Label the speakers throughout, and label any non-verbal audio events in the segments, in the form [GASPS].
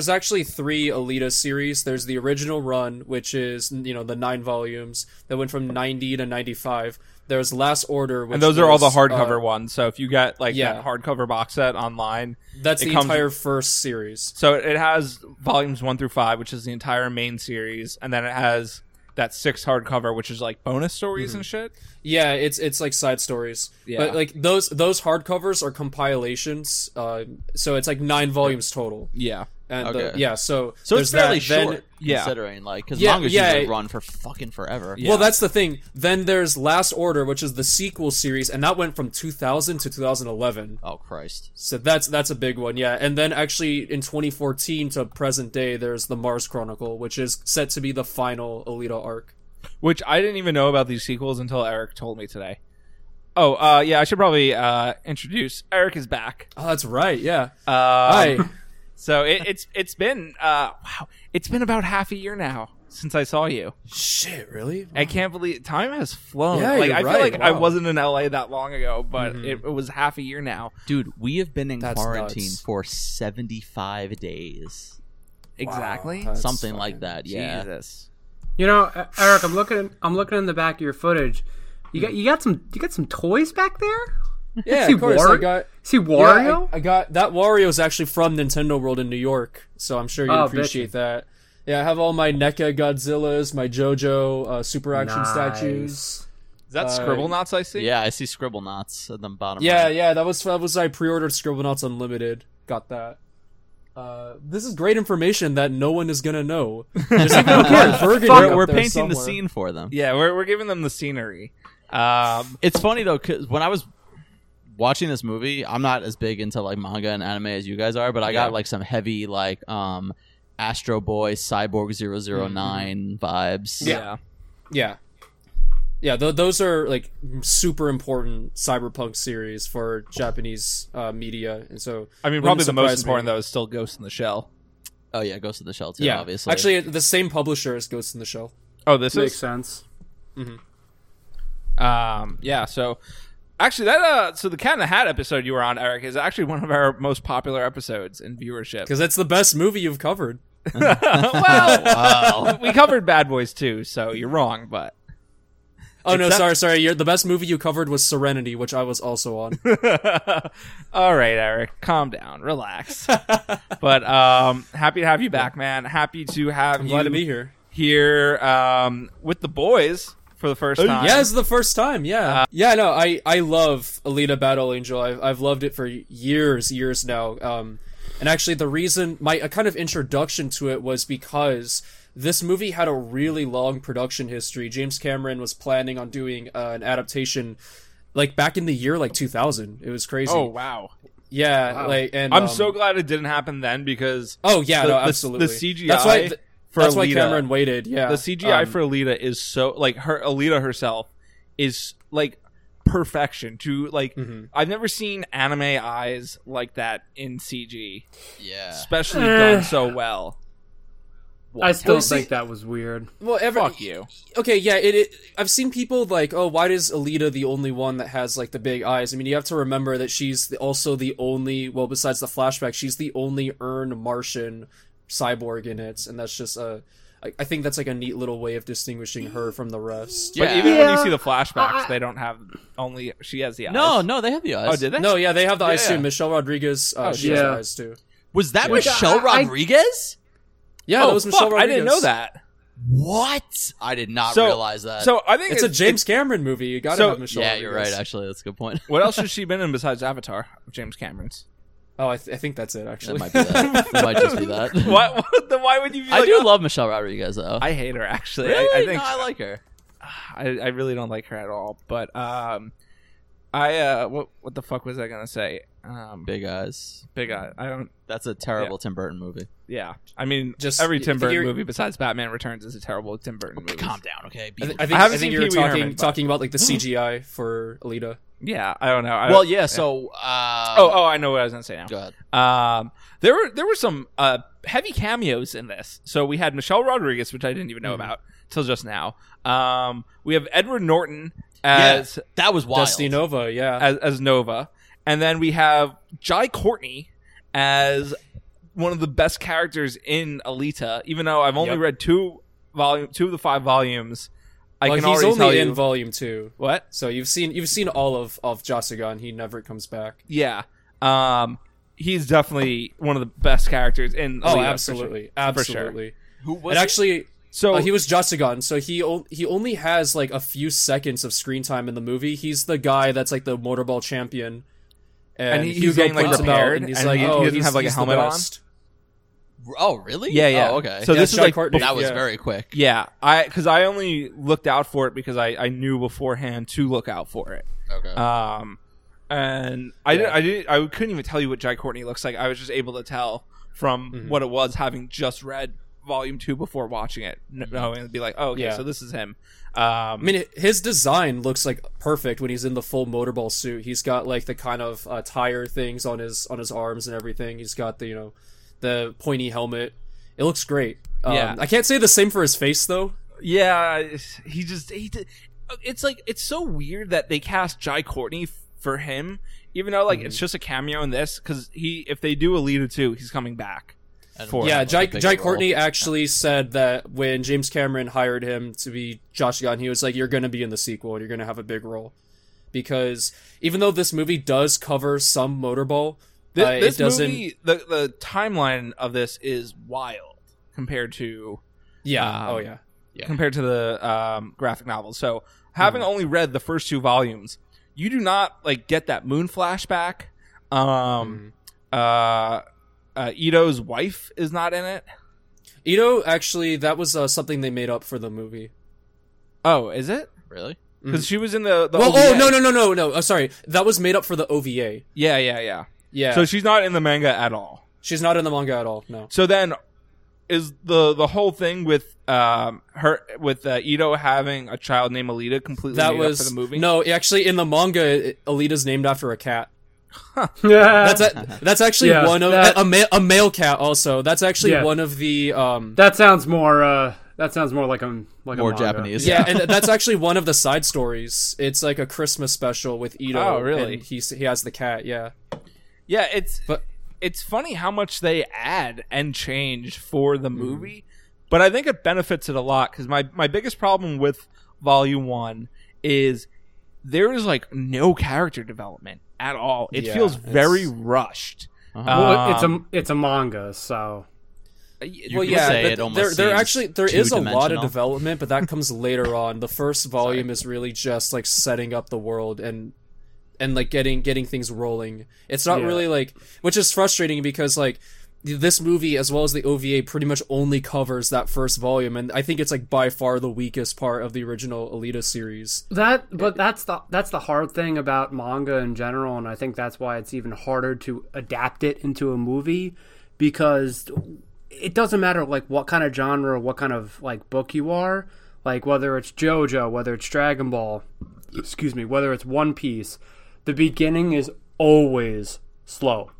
Speaker 1: There's actually three Alita series. There's the original run, which is you know the nine volumes that went from 90 to 95. There's Last Order, which
Speaker 2: and those are all the
Speaker 1: was,
Speaker 2: hardcover
Speaker 1: uh,
Speaker 2: ones. So if you get like
Speaker 1: yeah.
Speaker 2: that hardcover box set online,
Speaker 1: That's
Speaker 2: It
Speaker 1: the
Speaker 2: comes-
Speaker 1: entire first series.
Speaker 2: so it has volumes one through five, which is the entire main series, and then it has that six hardcover, which is like bonus stories
Speaker 1: Mm-hmm.
Speaker 2: and shit.
Speaker 1: Yeah, it's it's like side stories.
Speaker 2: Yeah.
Speaker 1: But like those those hardcovers are compilations. Uh, so it's like nine volumes total.
Speaker 2: Yeah,
Speaker 1: And the-
Speaker 3: Okay.
Speaker 1: yeah, so
Speaker 3: So it's
Speaker 1: there's that,
Speaker 3: fairly
Speaker 1: then-
Speaker 3: short,
Speaker 2: yeah.
Speaker 3: considering like because
Speaker 1: Yeah,
Speaker 3: mangas
Speaker 1: yeah.
Speaker 3: usually run for fucking forever.
Speaker 1: Well, that's the thing. Then there's Last Order, which is the sequel series, and that went from 2000 to 2011.
Speaker 3: Oh Christ!
Speaker 1: So that's that's a big one, yeah. And then actually in 2014 to present day, there's the Mars Chronicle, which is set to be the final Alita arc.
Speaker 2: which I didn't even know about these sequels until Eric told me today. Oh, uh, yeah, I should probably uh, introduce Eric is back.
Speaker 1: Oh, that's right, yeah.
Speaker 2: Um,
Speaker 1: Hi.
Speaker 2: So it, it's it's been uh, wow, it's been about half a year now since I saw you.
Speaker 1: [LAUGHS] Shit, really?
Speaker 2: I can't believe time has flown.
Speaker 1: Yeah,
Speaker 2: like
Speaker 1: you're
Speaker 2: I
Speaker 1: right.
Speaker 2: feel like I
Speaker 1: Wow. Mm-hmm.
Speaker 2: wasn't in LA that long ago, but it, it was half a year now.
Speaker 3: Dude, we have been in
Speaker 1: That's
Speaker 3: quarantine
Speaker 1: nuts.
Speaker 3: for seventy-five days,
Speaker 2: Exactly.
Speaker 1: That's
Speaker 3: something
Speaker 1: fucking-
Speaker 3: like that. Yeah.
Speaker 2: Jesus.
Speaker 4: You know, E- Eric, I'm looking. I'm looking in the back of your footage. You got you got some you got some toys back there.
Speaker 1: [LAUGHS] Yeah,
Speaker 4: See
Speaker 1: of course. I
Speaker 4: War-
Speaker 1: got
Speaker 4: See
Speaker 1: Yeah,
Speaker 4: Wario.
Speaker 1: I, I got that Wario is actually from Nintendo World in New York, so I'm sure you
Speaker 4: Oh,
Speaker 1: appreciate that. Yeah, I have all my NECA Godzillas, my JoJo uh, Super Action
Speaker 4: Nice.
Speaker 1: statues.
Speaker 2: Is that scribble knots I see?
Speaker 3: Yeah, I see scribble knots at the bottom.
Speaker 1: Yeah,
Speaker 3: right.
Speaker 1: yeah, that was that was I pre-ordered Scribblenauts Unlimited. Got that. Uh, this is great information that no one is gonna
Speaker 2: [LAUGHS]
Speaker 1: know. There's even a Bart Burgundy
Speaker 3: We're,
Speaker 1: up
Speaker 3: we're
Speaker 1: there
Speaker 3: painting the
Speaker 1: somewhere.
Speaker 3: scene for them.
Speaker 2: Yeah, we're we're giving them the scenery. Um
Speaker 3: It's funny though, because when I was watching this movie, I'm not as big into like manga and anime as you guys are, but I got
Speaker 2: Yeah.
Speaker 3: like some heavy like um Astro Boy, Cyborg 9 vibes.
Speaker 2: yeah.
Speaker 1: Mm-hmm. Yeah, yeah. Th- those are like super important cyberpunk series for Japanese uh, media, and so
Speaker 2: I mean
Speaker 1: wouldn't
Speaker 2: probably the most
Speaker 1: surprise me.
Speaker 2: important though is still Ghost in the Shell.
Speaker 3: Oh yeah, Ghost in the Shell too.
Speaker 1: Yeah,
Speaker 3: obviously.
Speaker 1: Actually, the same publisher as Ghost in the Shell.
Speaker 2: Oh, this
Speaker 4: Makes
Speaker 2: is
Speaker 4: sense.
Speaker 2: um yeah, so actually that uh so the cat in the hat episode you were on, Eric, is actually one of our most popular episodes in
Speaker 1: [LAUGHS]
Speaker 2: viewership.
Speaker 1: Because that's the best movie you've covered. [LAUGHS]
Speaker 2: well [LAUGHS] we covered Bad Boys too, so you're wrong, but
Speaker 1: Oh no,
Speaker 2: Except-
Speaker 1: sorry, sorry. You're, the best movie you covered was Serenity, which I was also on.
Speaker 2: All right, Eric, calm
Speaker 1: [LAUGHS]
Speaker 2: down, relax. but um, happy to have you back, man. Happy to have
Speaker 1: I'm
Speaker 2: you
Speaker 1: glad to be here.
Speaker 2: here um, with the boys for the first time. Uh,
Speaker 1: yeah, it's the first time. Yeah, yeah. No, I I love Alita Battle Angel. I've I've loved it for years, years now. Um, and actually, the reason my a kind of introduction to it was because this movie had a really long production history. James Cameron was planning on doing uh, an adaptation, like back in the year like 2000. It was crazy.
Speaker 2: Oh wow!
Speaker 1: yeah, like and
Speaker 2: I'm
Speaker 1: um,
Speaker 2: so glad it didn't happen then because
Speaker 1: Oh yeah,
Speaker 2: the,
Speaker 1: no,
Speaker 2: the-
Speaker 1: absolutely.
Speaker 2: The, CGI
Speaker 1: That's why. th-
Speaker 2: for
Speaker 1: that's
Speaker 2: Alita,
Speaker 1: why Cameron waited. Yeah,
Speaker 2: the CGI
Speaker 1: Um,
Speaker 2: for Alita is so like her Alita herself is like perfection to like
Speaker 1: Mm-hmm.
Speaker 2: I've never seen anime eyes like that in CG,
Speaker 1: [SIGHS]
Speaker 3: yeah.
Speaker 2: especially
Speaker 4: Eh.
Speaker 2: done so well.
Speaker 4: I still
Speaker 1: Well, see-
Speaker 4: think that was weird.
Speaker 1: well, every,
Speaker 2: Fuck you.
Speaker 1: okay, yeah, it, it. I've seen people like, oh, why is Alita the only one that has like the big eyes? I mean, you have to remember that she's the, also the only, well, besides the flashback, she's the only earned Martian cyborg in it, and that's just a. I I think that's like a neat little way of distinguishing her from the rest.
Speaker 2: But
Speaker 3: Yeah.
Speaker 2: even when you
Speaker 4: Yeah.
Speaker 2: see the flashbacks,
Speaker 4: I-
Speaker 2: they don't have only she has the eyes.
Speaker 3: no, no, they have the eyes.
Speaker 2: oh, did they?
Speaker 1: No, yeah, they have the eyes
Speaker 2: Yeah.
Speaker 1: too. Michelle Rodriguez, uh,
Speaker 2: Oh,
Speaker 1: she
Speaker 4: yeah.
Speaker 1: has the eyes too.
Speaker 3: Was that
Speaker 2: Yeah.
Speaker 3: Michelle
Speaker 4: Wait, I- I-
Speaker 3: Rodriguez?
Speaker 1: Yeah, that
Speaker 2: oh
Speaker 1: was
Speaker 2: fuck!
Speaker 1: Michelle
Speaker 2: I
Speaker 1: Rodriguez.
Speaker 2: didn't know that.
Speaker 3: What? I did not
Speaker 2: So-
Speaker 3: realize that.
Speaker 2: So I think
Speaker 1: It's a James Cameron movie. You gotta
Speaker 2: So-
Speaker 1: have Michelle.
Speaker 3: yeah, you're right.
Speaker 1: Rodriguez.
Speaker 3: Actually, that's a good [LAUGHS] point.
Speaker 2: What else has she been in besides Avatar? James
Speaker 3: [LAUGHS]
Speaker 2: Cameron's.
Speaker 1: Oh, I, th- I think that's it.
Speaker 3: That
Speaker 1: Actually,
Speaker 3: might
Speaker 1: [LAUGHS]
Speaker 3: be that. [LAUGHS] It might just be that.
Speaker 2: Why? [LAUGHS] What, then why would you? Be
Speaker 3: I
Speaker 2: like,
Speaker 3: do
Speaker 2: "Oh,
Speaker 3: love Michelle Rodriguez though.
Speaker 2: I hate her actually.
Speaker 3: really?
Speaker 2: I, I think
Speaker 3: no, I like her.
Speaker 2: [SIGHS] I, I really don't like her at all. But um, I uh, what what the fuck was I gonna say? Um, big,
Speaker 3: Big eyes.
Speaker 2: big eye. I don't.
Speaker 3: That's a terrible Tim Burton movie.
Speaker 2: Yeah, I mean,
Speaker 1: Just-
Speaker 2: just every
Speaker 1: I
Speaker 2: Tim
Speaker 1: think
Speaker 2: Burton
Speaker 1: you're-
Speaker 2: movie besides Batman Returns is a terrible Tim Burton movie.
Speaker 3: down, okay?
Speaker 1: I, th- I
Speaker 2: I
Speaker 1: think, I
Speaker 2: haven't
Speaker 1: think
Speaker 2: seen
Speaker 1: you were
Speaker 2: Pee Wee
Speaker 1: talking
Speaker 2: Herman, but-
Speaker 1: talking about
Speaker 2: [GASPS]
Speaker 1: like the CGI for Alita.
Speaker 2: Yeah, I don't know. I,
Speaker 3: well, yeah. So, uh,
Speaker 2: oh, oh, I know what I was gonna say now.
Speaker 3: go ahead.
Speaker 2: Um, there were there were some uh, heavy cameos in this. So we had Michelle Rodriguez, which I didn't even know
Speaker 1: Mm-hmm.
Speaker 2: about till just now. Um, we have Edward Norton as
Speaker 3: yeah, that was wild.
Speaker 1: Dusty Nova, yeah.
Speaker 2: as, as Nova, and then we have Jai Courtney as one of the best characters in Alita. Even though I've only
Speaker 1: Yep.
Speaker 2: read two volume, two of the five volumes, I
Speaker 1: Well,
Speaker 2: can already
Speaker 1: he's only
Speaker 2: tell
Speaker 1: in
Speaker 2: you
Speaker 1: volume two,
Speaker 2: what.
Speaker 1: so you've seen you've seen all of of Jasagan. He never comes back.
Speaker 2: Yeah, um, he's definitely one of the best characters in. Alita,
Speaker 1: Oh,
Speaker 2: for sure.
Speaker 1: absolutely,
Speaker 2: For sure.
Speaker 1: absolutely.
Speaker 3: Who was
Speaker 1: And
Speaker 3: he?
Speaker 1: actually,
Speaker 2: So
Speaker 1: uh, he was Jasagan, so he o- he only has like a few seconds of screen time in the movie. He's the guy that's like the motorball champion, and,
Speaker 2: And he- he's
Speaker 1: Hugo
Speaker 2: getting, like,
Speaker 1: points him out,
Speaker 2: repaired,
Speaker 1: and he's
Speaker 2: and
Speaker 1: like,
Speaker 2: he- he
Speaker 1: oh,
Speaker 2: doesn't
Speaker 1: he's,
Speaker 2: have, like, a
Speaker 1: he's the
Speaker 2: helmet on?
Speaker 1: best.
Speaker 3: Oh, really?
Speaker 2: Yeah, yeah.
Speaker 3: Oh, okay.
Speaker 2: So
Speaker 1: Yeah,
Speaker 2: this
Speaker 1: it's
Speaker 2: is
Speaker 1: John
Speaker 2: like
Speaker 1: Cartman.
Speaker 3: that was
Speaker 1: yeah.
Speaker 3: very quick.
Speaker 2: Yeah, I because I only looked out for it because I I knew beforehand to look out for it.
Speaker 3: Okay.
Speaker 2: Um, and I didn't I didn't I couldn't even tell you what Jai Courtney looks like. I was just able to tell from
Speaker 3: Mm-hmm.
Speaker 2: what it was having just read volume two before watching it.
Speaker 3: Mm-hmm.
Speaker 2: No, and be like, oh, okay,
Speaker 1: Yeah.
Speaker 2: so this is him.
Speaker 1: I
Speaker 2: Um,
Speaker 1: mean, his design looks like perfect when he's in the full motorball suit. He's got like the kind of uh, tire things on his on his arms and everything. He's got the you know the pointy helmet. It looks great. Um,
Speaker 2: Yeah.
Speaker 1: I can't say the same for his face though.
Speaker 2: yeah, it's- he just he. Did, it's like it's so weird that they cast Jai Courtney f- for him, even though like
Speaker 3: Mm-hmm.
Speaker 2: it's just a cameo in this because he if they do Alita two, he's coming back. For
Speaker 1: yeah,
Speaker 3: Like a
Speaker 1: Jai,
Speaker 3: bigger
Speaker 1: Jai
Speaker 3: role.
Speaker 1: Courtney actually said that when James Cameron hired him to be Josh Gunn, he was like, "You're going to be in the sequel. and You're going to have a big role." Because even though this movie does cover some motorball,
Speaker 2: Thi-
Speaker 1: uh,
Speaker 2: this
Speaker 1: it doesn't.
Speaker 2: movie, the the timeline of this is wild compared to
Speaker 1: yeah.
Speaker 2: um,
Speaker 1: oh yeah. Mm-hmm.
Speaker 3: Yeah.
Speaker 2: compared to the um, graphic novels. So, having only read the first two volumes, you do not like get that moon flashback. Um,
Speaker 1: Mm-hmm.
Speaker 2: uh, uh, Ito's wife is not in it.
Speaker 1: Ito actually, that was uh, something they made up for the movie.
Speaker 2: Oh, is it?
Speaker 3: Really?
Speaker 2: Because Mm-hmm. she was in the, the
Speaker 1: Well,
Speaker 2: OVA.
Speaker 1: oh no no no no no. Uh, sorry, that was made up for the OVA.
Speaker 2: yeah yeah yeah.
Speaker 1: Yeah,
Speaker 2: So she's not in the manga at all.
Speaker 1: she's not in the manga at all. No.
Speaker 2: So then, is the the whole thing with um her with uh, Ito having a child named Alita completely
Speaker 1: That
Speaker 2: made up
Speaker 1: was
Speaker 2: for the movie?
Speaker 1: no. Actually, in the manga, it- Alita's named after a cat.
Speaker 4: Yeah,
Speaker 1: [LAUGHS] That's a, that's actually
Speaker 4: Uh, Yeah,
Speaker 1: one of
Speaker 4: that-
Speaker 1: a, ma- a male cat. Also, that's actually
Speaker 4: Yeah.
Speaker 1: one of the um.
Speaker 4: [LAUGHS] that sounds more. Uh, that sounds more like a like a
Speaker 3: More
Speaker 4: manga.
Speaker 3: Japanese.
Speaker 1: yeah, and that's actually one of the side stories. It's like a Christmas special with Ito.
Speaker 2: Oh, really?
Speaker 1: And he's, he has the cat. Yeah,
Speaker 2: Yeah, it's
Speaker 1: But-
Speaker 2: it's funny how much they add and change for
Speaker 1: Mm-hmm.
Speaker 2: the movie, but I think it benefits it a lot because my my biggest problem with Volume One is there is like no character development at all. It
Speaker 1: Yeah,
Speaker 2: feels
Speaker 1: it's-
Speaker 2: very rushed.
Speaker 4: Well, it's
Speaker 2: Um,
Speaker 3: Ah.
Speaker 4: a it's a manga, so
Speaker 2: y-
Speaker 3: You
Speaker 1: well,
Speaker 3: could
Speaker 1: yeah.
Speaker 3: say
Speaker 1: but
Speaker 3: it almost
Speaker 1: there, there
Speaker 3: seems
Speaker 1: actually there is a lot of
Speaker 3: two-dimensional.
Speaker 1: development, but that comes later on. The
Speaker 3: [LAUGHS]
Speaker 1: first volume is really just like setting up the world and and like getting getting things rolling. It's not
Speaker 4: Yeah.
Speaker 1: really like which is frustrating because like this movie as well as the OVA pretty much only covers that first volume and I think it's like by far the weakest part of the original Alita series.
Speaker 4: that but that's the that's the hard thing about manga in general, and I think that's why it's even harder to adapt it into a movie because it doesn't matter like what kind of genre, what kind of like book you are, like whether it's JoJo, whether it's Dragon Ball, excuse me, whether it's One Piece, the beginning is always slow.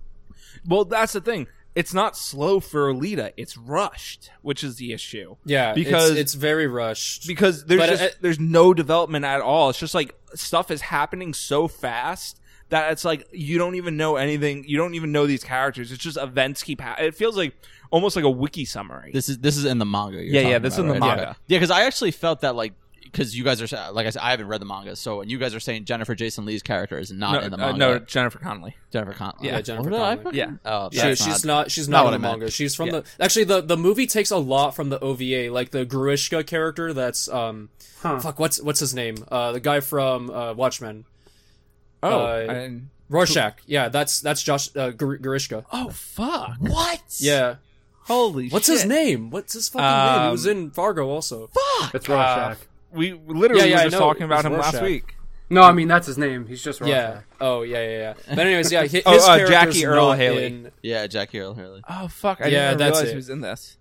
Speaker 2: Well, that's the thing. It's not slow for Alita. It's rushed, which is the issue.
Speaker 1: Yeah,
Speaker 2: because
Speaker 1: it's, it's very rushed.
Speaker 2: because there's
Speaker 1: But,
Speaker 2: just,
Speaker 1: uh,
Speaker 2: there's no development at all. It's just like stuff is happening so fast that it's like you don't even know anything. You don't even know these characters. It's just events keep. Ha- it feels like almost like a wiki summary.
Speaker 3: This is this is in the manga. you're
Speaker 2: Yeah, yeah,
Speaker 3: talking
Speaker 2: this is in
Speaker 3: about,
Speaker 2: the
Speaker 3: right?
Speaker 2: manga.
Speaker 3: Yeah, because I actually felt that like because you guys are sa- like I said, I haven't read the manga, so when you guys are saying Jennifer Jason Lee's character is not
Speaker 2: no,
Speaker 3: in the
Speaker 2: uh,
Speaker 3: manga.
Speaker 2: no, Jennifer Connelly.
Speaker 3: Jennifer Con.
Speaker 1: Yeah,
Speaker 3: What
Speaker 1: Jennifer
Speaker 3: did I
Speaker 1: Connelly.
Speaker 3: fucking-
Speaker 2: Yeah.
Speaker 3: Oh,
Speaker 1: She-
Speaker 3: that's
Speaker 1: she's
Speaker 3: not.
Speaker 1: not, she's
Speaker 3: not
Speaker 1: not,
Speaker 3: what I
Speaker 1: in the
Speaker 3: meant.
Speaker 1: manga. She's from
Speaker 3: Yeah.
Speaker 1: the actually the the movie takes a lot from the OVA, like the Gruishka character. That's um, [LAUGHS] fuck, what's what's his name? Uh, the guy from uh, Watchmen,
Speaker 2: Oh,
Speaker 1: Uh,
Speaker 2: I didn't-
Speaker 1: Rorschach. Yeah, that's that's Josh uh, Gr- Gruishka.
Speaker 2: oh fuck! What?
Speaker 1: Yeah, Um,
Speaker 2: Holy.
Speaker 1: what's
Speaker 2: shit.
Speaker 1: his name? What's his fucking name? He was in Fargo also.
Speaker 4: It's
Speaker 1: Uh,
Speaker 4: Rorschach.
Speaker 2: We literally
Speaker 1: Yeah, yeah,
Speaker 2: were
Speaker 1: I
Speaker 2: just
Speaker 1: know.
Speaker 2: talking
Speaker 1: It
Speaker 2: about
Speaker 1: was
Speaker 2: him last
Speaker 1: Rorschach.
Speaker 2: week.
Speaker 4: no, I mean that's his name. He's just Rorschach.
Speaker 1: Yeah. Oh yeah, yeah, yeah. But anyways, [LAUGHS] yeah. hi- His
Speaker 2: Oh, uh,
Speaker 1: character's
Speaker 2: Jackie Earl
Speaker 1: not
Speaker 2: Haley.
Speaker 1: in-
Speaker 3: Yeah, Jackie Earl Haley.
Speaker 2: Oh fuck! I
Speaker 1: Yeah,
Speaker 2: didn't
Speaker 1: that's
Speaker 2: realize
Speaker 1: it. Uh,
Speaker 2: he was in this.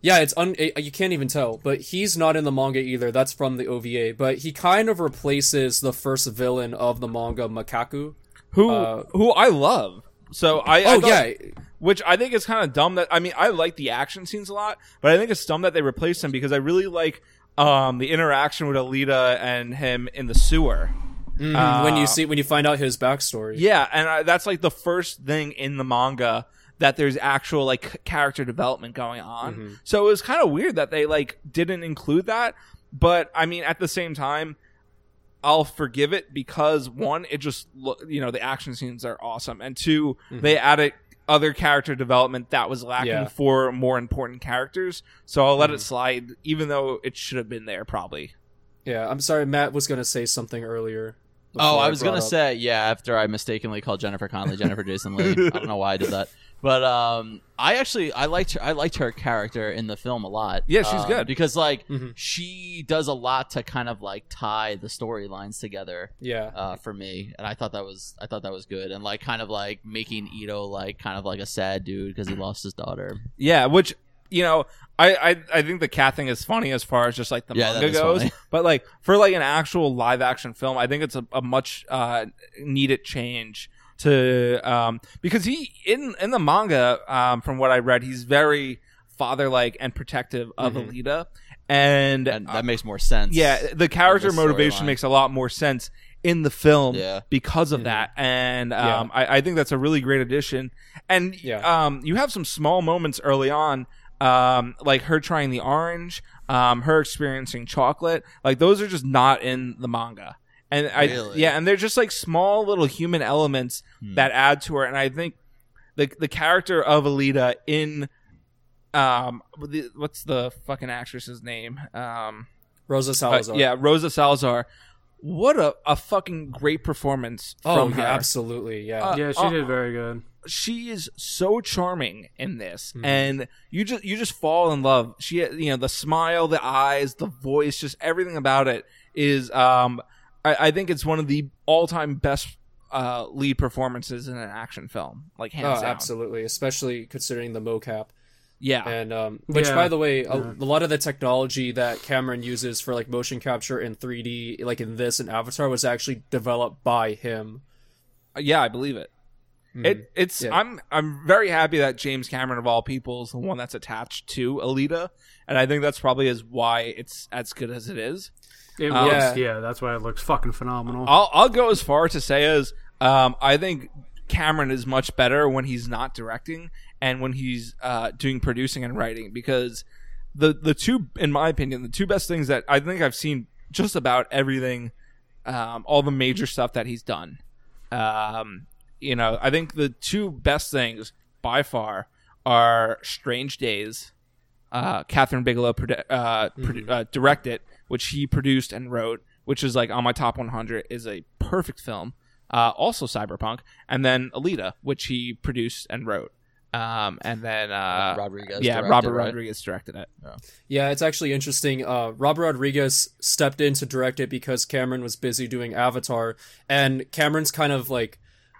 Speaker 1: Yeah, it's un- it- you can't even tell, but he's not in the manga either. That's from the OVA, but he kind of replaces the first villain of the manga, Makaku.
Speaker 2: Who
Speaker 1: Uh,
Speaker 2: who I love. So I I
Speaker 1: Oh
Speaker 2: thought-
Speaker 1: yeah,
Speaker 2: which I think is kind of dumb. That I mean, I like the action scenes a lot, but I think it's dumb that they replaced him because I really like um, the interaction with Alita and him in the sewer.
Speaker 1: Uh, when you see when you find out his backstory.
Speaker 2: Yeah, and I, that's like the first thing in the manga that there's actual like c- character development going on. So it was kind of weird that they like didn't include that, but I mean at the same time I'll forgive it because one it just lo- you know the action scenes are awesome and 2 they added other character development that was lacking
Speaker 1: Yeah.
Speaker 2: for more important characters. So I'll let it slide even though it should have been there probably.
Speaker 1: Yeah, I'm sorry. Matt was gonna say something earlier.
Speaker 3: oh,
Speaker 1: before
Speaker 3: I was
Speaker 1: brought
Speaker 3: gonna
Speaker 1: up-
Speaker 3: say yeah. After I mistakenly called Jennifer Connelly Jennifer Jason Lee, I don't know why I did that. But um, I actually I liked her, I liked her character in the film a lot.
Speaker 2: Yeah, she's
Speaker 3: Um,
Speaker 2: good.
Speaker 3: because like
Speaker 1: Mhm.
Speaker 3: she does a lot to kind of like tie the storylines together
Speaker 1: Yeah,
Speaker 3: uh, for me, and I thought that was I thought that was good, and like kind of like making Ito like kind of like a sad dude because he lost his daughter.
Speaker 2: Yeah, which you know, I, I I think the cat thing is funny as far as just like the
Speaker 3: Yeah, that
Speaker 2: manga
Speaker 3: is
Speaker 2: goes,
Speaker 3: funny. [LAUGHS]
Speaker 2: but like for like an actual live action film, I think it's a, a much uh, needed change to um, because he in in the manga um, from what I read, he's very father like and protective of Alita, and,
Speaker 3: Mm-hmm. And that makes more sense.
Speaker 2: uh, yeah, the character
Speaker 3: the
Speaker 2: motivation
Speaker 3: storyline.
Speaker 2: makes a lot more sense in the film
Speaker 3: Yeah.
Speaker 2: because of that, and um, I, I think that's a really great addition. And
Speaker 1: Yeah.
Speaker 2: um, you have some small moments early on, um, like her trying the orange, um, her experiencing chocolate. Like those are just not in the manga, and I
Speaker 3: Really?
Speaker 2: yeah, and they're just like small little human elements that add to her. And I think the the character of Alita in um the, what's the fucking actress's name um
Speaker 1: Rosa
Speaker 2: uh,
Speaker 1: Salazar.
Speaker 2: yeah, Rosa Salazar. What a, a fucking great performance
Speaker 1: Oh,
Speaker 2: from
Speaker 1: yeah,
Speaker 2: her.
Speaker 1: absolutely. Yeah.
Speaker 2: Uh,
Speaker 4: Yeah, she did very good.
Speaker 2: She is so charming in this,
Speaker 1: Mm-hmm.
Speaker 2: and you just you just fall in love. She, you know, the smile, the eyes, the voice, just everything about it is. Um, I, I think it's one of the all time best uh, lead performances in an action film, like hands
Speaker 1: oh,
Speaker 2: down.
Speaker 1: absolutely. Especially considering the mocap.
Speaker 2: Yeah,
Speaker 1: And um, which,
Speaker 4: Yeah.
Speaker 1: by the way, a, a lot of the technology that Cameron uses for like motion capture and 3D, like in this and Avatar, was actually developed by him.
Speaker 2: yeah, I believe it. It it's
Speaker 1: Hmm. Yeah.
Speaker 2: I'm I'm very happy that James Cameron of all people is the one that's attached to Alita, and I think that's probably is why it's as good as it is.
Speaker 4: It
Speaker 2: Um,
Speaker 1: uh, yeah.
Speaker 4: looks, yeah, that's why it looks fucking phenomenal.
Speaker 2: I'll I'll go as far to say as um I think Cameron is much better when he's not directing and when he's uh doing producing and writing because the the two in my opinion the two best things that I think I've seen just about everything um all the major stuff that he's done um, you know, I think the two best things by far are Strange Days. Uh, Catherine Bigelow produ- uh, produ- uh, directed, which he produced and wrote, which is like on my top 100, is a perfect film. Uh, also Cyberpunk, and then Alita, which he produced and wrote, um, and then uh,
Speaker 3: Rodriguez
Speaker 2: yeah,
Speaker 3: directed,
Speaker 2: Robert
Speaker 3: right?
Speaker 2: Rodriguez directed it.
Speaker 1: Yeah, it's actually interesting. Uh, Robert Rodriguez stepped in to direct it because Cameron was busy doing Avatar, and Cameron's kind of like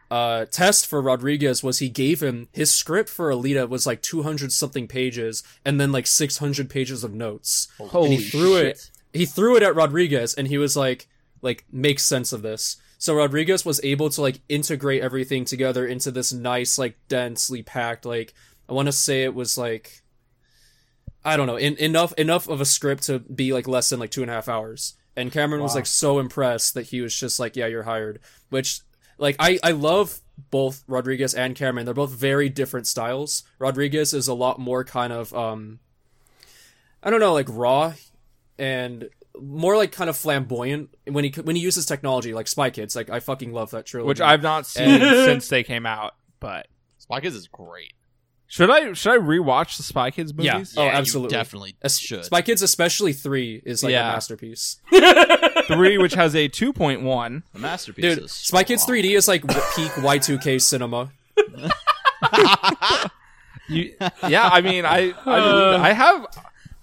Speaker 1: uh, test for Rodriguez was he gave him his script for Alita was like two hundred something pages, and then like six hundred pages of notes. and he
Speaker 2: Holy
Speaker 1: threw
Speaker 2: shit.
Speaker 1: it. He threw it at Rodriguez, and he was like, like make sense of this. So Rodriguez was able to like integrate everything together into this nice, like densely packed, like I want to say it was like I don't know, in, enough enough of a script to be like less than like two and a half hours. And Cameron was like so impressed that he was just like, yeah, you're hired. Which like I I love both Rodriguez and Cameron. They're both very different styles. Rodriguez is a lot more kind of um I don't know, like raw and more like kind of flamboyant when he when he uses technology like Spy Kids. Like I fucking love that trilogy.
Speaker 2: which I've not [LAUGHS] seen since they came out. But
Speaker 3: Spy Kids is great.
Speaker 2: should I should I rewatch the Spy Kids
Speaker 1: Yeah.
Speaker 2: movies?
Speaker 1: Oh,
Speaker 3: Yeah, you
Speaker 1: absolutely.
Speaker 3: definitely
Speaker 1: Es-
Speaker 3: should.
Speaker 1: Spy Kids especially 3 is like
Speaker 2: Yeah.
Speaker 1: a masterpiece.
Speaker 2: Three, which has a two point one.
Speaker 3: The masterpieces.
Speaker 1: Dude, Spy Kids 3D is like w- peak
Speaker 4: [LAUGHS]
Speaker 1: Y2K cinema.
Speaker 2: You, yeah, I mean, I I, believe it. I have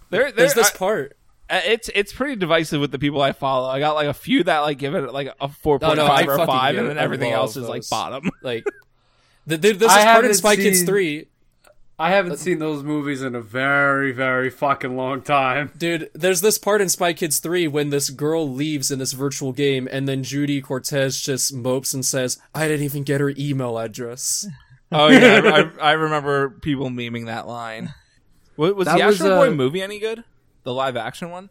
Speaker 2: there,
Speaker 1: There's this
Speaker 2: I- uh,
Speaker 1: part.
Speaker 2: it's it's pretty divisive with the people I follow. I got like a few that like give it like a four
Speaker 1: No,
Speaker 2: point
Speaker 1: no,
Speaker 2: five
Speaker 1: I
Speaker 2: or a
Speaker 1: fucking
Speaker 2: five,
Speaker 1: get
Speaker 2: and
Speaker 1: it.
Speaker 2: then
Speaker 1: I
Speaker 2: everything
Speaker 1: love
Speaker 2: else is like
Speaker 1: those. [LAUGHS]
Speaker 2: bottom.
Speaker 1: Like, the, the, this
Speaker 4: I
Speaker 1: is part in
Speaker 4: haven't
Speaker 1: Spy Kids
Speaker 4: seen-
Speaker 1: 3.
Speaker 4: I haven't seen those movies in a very, very fucking long time.
Speaker 1: Dude, there's this part in Spy Kids 3 when this girl leaves in this virtual game, and then Judy Cortez just mopes and says, I didn't even get her email
Speaker 4: [SIGHS]
Speaker 1: address.
Speaker 2: Oh yeah, I, I, I remember people memeing that line. Was, was
Speaker 4: That
Speaker 2: the
Speaker 4: was,
Speaker 2: Astro
Speaker 4: uh,
Speaker 2: Boy movie any good? The live action one?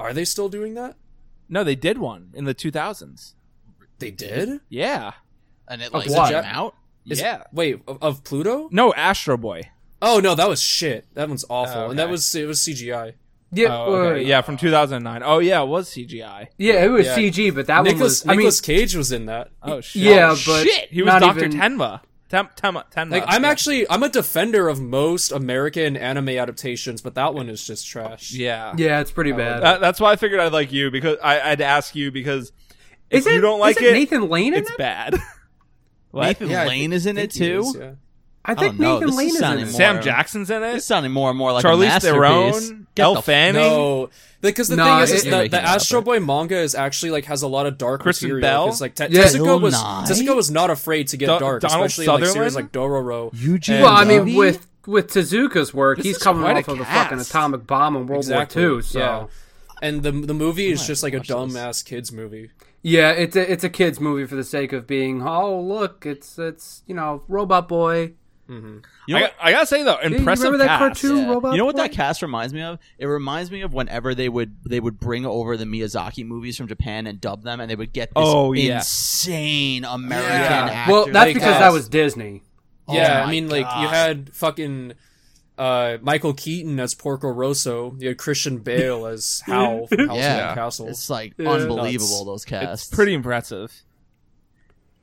Speaker 1: Are they still doing that?
Speaker 2: No, they did one in the two thousands.
Speaker 1: They did?
Speaker 2: Yeah,
Speaker 3: and it like
Speaker 1: Why?
Speaker 3: came out.
Speaker 1: Is-
Speaker 2: yeah.
Speaker 1: Wait, of, of Pluto?
Speaker 2: No, Astro Boy.
Speaker 1: Oh no, that was shit. That one's awful,
Speaker 2: Oh,
Speaker 1: and that
Speaker 2: okay.
Speaker 1: was it was CGI.
Speaker 4: Yeah,
Speaker 2: Oh, okay. Yeah, from 2009. Oh, yeah, it was CGI.
Speaker 4: yeah, it was
Speaker 1: Yeah.
Speaker 4: CG, but that
Speaker 1: Nicholas
Speaker 4: one was. I mean,
Speaker 1: Nicolas Cage was in that.
Speaker 2: Oh, shit.
Speaker 4: Yeah,
Speaker 2: Oh,
Speaker 4: but
Speaker 2: Shit, he was
Speaker 4: not
Speaker 2: Dr.
Speaker 4: even-
Speaker 2: Tenma. Tem- Tenma. Tenma.
Speaker 1: Like I'm
Speaker 2: yeah.
Speaker 1: actually I'm a defender of most American anime adaptations, but that one is just trash.
Speaker 2: Yeah.
Speaker 4: yeah, it's pretty bad.
Speaker 2: That- that's why I figured I'd like you because I, I'd ask you because if
Speaker 4: is it,
Speaker 2: you don't like
Speaker 4: is
Speaker 2: it,
Speaker 4: Nathan Lane in
Speaker 2: it's
Speaker 4: it?
Speaker 2: bad. [LAUGHS]
Speaker 3: Nathan
Speaker 1: Yeah, I
Speaker 3: Lane
Speaker 1: think-
Speaker 3: is in
Speaker 1: I
Speaker 3: it
Speaker 1: think he
Speaker 3: too.
Speaker 1: is, yeah.
Speaker 4: I
Speaker 3: don't
Speaker 4: think
Speaker 2: Oh,
Speaker 3: know,
Speaker 4: Nathan
Speaker 3: this is
Speaker 4: Lane is in
Speaker 3: sounding
Speaker 4: it.
Speaker 3: more-
Speaker 2: Sam Jackson's in
Speaker 3: It's
Speaker 2: it.
Speaker 3: sounding more and more like a
Speaker 2: Charlize
Speaker 3: masterpiece.
Speaker 2: Theron,
Speaker 3: Get
Speaker 2: Elle
Speaker 3: the
Speaker 2: Fanning,
Speaker 1: No, because the
Speaker 4: No,
Speaker 1: thing is,
Speaker 4: it-
Speaker 1: is
Speaker 4: it-
Speaker 1: the,
Speaker 3: making
Speaker 1: the
Speaker 3: it up,
Speaker 1: Astro Boy manga is actually like has a lot of dark
Speaker 2: Kristen
Speaker 1: material.
Speaker 2: Bell?
Speaker 1: It's like te-
Speaker 4: Yeah.
Speaker 1: Tezuka was
Speaker 3: Goldeneye?
Speaker 1: Tezuka was not afraid to get
Speaker 2: Do-
Speaker 1: dark,
Speaker 2: Donald
Speaker 1: especially in like
Speaker 2: Sutherland?
Speaker 1: series like Dororo.
Speaker 3: Eugene
Speaker 1: And,
Speaker 4: Well, I
Speaker 1: uh,
Speaker 4: mean,
Speaker 3: Levy?
Speaker 4: with with Tezuka's work, he's
Speaker 2: is
Speaker 4: coming
Speaker 2: quite a
Speaker 4: off of a fucking
Speaker 2: cast.
Speaker 4: atomic bomb in World
Speaker 1: Exactly.
Speaker 4: War II. So
Speaker 1: yeah. And the the movie
Speaker 3: Oh
Speaker 1: is just like a
Speaker 3: watch this.
Speaker 1: dumb ass kids movie.
Speaker 4: Yeah, it's a, it's a kids movie for the sake of being. Oh, look, it's it's you know Robot Boy.
Speaker 3: You know
Speaker 2: I,
Speaker 3: what-
Speaker 2: got- I gotta say though,
Speaker 4: You
Speaker 2: impressive
Speaker 4: remember
Speaker 2: cast.
Speaker 4: that cartoon,
Speaker 3: Yeah.
Speaker 4: Robot?
Speaker 3: You know what that
Speaker 4: Boy?
Speaker 3: cast reminds me of? It reminds me of whenever they would they would bring over the Miyazaki movies from Japan and dub them, and they would get this
Speaker 2: Oh, yeah.
Speaker 3: insane American
Speaker 1: Yeah.
Speaker 3: actor.
Speaker 4: Well, that's
Speaker 1: Like,
Speaker 4: because
Speaker 1: uh,
Speaker 4: that was Disney.
Speaker 1: yeah,
Speaker 3: Oh my
Speaker 1: I mean, like you
Speaker 3: God.
Speaker 1: had fucking uh, Michael Keaton as Porco Rosso. You had Christian Bale as Hal from House
Speaker 3: Yeah.
Speaker 1: yeah. Castle.
Speaker 3: it's like
Speaker 4: Yeah.
Speaker 3: unbelievable those casts.
Speaker 2: It's pretty impressive.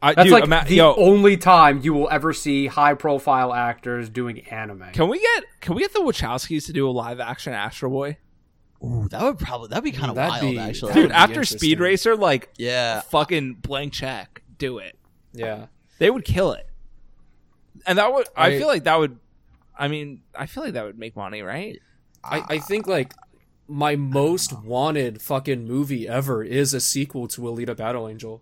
Speaker 2: I,
Speaker 4: That's
Speaker 2: dude,
Speaker 4: like
Speaker 2: ima-
Speaker 4: the
Speaker 2: yo,
Speaker 4: only time you will ever see high profile actors doing anime.
Speaker 2: can we get can we get the Wachowskis to do a live action Astro Boy?
Speaker 3: Ooh, that would probably that'd be kind of
Speaker 1: That'd
Speaker 3: wild,
Speaker 1: be-
Speaker 3: actually.
Speaker 1: That would
Speaker 2: Dude,
Speaker 1: be
Speaker 2: after Speed
Speaker 1: interesting.
Speaker 2: Racer, like
Speaker 3: yeah,
Speaker 2: fucking blank check, do it.
Speaker 1: yeah,
Speaker 2: They would kill it. And that would I,
Speaker 1: I-
Speaker 2: feel like that would I mean, I feel like that would make money, right?
Speaker 1: I, I think like my most wanted fucking movie ever is a sequel to Alita: Battle Angel.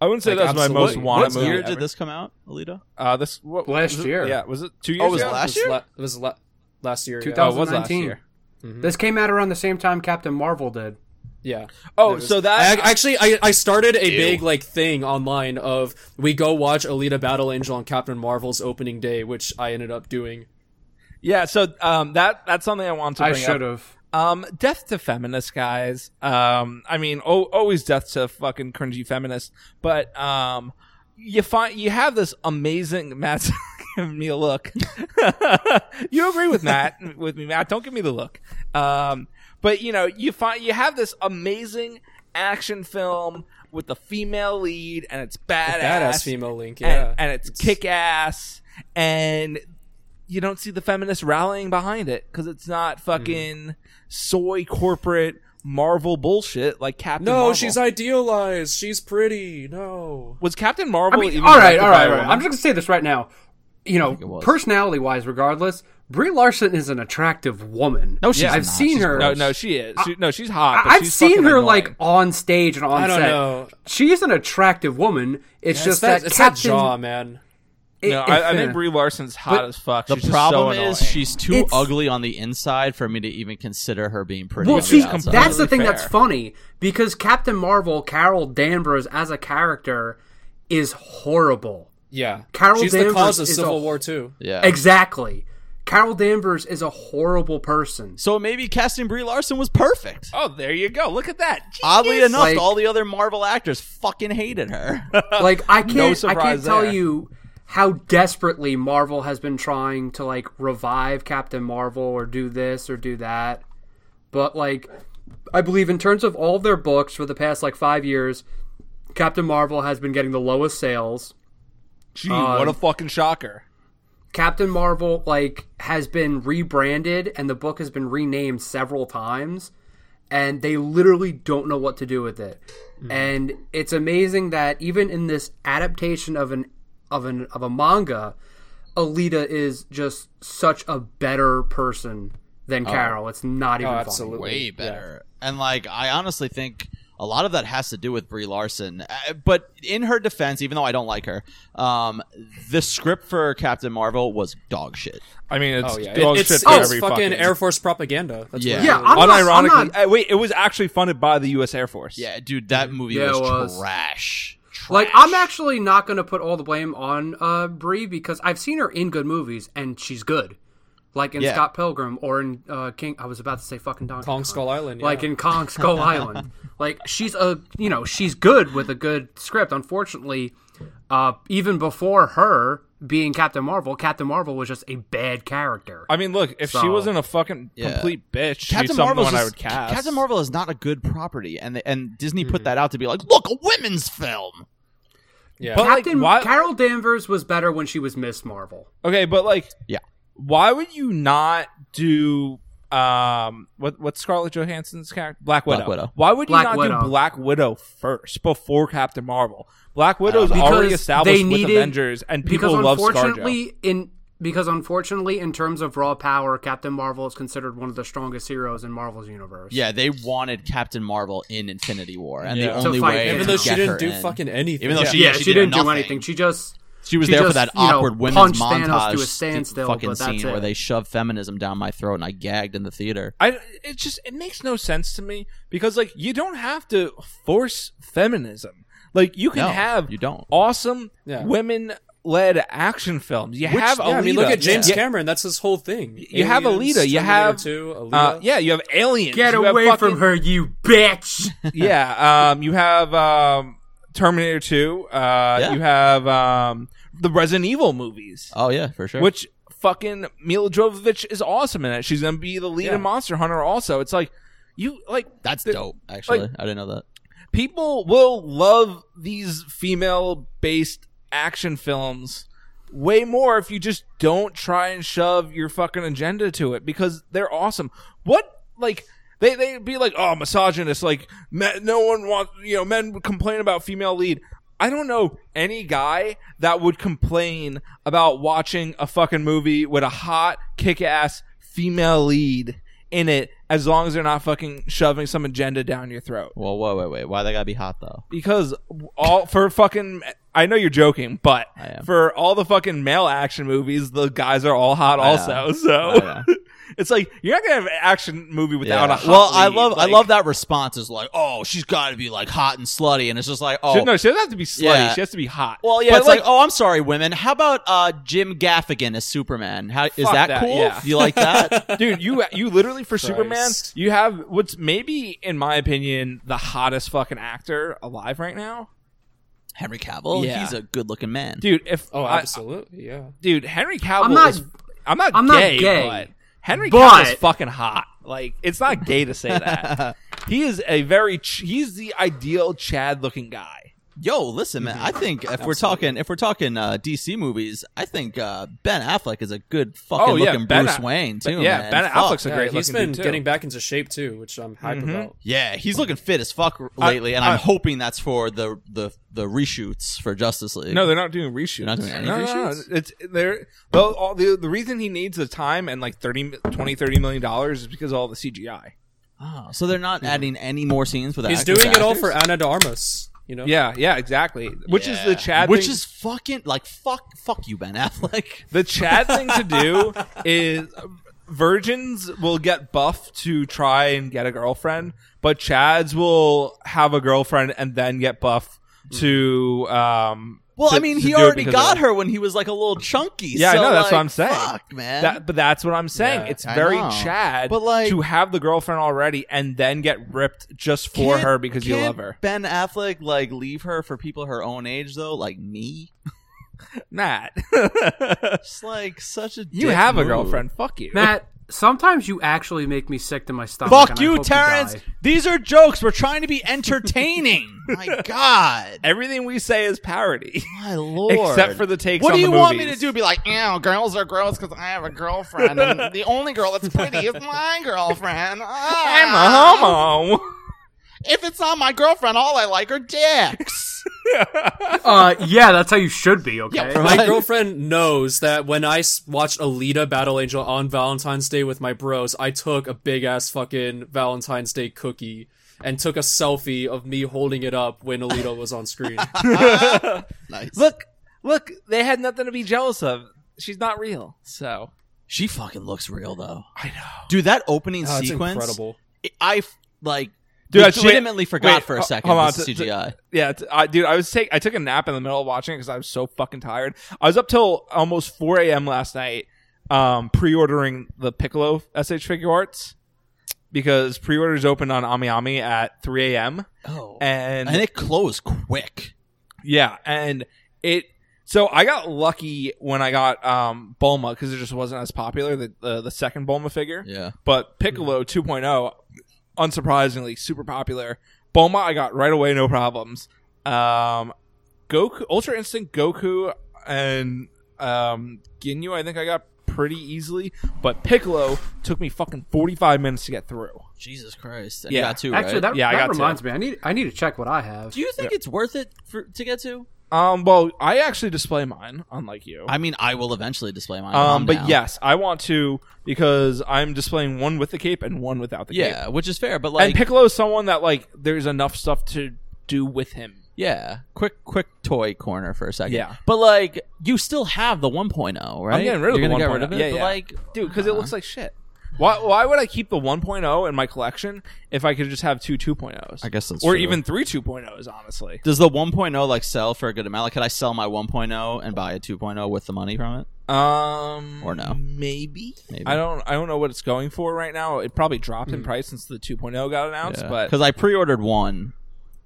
Speaker 2: I wouldn't say
Speaker 1: Like,
Speaker 2: that's my
Speaker 1: absolutely.
Speaker 2: most
Speaker 1: What-
Speaker 2: wanted
Speaker 3: What
Speaker 2: movie.
Speaker 3: year
Speaker 2: ever.
Speaker 3: did this come out, Alita?
Speaker 2: Uh, this what,
Speaker 4: Last
Speaker 2: was it-
Speaker 4: year.
Speaker 2: yeah, was it two years?
Speaker 3: Oh, it was
Speaker 2: ago?
Speaker 3: last
Speaker 1: It was
Speaker 3: year?
Speaker 1: la- it was la- last year. yeah.
Speaker 2: Oh, it was last
Speaker 4: 2019.
Speaker 2: year. Mm-hmm.
Speaker 4: This came out around the same time Captain Marvel did.
Speaker 1: Yeah.
Speaker 2: Oh, so
Speaker 1: I,
Speaker 2: that
Speaker 1: actually, I, I started a big like thing online of we go watch Alita: Battle Angel on Captain Marvel's opening day, which I ended up doing.
Speaker 2: yeah, so um, that that's something I wanted to
Speaker 4: I
Speaker 2: bring up.
Speaker 4: should have.
Speaker 2: Um, death to feminists, guys. Um, I mean, o- always death to fucking cringy feminists. But um, you find you have this amazing [LAUGHS] Matt's giving me a look. [LAUGHS] you agree with Matt with me, Matt? Don't give me the look. Um, but you know, you find you have this amazing action film with the female lead, and it's badass,
Speaker 1: Badass female Link,
Speaker 2: and,
Speaker 1: yeah,
Speaker 2: and it's, kick ass, and you don't see the feminists rallying behind it because it's
Speaker 4: Hmm.
Speaker 2: not fucking soy corporate Marvel bullshit like Captain.
Speaker 1: No,
Speaker 2: Marvel.
Speaker 1: she's idealized. She's pretty. No.
Speaker 2: was Captain Marvel.
Speaker 4: I mean,
Speaker 2: even
Speaker 4: all right,
Speaker 2: directed by
Speaker 4: all right,
Speaker 2: a
Speaker 4: all right.
Speaker 2: woman?
Speaker 4: I'm just gonna say this right now. You know,
Speaker 3: was.
Speaker 4: personality wise, regardless, Brie Larson is an attractive woman.
Speaker 3: No, she's
Speaker 4: I've
Speaker 3: not.
Speaker 4: seen
Speaker 3: She's
Speaker 4: her.
Speaker 2: no, no, she is. She, no, she's hot. but
Speaker 4: I- I've
Speaker 2: she's
Speaker 4: seen
Speaker 2: fucking
Speaker 4: her
Speaker 2: annoying.
Speaker 4: like on stage and on
Speaker 1: I don't
Speaker 4: set.
Speaker 1: know.
Speaker 4: She's an attractive woman. It's
Speaker 1: It's
Speaker 4: just
Speaker 1: that,
Speaker 4: that,
Speaker 1: it's that
Speaker 4: Captain.
Speaker 1: jaw, man.
Speaker 2: No, I, I
Speaker 4: [LAUGHS]
Speaker 2: think Brie Larson's hot
Speaker 4: But
Speaker 2: as fuck.
Speaker 3: The
Speaker 2: She's just
Speaker 3: problem
Speaker 2: so
Speaker 3: is
Speaker 2: annoying.
Speaker 3: she's too
Speaker 4: It's-
Speaker 3: ugly on the inside for me to even consider her being pretty.
Speaker 4: Well,
Speaker 3: on the
Speaker 4: see,
Speaker 3: outside.
Speaker 4: that's the thing
Speaker 2: fair.
Speaker 4: that's funny because Captain Marvel, Carol Danvers as a character, is horrible.
Speaker 1: Yeah.
Speaker 4: Carol
Speaker 1: she's
Speaker 4: Danvers
Speaker 1: the cause of
Speaker 4: is
Speaker 1: Civil
Speaker 4: a-
Speaker 1: War too.
Speaker 3: yeah.
Speaker 4: Exactly. Carol Danvers is a horrible
Speaker 1: [LAUGHS]
Speaker 4: person.
Speaker 3: so maybe casting Brie Larson was perfect.
Speaker 2: Oh, there you go. Look at that.
Speaker 4: Uh,
Speaker 3: Oddly enough,
Speaker 4: like-
Speaker 3: all the other Marvel actors fucking hated
Speaker 4: [LAUGHS]
Speaker 3: her.
Speaker 4: like I can't I
Speaker 2: surprise
Speaker 4: can't tell
Speaker 2: there.
Speaker 4: you how desperately Marvel has been trying to like revive Captain Marvel or do this or do that. But like I believe in terms of all of their books for the past like 5 years, Captain Marvel has been getting the lowest sales.
Speaker 2: Gee,
Speaker 4: um,
Speaker 2: what a fucking shocker.
Speaker 4: Captain Marvel like has been rebranded and the book has been renamed several times and they literally don't know what to do with it. And it's amazing that even in this adaptation of an of an of a manga, Alita is just such a better person than Carol. It's not even
Speaker 1: absolutely.
Speaker 4: funny.
Speaker 3: way better. And like, I honestly think a lot of that has to do with Brie Larson. Uh, But in her defense, even though I don't like her, um, the script for Captain Marvel was dog shit.
Speaker 2: I mean, it's
Speaker 1: Oh yeah.
Speaker 2: dog
Speaker 1: it's
Speaker 2: shit
Speaker 1: it's,
Speaker 2: for
Speaker 1: it's
Speaker 2: every
Speaker 1: fucking,
Speaker 2: fucking
Speaker 1: Air Force propaganda. That's
Speaker 3: Yeah.
Speaker 1: What it
Speaker 4: Yeah,
Speaker 1: is.
Speaker 4: I'm not- I'm
Speaker 2: Unironically,
Speaker 4: not-
Speaker 2: uh, wait, it was actually funded by the U.S. Air Force.
Speaker 3: Yeah, Uh, dude, that movie
Speaker 4: Yeah,
Speaker 3: was,
Speaker 4: it was.
Speaker 3: trash. Trash.
Speaker 4: Like I'm actually not going to put all the blame on uh Brie because I've seen her in good movies and she's good. like in
Speaker 3: Yeah.
Speaker 4: Scott Pilgrim or in uh, King. I was about to say fucking Donkey
Speaker 1: Kong
Speaker 4: Kong.
Speaker 1: Skull Island. Yeah.
Speaker 4: like in Kong
Speaker 1: [LAUGHS]
Speaker 4: Skull Island. Like she's a you know she's good with a good script. Unfortunately, uh, even before her being Captain Marvel, Captain Marvel was just a bad character.
Speaker 2: I mean, look, if she
Speaker 4: So-
Speaker 2: wasn't a fucking
Speaker 3: Yeah.
Speaker 2: complete bitch, she's
Speaker 3: Captain
Speaker 2: someone
Speaker 3: Marvel.
Speaker 2: I would cast.
Speaker 3: Captain Marvel is not a good property, and the, and Disney
Speaker 4: Mm-hmm.
Speaker 3: put that out to be like, look, a women's film.
Speaker 1: yeah.
Speaker 2: but- like,
Speaker 4: Captain
Speaker 2: why-
Speaker 4: Carol Danvers was better when she was Miss Marvel.
Speaker 2: Okay, but like,
Speaker 3: Yeah.
Speaker 2: why would you not do um what what's Scarlett Johansson's character Black Widow?
Speaker 3: Black Widow.
Speaker 2: Why would you
Speaker 4: Black
Speaker 2: not
Speaker 4: Widow.
Speaker 2: do Black Widow first before Captain Marvel?
Speaker 3: Uh,
Speaker 2: Black Widow's
Speaker 4: Because
Speaker 2: already established
Speaker 4: they
Speaker 2: with
Speaker 4: needed-
Speaker 2: Avengers, and people
Speaker 4: Because
Speaker 2: love ScarJo.
Speaker 4: unfortunately, in because unfortunately, in terms of raw power, Captain Marvel is considered one of the strongest heroes in Marvel's universe.
Speaker 3: Yeah, they wanted Captain Marvel in Infinity War, and
Speaker 2: Yeah.
Speaker 3: the
Speaker 2: To
Speaker 3: only
Speaker 4: fight
Speaker 3: way
Speaker 4: him.
Speaker 1: even
Speaker 3: to
Speaker 1: though she
Speaker 3: get
Speaker 1: didn't
Speaker 3: her
Speaker 1: do
Speaker 3: in-
Speaker 1: fucking anything.
Speaker 3: Even though
Speaker 1: Yeah.
Speaker 3: she-
Speaker 4: yeah,
Speaker 3: she
Speaker 4: she,
Speaker 3: did
Speaker 4: didn't do
Speaker 3: nothing.
Speaker 4: anything. She just
Speaker 3: She was
Speaker 4: She
Speaker 3: there for
Speaker 4: just,
Speaker 3: that
Speaker 4: you know,
Speaker 3: awkward women's
Speaker 4: punched Thanos to
Speaker 3: montage
Speaker 4: a standstill,
Speaker 3: fucking
Speaker 4: but that's
Speaker 3: scene where
Speaker 4: it.
Speaker 3: they shoved feminism down my throat, and I gagged in the theater.
Speaker 2: I it just it makes no sense to me because like you don't have to force feminism. Like you can
Speaker 3: No,
Speaker 2: have
Speaker 3: you don't.
Speaker 2: awesome
Speaker 1: Yeah.
Speaker 2: women led action films. You
Speaker 1: Which-
Speaker 2: have Alita.
Speaker 1: yeah, I mean, look at James
Speaker 2: Yeah.
Speaker 1: Cameron. That's his whole thing.
Speaker 2: You have Alita. You have
Speaker 1: two. Alita.
Speaker 2: Uh, yeah, you have aliens.
Speaker 4: get
Speaker 2: You have
Speaker 4: away
Speaker 2: fucking-
Speaker 4: from her, you bitch.
Speaker 2: yeah. Um, you have um, Terminator 2. Uh,
Speaker 3: Yeah.
Speaker 2: You have um, the Resident Evil movies,
Speaker 3: Oh yeah, for sure.
Speaker 2: which fucking Mila Jovovich is awesome in it. She's going to be the lead
Speaker 1: Yeah.
Speaker 2: in Monster Hunter also. It's like, you, like,
Speaker 3: that's
Speaker 2: the-
Speaker 3: dope. Actually, I didn't know that.
Speaker 2: people will love these female based action films way more if you just don't try and shove your fucking agenda to it because they're awesome. What like they they be like, "Oh, misogynist, like men, no one wants, you know, men would complain about female lead." I don't know any guy that would complain about watching a fucking movie with a hot kick-ass female lead in it as long as they're not fucking shoving some agenda down your throat
Speaker 3: Well, whoa, wait, wait. Why they gotta be hot though?
Speaker 2: because all for fucking I know you're joking, but
Speaker 3: I am.
Speaker 2: for all the fucking male action movies, the guys are all hot also. So
Speaker 3: I know.
Speaker 2: [LAUGHS] it's like you're not gonna have an action movie without
Speaker 3: Yeah.
Speaker 2: a hot
Speaker 3: well, I
Speaker 2: lead.
Speaker 3: love
Speaker 2: Like,
Speaker 3: I love that response is like, oh, she's got to be like hot and slutty, and it's just like, oh,
Speaker 2: she- no, she doesn't have to be slutty.
Speaker 3: Yeah.
Speaker 2: She has to be hot.
Speaker 3: well, yeah,
Speaker 2: but
Speaker 3: it's like, oh, I'm sorry, women. How about uh, Jim Gaffigan as Superman? How is
Speaker 2: Fuck
Speaker 3: that,
Speaker 2: that,
Speaker 3: cool?
Speaker 2: yeah.
Speaker 3: You like
Speaker 2: [LAUGHS] [LAUGHS]
Speaker 3: that?
Speaker 2: dude, you you literally for Superman,
Speaker 1: Christ.
Speaker 2: you have what's maybe in my opinion the hottest fucking actor alive right now,
Speaker 3: Henry Cavill,
Speaker 2: Yeah.
Speaker 3: he's a good-looking man.
Speaker 2: dude. If
Speaker 1: Oh,
Speaker 2: I-
Speaker 1: absolutely. Yeah.
Speaker 2: dude, Henry Cavill.
Speaker 4: I'm not-
Speaker 2: Is, I'm not.
Speaker 4: I'm not
Speaker 2: gay,
Speaker 4: gay,
Speaker 2: But Henry
Speaker 4: but-
Speaker 2: Cavill is fucking hot. Like it's not gay to say [LAUGHS] that. he is a very. Ch- he's the ideal Chad-looking guy.
Speaker 3: Yo, listen, man.
Speaker 2: Mm-hmm.
Speaker 3: I think if we're talking if we're talking uh, DC movies, I think uh, Ben Affleck is a good fucking
Speaker 2: Oh, yeah,
Speaker 3: looking
Speaker 2: Ben
Speaker 3: Bruce
Speaker 2: A-
Speaker 3: Wayne too.
Speaker 2: yeah,
Speaker 3: man.
Speaker 2: Ben
Speaker 3: Fuck.
Speaker 2: Affleck's a
Speaker 1: Yeah,
Speaker 2: great.
Speaker 1: he's
Speaker 2: looking
Speaker 1: been
Speaker 2: dude, too. Mm-hmm.
Speaker 1: getting back into shape too, which I'm hype about.
Speaker 3: Yeah, he's looking fit as fuck lately, and
Speaker 2: I-
Speaker 3: I'm hoping that's for the the the reshoots for Justice League.
Speaker 2: No, they're not doing reshoots.
Speaker 3: not doing any
Speaker 2: no, No, no.
Speaker 3: reshoots?
Speaker 2: It's they're though all the the reason he needs the time and like 30 20 30 million dollars is because of all the CGI.
Speaker 3: Oh, so they're not adding any more scenes with
Speaker 1: He's
Speaker 3: actors-
Speaker 1: doing it all for
Speaker 3: actors?
Speaker 1: Ana de Armas. You know.
Speaker 2: Yeah, yeah, exactly. Which is the
Speaker 3: Yeah.
Speaker 2: Chad
Speaker 3: which
Speaker 2: thing-
Speaker 3: is fucking like fuck, fuck you, Ben Affleck. [LAUGHS]
Speaker 2: The Chad thing to do is virgins will get buff to try and get a girlfriend, but Chads will have a girlfriend and then get buff
Speaker 3: Hmm.
Speaker 2: to. Um,
Speaker 3: Well,
Speaker 2: to-
Speaker 3: I mean,
Speaker 2: to
Speaker 3: he
Speaker 2: do it
Speaker 3: already
Speaker 2: because
Speaker 3: got
Speaker 2: of-
Speaker 3: her when he was like a little chunky.
Speaker 2: Yeah,
Speaker 3: so,
Speaker 2: I know. That's what
Speaker 3: like,
Speaker 2: I'm saying.
Speaker 3: Fuck, man.
Speaker 2: That- but that's what I'm saying.
Speaker 1: Yeah,
Speaker 2: it's
Speaker 3: I
Speaker 2: very
Speaker 3: know.
Speaker 2: Chad,
Speaker 3: But, like-
Speaker 2: to have the girlfriend already and then get ripped just for
Speaker 3: Can't-
Speaker 2: her because you
Speaker 3: can't
Speaker 2: love her.
Speaker 3: Ben Affleck like leave her for people her own age though, like me.
Speaker 2: Matt, [LAUGHS]
Speaker 3: It's like such a.
Speaker 2: you
Speaker 3: dick
Speaker 2: have a
Speaker 3: move.
Speaker 2: girlfriend. Fuck you,
Speaker 4: [LAUGHS] Matt, sometimes you actually make me sick to my stomach.
Speaker 3: Fuck
Speaker 4: and I
Speaker 3: you,
Speaker 4: hope
Speaker 3: Terrence.
Speaker 4: die.
Speaker 3: These are jokes. We're trying to be entertaining.
Speaker 2: [LAUGHS]
Speaker 3: My God,
Speaker 2: Everything we say is [LAUGHS] parody,
Speaker 3: my Lord.
Speaker 2: except for the takes.
Speaker 3: What
Speaker 2: on
Speaker 3: do you
Speaker 2: the
Speaker 3: want me to
Speaker 2: movies.
Speaker 3: do? Be like, ew, girls are gross because I have a girlfriend, and the only girl that's pretty
Speaker 2: [LAUGHS]
Speaker 3: is my girlfriend.
Speaker 2: I'm
Speaker 3: Ah.
Speaker 2: a homo.
Speaker 3: If it's not my girlfriend, all I like are dicks.
Speaker 4: Uh, yeah, that's how you should be. Okay.
Speaker 3: Yeah,
Speaker 1: [LAUGHS] My
Speaker 3: Right.
Speaker 1: girlfriend knows that when I s- watched Alita Battle Angel on Valentine's Day with my bros, I took a big ass fucking Valentine's Day cookie and took a selfie of me holding it up when Alita was on screen.
Speaker 3: nice.
Speaker 2: look, look, they had nothing to be jealous of. She's not real. So
Speaker 3: She fucking looks real though,
Speaker 2: I know.
Speaker 3: [SIGHS] dude. That opening
Speaker 1: Oh, it's
Speaker 3: sequence,
Speaker 1: incredible.
Speaker 3: I f- like.
Speaker 2: Dude, I-
Speaker 3: legitimately
Speaker 2: wait,
Speaker 3: forgot
Speaker 2: wait,
Speaker 3: for a
Speaker 2: ho-
Speaker 3: second.
Speaker 2: hold on,
Speaker 3: this is
Speaker 2: t- t-
Speaker 3: CGI.
Speaker 2: Yeah, t- I, dude, I was take I took a nap in the middle of watching it because I was so fucking tired. I was up till almost four a.m. last night um, pre-ordering the Piccolo SH figure arts because pre-orders opened on AmiAmi at 3 a.m.
Speaker 3: Oh, and,
Speaker 2: and
Speaker 3: it closed quick.
Speaker 2: yeah, and it. So I got lucky when I got um, Bulma because it just wasn't as popular the the, the second Bulma figure.
Speaker 3: Yeah,
Speaker 2: But Piccolo 2.0, unsurprisingly, super popular. Bulma, I got right away, no problems. Um, Goku, Ultra Instinct Goku, and um, Ginyu, I think I got pretty easily. But Piccolo took me fucking 45 minutes to get through.
Speaker 3: Jesus Christ. And
Speaker 2: Yeah.
Speaker 3: you got two,
Speaker 4: Actually,
Speaker 3: right?
Speaker 4: that,
Speaker 2: Yeah, I
Speaker 4: that
Speaker 2: got
Speaker 4: reminds me. I need I need to check what I have.
Speaker 3: Do you think it's worth it for, to get to?
Speaker 2: Um, well, I actually display mine, unlike you.
Speaker 3: I mean, I will eventually display
Speaker 2: um,
Speaker 3: mine. Calm
Speaker 2: but
Speaker 3: down.
Speaker 2: yes, I want to because I'm displaying one with the cape and one without the cape.
Speaker 3: yeah, which is fair. But like,
Speaker 2: and Piccolo is someone that like there's enough stuff to do with him.
Speaker 3: yeah, quick, quick toy corner for a second.
Speaker 2: Yeah.
Speaker 3: but like, you still have the 1.0, right?
Speaker 2: I'm getting rid of
Speaker 3: You're
Speaker 2: the
Speaker 3: gonna get rid of
Speaker 2: 1.0.
Speaker 3: it.
Speaker 2: Yeah,
Speaker 3: oh. but
Speaker 2: yeah.
Speaker 3: like, uh-huh.
Speaker 2: dude because it looks like shit why, why would i keep the 1.0 in my collection if i could just have two 2.0s
Speaker 3: I guess that's
Speaker 2: or
Speaker 3: true.
Speaker 2: even three 2.0s honestly
Speaker 3: does the 1.0 like sell for a good amount? Like, could I sell my 1.0 and buy a 2.0 with the money from it?
Speaker 2: um
Speaker 3: Or no.
Speaker 2: maybe
Speaker 3: Maybe.
Speaker 2: i don't i don't know what it's going for right now it probably dropped
Speaker 3: Hmm.
Speaker 2: in price since the 2.0 got announced but
Speaker 3: because I pre-ordered one,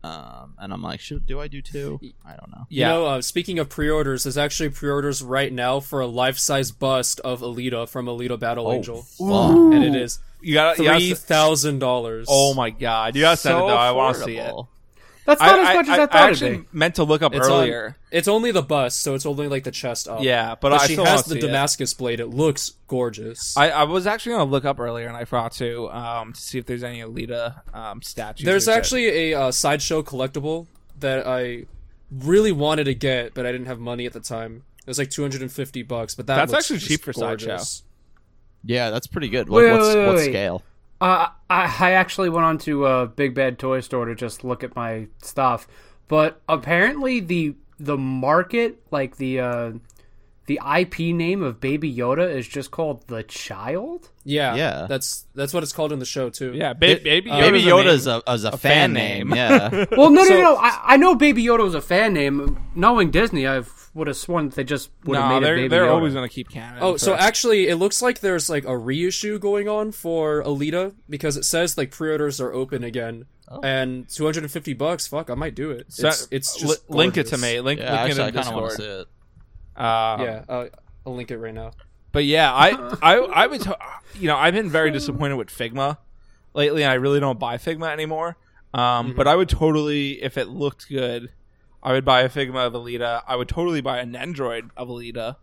Speaker 3: um, and I'm like, should do I do two? I don't know.
Speaker 1: You
Speaker 2: yeah
Speaker 1: know, uh, speaking of pre-orders, there's actually pre-orders right now for a life-size bust of Alita from Alita Battle Angel,
Speaker 3: Fuck.
Speaker 1: and it is
Speaker 2: you got to
Speaker 1: three thousand dollars.
Speaker 2: oh my god you gotta send it
Speaker 3: So
Speaker 2: though i want to see it
Speaker 3: affordable.
Speaker 4: That's not as much as I, thought
Speaker 2: actually
Speaker 4: it'd be.
Speaker 2: meant to look up
Speaker 1: It's
Speaker 2: earlier
Speaker 1: on- it's only the bust, so it's only like the chest up.
Speaker 2: yeah but,
Speaker 1: but
Speaker 2: i
Speaker 1: she
Speaker 2: still
Speaker 1: has
Speaker 2: wanna
Speaker 1: the
Speaker 2: see it.
Speaker 1: Damascus blade. It looks gorgeous.
Speaker 2: I, I was actually gonna look up earlier and I forgot to um to see if there's any Alita um statues.
Speaker 1: There's
Speaker 2: or shit.
Speaker 1: actually a uh, sideshow collectible that I really wanted to get, but I didn't have money at the time. It was like 250 bucks, but that
Speaker 2: That's
Speaker 1: looks
Speaker 2: actually
Speaker 1: just
Speaker 2: cheap for Sideshow.
Speaker 1: gorgeous.
Speaker 3: Yeah, that's pretty good. What,
Speaker 4: Wait,
Speaker 3: what's,
Speaker 4: wait, wait,
Speaker 3: what
Speaker 4: wait.
Speaker 3: scale?
Speaker 4: Uh, I I actually went on to a Big Bad Toy Store to just look at my stuff, but apparently the the market like the uh, the IP name of Baby Yoda is just called
Speaker 2: [LAUGHS]
Speaker 4: the Child.
Speaker 1: Yeah,
Speaker 3: Yeah.
Speaker 1: That's that's what it's called in the show too.
Speaker 2: Yeah, ba- baby, uh, Yoda's
Speaker 3: Baby
Speaker 2: a
Speaker 3: Yoda
Speaker 2: name.
Speaker 3: is a, is a, fan,
Speaker 2: fan
Speaker 3: name.
Speaker 2: name.
Speaker 3: [LAUGHS] Yeah,
Speaker 4: Well, no, no, no. I, I know Baby Yoda was a fan name. Knowing Disney, I would have sworn that they just would have
Speaker 2: Nah,
Speaker 4: made it
Speaker 2: they're
Speaker 4: Baby
Speaker 2: they're
Speaker 4: Yoda.
Speaker 2: always gonna keep Canada.
Speaker 1: Oh, so
Speaker 2: first.
Speaker 1: actually, it looks like there's like a reissue going on for Alita because it says like pre-orders are open again, and 250 bucks. Fuck, I might do it.
Speaker 2: So-
Speaker 1: it's, it's
Speaker 2: li-
Speaker 1: just
Speaker 2: link it to
Speaker 1: gorgeous.
Speaker 2: me. Link,
Speaker 3: yeah.
Speaker 2: link
Speaker 3: actually, I
Speaker 2: it in
Speaker 3: kind of want to
Speaker 2: Discord.
Speaker 3: see it.
Speaker 2: Um,
Speaker 1: Yeah, uh, I'll link it right now.
Speaker 2: but yeah, I I I was you know I've been very disappointed with Figma lately. I really don't buy Figma anymore. Um, but I would totally if it looked good. I would buy a Figma of Alita. I would totally buy an Android of Alita.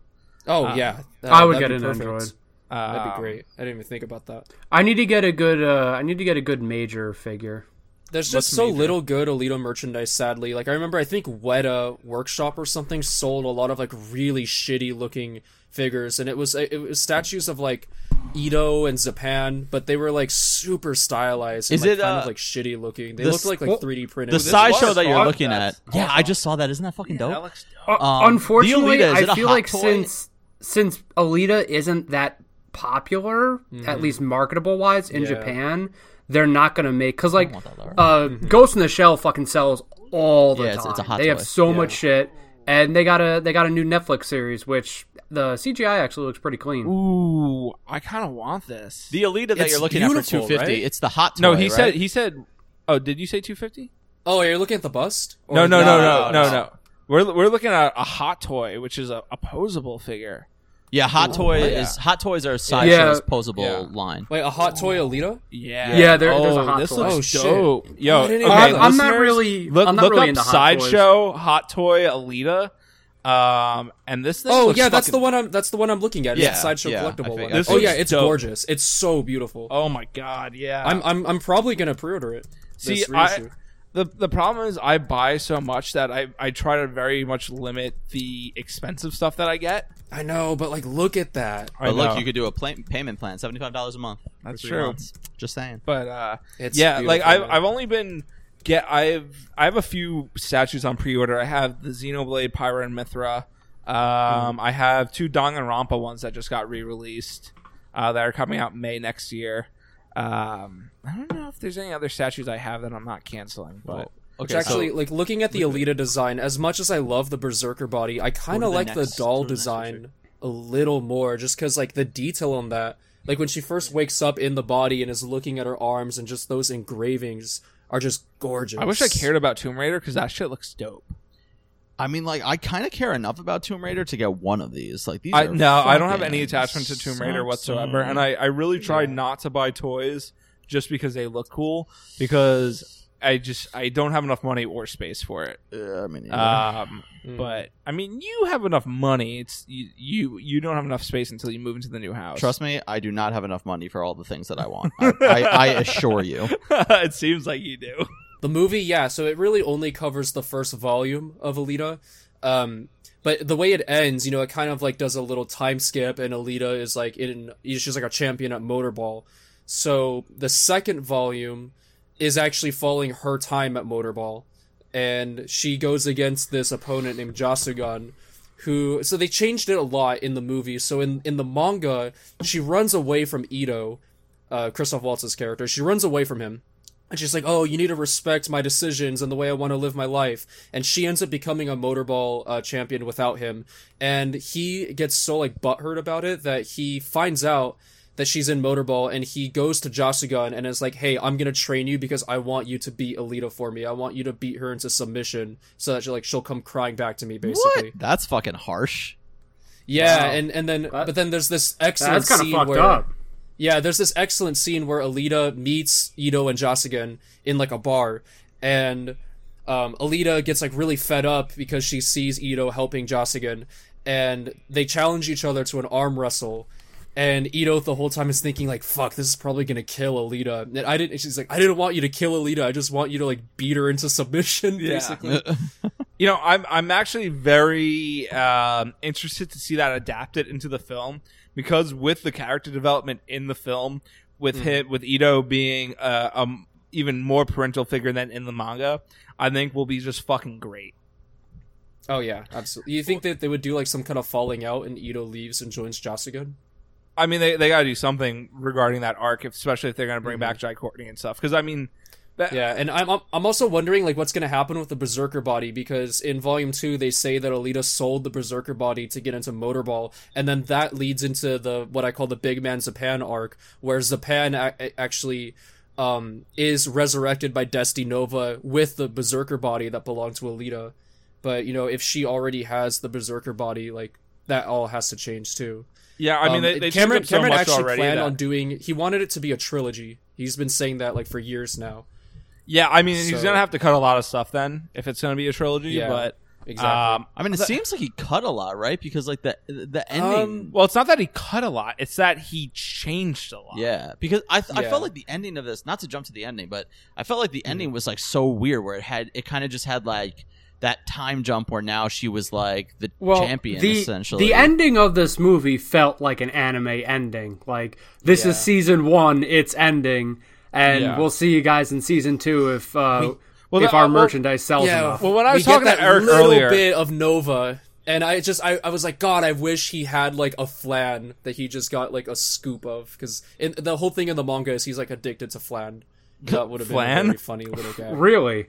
Speaker 1: Oh yeah, that-
Speaker 4: I would
Speaker 1: that'd
Speaker 4: get
Speaker 1: be
Speaker 4: an
Speaker 1: perfect.
Speaker 4: Android.
Speaker 2: Uh,
Speaker 1: That'd be great. I didn't even think about that.
Speaker 4: I need to get a good. Uh, I need to get a good major figure.
Speaker 1: There's just so little good Alito merchandise, sadly. Like I remember, I think Weta Workshop or something sold a lot of like really shitty looking figures, and it was it was statues of like Ito and Zapan, but they were like super stylized. And,
Speaker 3: Is
Speaker 1: like,
Speaker 3: it,
Speaker 1: kind
Speaker 3: uh,
Speaker 1: of like shitty looking? They
Speaker 3: the
Speaker 1: looked like
Speaker 3: s-
Speaker 1: like 3D printed.
Speaker 3: The
Speaker 1: This-
Speaker 3: sideshow
Speaker 2: was
Speaker 3: that you're
Speaker 2: awesome.
Speaker 3: looking at.
Speaker 2: That's
Speaker 3: Yeah, I just saw that. Isn't that fucking dope?
Speaker 4: Uh,
Speaker 3: Um,
Speaker 4: Unfortunately,
Speaker 3: the Alita, is it
Speaker 4: I
Speaker 3: a
Speaker 4: feel
Speaker 3: hot
Speaker 4: like
Speaker 3: toy?
Speaker 4: since since Alita isn't that popular,
Speaker 3: Mm-hmm.
Speaker 4: at least marketable wise in Japan, they're not gonna make because like
Speaker 3: want that lower.
Speaker 4: uh, Ghost in the Shell fucking sells all the
Speaker 3: Yeah,
Speaker 4: time.
Speaker 3: it's- it's a hot
Speaker 4: they
Speaker 3: toy.
Speaker 4: have so much shit, and they got a they got a new Netflix series which the CGI actually looks pretty clean.
Speaker 2: Ooh, I kind of want this.
Speaker 3: the Alita that
Speaker 1: It's
Speaker 3: you're looking at for
Speaker 1: beautiful,
Speaker 3: 250.
Speaker 1: right?
Speaker 3: It's the hot. Toy,
Speaker 2: no, he
Speaker 3: right?
Speaker 2: said he said. Oh, did you say two fifty?
Speaker 1: oh, you're looking at the bust? Or-
Speaker 2: No, no, no,
Speaker 3: no,
Speaker 2: no,
Speaker 3: no,
Speaker 2: no, no. We're we're looking at a hot toy, which is a, a posable figure.
Speaker 3: Yeah, hot toy
Speaker 2: yeah.
Speaker 3: is hot toys are sideshow's
Speaker 4: Yeah.
Speaker 3: posable
Speaker 2: Yeah.
Speaker 3: line.
Speaker 1: Wait, a hot toy Alito?
Speaker 2: Yeah,
Speaker 4: Yeah, there-
Speaker 2: oh,
Speaker 4: there's a hot
Speaker 2: this
Speaker 4: toy.
Speaker 1: Oh,
Speaker 2: Looks
Speaker 1: shit.
Speaker 2: dope. Yo,
Speaker 1: I didn't
Speaker 2: okay,
Speaker 1: even know that.
Speaker 4: I'm not
Speaker 2: listeners,
Speaker 4: really-
Speaker 2: Look,
Speaker 4: I'm not
Speaker 2: look
Speaker 4: really
Speaker 2: up
Speaker 4: into hot toys.
Speaker 2: sideshow hot toy Alita, um, and this thing.
Speaker 1: Oh
Speaker 2: looks
Speaker 1: yeah, that's
Speaker 2: fucking-
Speaker 1: the one I'm. That's the one I'm looking at. It's
Speaker 3: Yeah,
Speaker 1: the sideshow
Speaker 3: yeah, I
Speaker 1: collectible
Speaker 3: think-
Speaker 1: one.
Speaker 3: I
Speaker 1: Oh
Speaker 2: think
Speaker 1: yeah,
Speaker 2: it's
Speaker 1: it's
Speaker 2: dope.
Speaker 1: gorgeous. It's so beautiful.
Speaker 2: Oh my god, yeah.
Speaker 1: I'm I'm I'm probably gonna pre-order it.
Speaker 2: See,
Speaker 1: This
Speaker 2: I,
Speaker 1: reissue.
Speaker 2: the the problem is I buy so much that I I try to very much limit the expensive stuff that I get.
Speaker 1: I know, but like, look at that.
Speaker 2: I
Speaker 3: But look,
Speaker 2: know.
Speaker 3: you could do a pla- payment plan, seventy five dollars a month. for
Speaker 2: That's
Speaker 3: three
Speaker 2: true.
Speaker 3: months. Just saying.
Speaker 2: but uh
Speaker 1: It's
Speaker 2: yeah like
Speaker 1: beautiful,
Speaker 2: I've,
Speaker 1: man.
Speaker 2: I've only been get i've i have a few statues on pre-order i have the xenoblade pyra and mithra um
Speaker 1: Hmm.
Speaker 2: i have two danganronpa ones that just got re-released uh that are coming out may next year um i don't know if there's any other statues i have that i'm not canceling but
Speaker 1: Which actually, like looking at the Alita design, as much as I love the Berserker body, I kind
Speaker 3: Go
Speaker 1: of
Speaker 3: to the
Speaker 1: like the
Speaker 3: next- go
Speaker 1: doll
Speaker 3: to the next
Speaker 1: design a little more just because like the detail on that like when she first wakes up in the body and is looking at her arms and just those engravings are just gorgeous
Speaker 2: I wish I cared about Tomb Raider because that shit looks dope.
Speaker 3: I mean, like, I kind of care enough about Tomb Raider to get one of these. Like, these.
Speaker 2: I,
Speaker 3: are
Speaker 2: no, I don't have
Speaker 3: fucking
Speaker 2: any attachment to Tomb Raider
Speaker 3: awesome.
Speaker 2: whatsoever, and I, I really try not to buy toys just because they look cool because I just I don't have enough money or space for it.
Speaker 3: Yeah, I mean, yeah. Hmm.
Speaker 2: Um, but I mean, you have enough money. It's you, you you don't have enough space until you move into the new house.
Speaker 3: trust me, I do not have enough money for all the things that I want. I,
Speaker 2: [LAUGHS]
Speaker 3: I, I assure you.
Speaker 2: [LAUGHS] it seems like you do.
Speaker 1: The movie, yeah, so it really only covers the first volume of Alita. Um, but the way it ends, you know, it kind of like does a little time skip, and Alita is like in, she's like a champion at Motorball. So the second volume is actually following her time at Motorball, and she goes against this opponent named Jasugan, who so they changed it a lot in the movie. So in in the manga, she runs away from Ito, uh, Christoph Waltz's character. She runs away from him. And she's like, "Oh, you need to respect my decisions and the way I want to live my life." And she ends up becoming a motorball uh, champion without him. And he gets so like butthurt about it that he finds out that she's in motorball, and he goes to Jasugan and is like, "Hey, I'm gonna train you because I want you to beat Alita for me. I want you to beat her into submission so that she like she'll come crying back to me, basically."
Speaker 3: That's fucking harsh.
Speaker 1: Yeah,
Speaker 4: Wow.
Speaker 1: and and then
Speaker 4: That-
Speaker 1: but then there's this excellent
Speaker 4: That's kind of
Speaker 1: scene
Speaker 4: fucked
Speaker 1: where
Speaker 4: up.
Speaker 1: yeah, there's this excellent scene where Alita meets Ito and Jossigan in like a bar, and um, Alita gets like really fed up because she sees Ito helping Jossigan, and they challenge each other to an arm wrestle. And Ito the whole time is thinking like, "Fuck, this is probably gonna kill Alita." And I didn't. and She's like, "I didn't want you to kill Alita. I just want you to like beat her into submission."
Speaker 2: Yeah.
Speaker 1: Basically,
Speaker 2: You know, I'm I'm actually very um, interested to see that adapted into the film because with the character development in the film, with him with Ito being uh, a m- even more parental figure than in the manga, I think will be just fucking great.
Speaker 1: oh yeah, absolutely. You think that they would do like some kind of falling out, and Ito leaves and joins Jossigan?
Speaker 2: I mean, they, they got to do something regarding that arc, if, especially if they're going to bring
Speaker 1: Mhm.
Speaker 2: back Jai Courtney and stuff. Because I mean, that,
Speaker 1: Yeah, and I'm I'm- I'm also wondering like what's gonna happen with the Berserker body because in Volume Two they say that Alita sold the Berserker body to get into Motorball, and then that leads into the what I call the Big Man Zapan arc, where Zapan a- a- actually um, is resurrected by Desti Nova with the Berserker body that belonged to Alita. But you know, if she already has the Berserker body, like that all has to change too.
Speaker 2: yeah. I mean,
Speaker 1: Um,
Speaker 2: they,
Speaker 1: it-
Speaker 2: they
Speaker 1: Cameron
Speaker 2: Cameron, so
Speaker 1: Cameron
Speaker 2: much
Speaker 1: actually
Speaker 2: already.
Speaker 1: planned
Speaker 2: that-
Speaker 1: on doing. He wanted it to be a trilogy. He's been saying that like for years now.
Speaker 2: yeah, I mean, he's
Speaker 1: So-
Speaker 2: going to have to cut a lot of stuff then if it's going to be a trilogy.
Speaker 1: Yeah,
Speaker 2: but
Speaker 1: Exactly.
Speaker 2: um,
Speaker 3: I mean, it seems like he cut a lot, right? Because like the the ending.
Speaker 1: Um,
Speaker 2: Well, it's not that he cut a lot; it's that he changed a lot.
Speaker 3: yeah, because I, I
Speaker 1: Yeah.
Speaker 3: felt like the ending of this. Not to jump to the ending, but I felt like the
Speaker 2: Hmm.
Speaker 3: ending was like so weird, where it had it kind of just had like that time jump where now she was like the champion
Speaker 4: the,
Speaker 3: essentially.
Speaker 4: The ending of this movie felt like an anime ending. Like this is season one, it's ending, and
Speaker 2: Yeah.
Speaker 4: we'll see you guys in season two if uh,
Speaker 2: well,
Speaker 4: if
Speaker 2: that-
Speaker 4: our
Speaker 2: well-
Speaker 4: merchandise sells enough.
Speaker 2: Well, when I was
Speaker 1: we
Speaker 2: talking
Speaker 1: get
Speaker 2: to
Speaker 1: that
Speaker 2: Eric
Speaker 1: little
Speaker 2: earlier,
Speaker 1: bit of Nova, and I just I, I was like, God, I wish he had like a flan that he just got like a scoop of because the whole thing in the manga is he's like addicted to flan. That would have been a
Speaker 2: Flan?
Speaker 1: very funny
Speaker 2: [LAUGHS]
Speaker 1: little gag.
Speaker 4: really,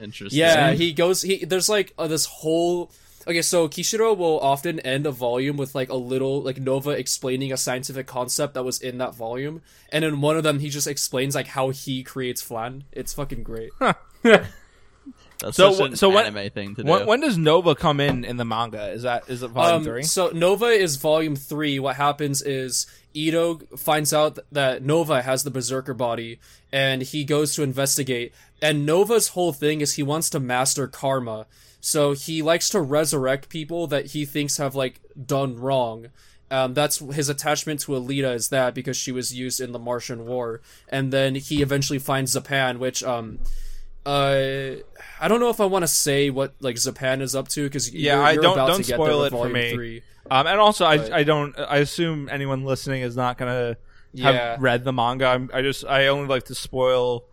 Speaker 3: Interesting.
Speaker 1: Yeah, he goes. He there's like uh, this whole. Okay, so Kishiro will often end a volume with like a little like Nova explaining a scientific concept that was in that volume, and in one of them he just explains like how he creates flan. It's fucking great.
Speaker 3: That's
Speaker 2: So
Speaker 3: such
Speaker 2: wh-
Speaker 3: an
Speaker 2: so when-
Speaker 3: anime thing to do.
Speaker 2: when, when does Nova come in in the manga? Is that is it volume
Speaker 1: Um,
Speaker 2: three?
Speaker 1: So Nova is volume three. What happens is Ito finds out th- that Nova has the berserker body, and he goes to investigate. And Nova's whole thing is he wants to master karma. So he likes to resurrect people that he thinks have like done wrong. Um, that's his attachment to Alita is that because she was used in the Martian War, and then he eventually finds Zapan, which um, uh, I don't know if I want to say what like Zapan is up to because
Speaker 2: Yeah,
Speaker 1: you're,
Speaker 2: I
Speaker 1: you're
Speaker 2: don't-
Speaker 1: about
Speaker 2: don't
Speaker 1: to get
Speaker 2: spoil
Speaker 1: there with
Speaker 2: it for
Speaker 1: volume
Speaker 2: me.
Speaker 1: Three.
Speaker 2: Um, and also,
Speaker 1: But-
Speaker 2: I I don't. I assume anyone listening is not gonna have
Speaker 1: Yeah.
Speaker 2: read the manga. I'm, I just I only like to spoil.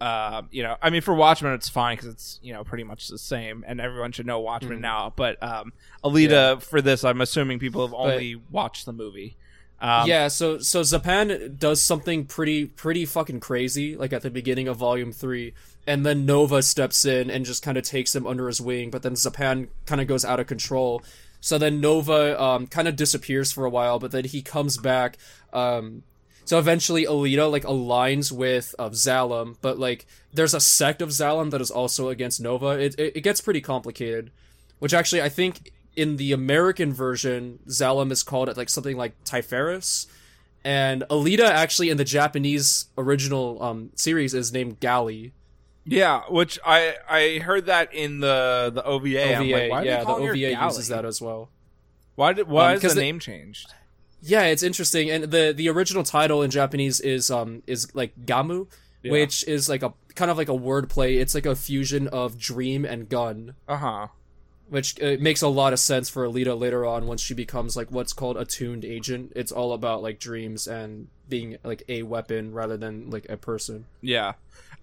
Speaker 2: Uh, you know, I mean, for Watchmen, it's fine because it's you know pretty much the same, and everyone should know Watchmen now. But um, Alita, for this, I'm assuming people have only watched the movie. Um,
Speaker 1: yeah, so so Zapan does something pretty pretty fucking crazy, like at the beginning of Volume Three, and then Nova steps in and just kind of takes him under his wing, but then Zapan kind of goes out of control. So then Nova um, kind of disappears for a while, but then he comes back. Um, so eventually, Alita like aligns with of Zalem, but like there's a sect of Zalem that is also against Nova. It, it it gets pretty complicated, which actually I think in the American version, Zalem is called it like something like Typhorus, and Alita actually in the Japanese original um, series is named Galley.
Speaker 2: Yeah, which I I heard that in the the OVA. I'm
Speaker 1: OVA,
Speaker 2: like, why are they
Speaker 1: yeah, the
Speaker 2: calling her
Speaker 1: OVA
Speaker 2: Galley?
Speaker 1: uses that as well.
Speaker 2: Why did why
Speaker 1: Um,
Speaker 2: is
Speaker 1: 'cause
Speaker 2: the
Speaker 1: they-
Speaker 2: name changed?
Speaker 1: Yeah, it's interesting, and the the original title in Japanese is um is like Gamu,
Speaker 2: Yeah.
Speaker 1: which is like a kind of like a wordplay. It's like a fusion of dream and gun,
Speaker 2: Uh huh.
Speaker 1: which uh, makes a lot of sense for Alita later on once she becomes like what's called a tuned agent. It's all about like dreams and being like a weapon rather than like a person.
Speaker 2: Yeah,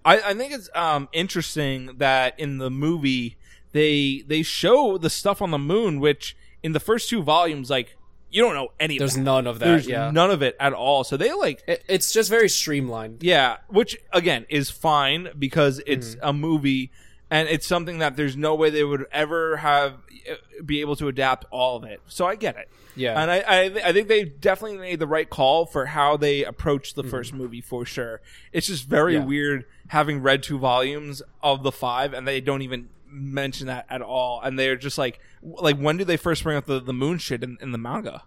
Speaker 2: I, I think it's um interesting that in the movie they they show the stuff on the moon, which in the first two volumes, like you don't know any. of
Speaker 1: There's
Speaker 2: that.
Speaker 1: none of that.
Speaker 2: There's
Speaker 1: yeah,
Speaker 2: none of it at all. So they like
Speaker 1: It- it's just very streamlined.
Speaker 2: Yeah, which again is fine because it's a movie and it's something that there's no way they would ever have eh, be able to adapt all of it. So I get it.
Speaker 1: Yeah.
Speaker 2: And I I, th- I think they definitely made the right call for how they approached the first movie for sure. It's just very
Speaker 1: Yeah.
Speaker 2: weird having read two volumes of the five and they don't even mention that at all and they're just like like when did they first bring up the, the moon shit in, in the manga?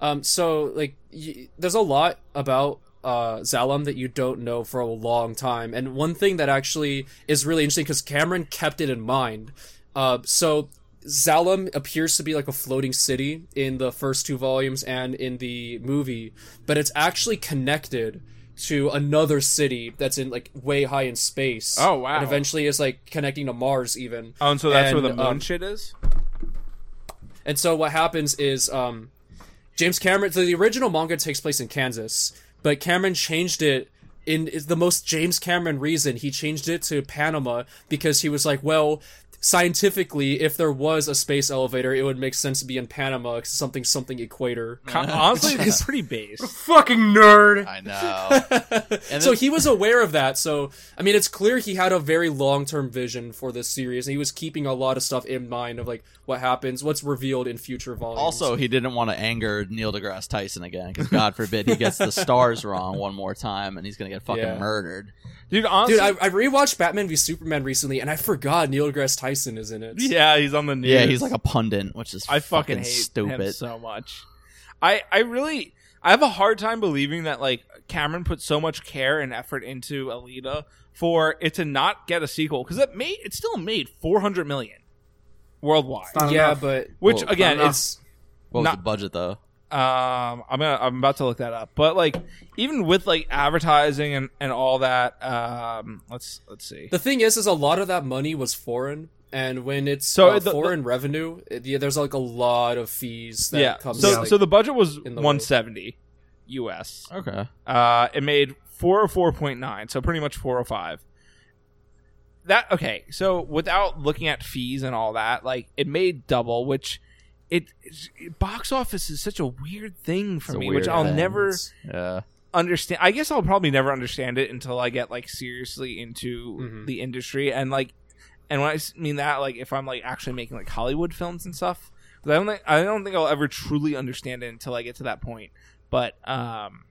Speaker 1: Um, so like, y- there's a lot about uh Zalem that you don't know for a long time, and one thing that actually is really interesting because Cameron kept it in mind. Uh, so Zalem appears to be like a floating city in the first two volumes and in the movie, but it's actually connected to another city that's in like way high in space.
Speaker 2: Oh, wow.
Speaker 1: And eventually is like connecting to Mars even.
Speaker 2: Oh, and so that's where the
Speaker 1: And,
Speaker 2: moon
Speaker 1: um,
Speaker 2: shit is?
Speaker 1: and so what happens is um, James Cameron. So the original manga takes place in Kansas, but Cameron changed it in is the most James Cameron reason. He changed it to Panama because he was like, well, scientifically, if there was a space elevator, it would make sense to be in Panama, something something equator.
Speaker 2: Honestly, [LAUGHS] it's pretty based.
Speaker 4: Fucking nerd.
Speaker 3: I know.
Speaker 1: so he was aware of that. So I mean, it's clear he had a very long term vision for this series, and he was keeping a lot of stuff in mind of like what happens, what's revealed in future volumes.
Speaker 3: also, he didn't want to anger Neil deGrasse Tyson again because God forbid
Speaker 2: [LAUGHS]
Speaker 3: he gets the stars wrong one more time and he's gonna get fucking
Speaker 1: Yeah.
Speaker 3: murdered.
Speaker 2: Dude, honestly,
Speaker 1: Dude, I, I rewatched Batman v Superman recently, and I forgot Neil deGrasse Tyson is in it.
Speaker 2: yeah, he's on the news.
Speaker 3: Yeah, he's like a pundit, which is
Speaker 2: I fucking, hate
Speaker 3: stupid.
Speaker 2: him so much. I I really I have a hard time believing that like Cameron put so much care and effort into Alita for it to not get a sequel because it made it still made four hundred million worldwide,
Speaker 4: not-
Speaker 1: yeah,
Speaker 4: enough.
Speaker 1: but
Speaker 2: which
Speaker 3: Well,
Speaker 2: again
Speaker 4: not
Speaker 2: it's
Speaker 3: what was
Speaker 2: Not-
Speaker 3: the budget though?
Speaker 2: um I'm gonna, I'm about to look that up, but like even with like advertising and and all that um let's let's see
Speaker 1: the thing is, is a lot of that money was foreign, and when it's
Speaker 2: So
Speaker 1: uh,
Speaker 2: the- the-
Speaker 1: foreign revenue, it, yeah, there's like a lot of fees that
Speaker 2: yeah
Speaker 1: comes.
Speaker 2: so
Speaker 1: like,
Speaker 2: so the budget was
Speaker 1: in the way.
Speaker 2: one seventy U.S.
Speaker 3: Okay.
Speaker 2: Uh, it made 404.9, so pretty much 405. That okay, so without looking at fees and all that, like it made double, which it, it's- box office is such a weird thing for
Speaker 3: It's a
Speaker 2: me,
Speaker 3: weird uh,
Speaker 2: which I'll
Speaker 3: thing.
Speaker 2: never
Speaker 3: [LAUGHS] Yeah.
Speaker 2: understand. I guess I'll probably never understand it until I get like seriously into
Speaker 1: Mhm.
Speaker 2: the industry and like, and when I s- mean that, like if I'm like actually making like Hollywood films and stuff, 'Cause I don't think I don't think I'll ever truly understand it until I get to that point. But um,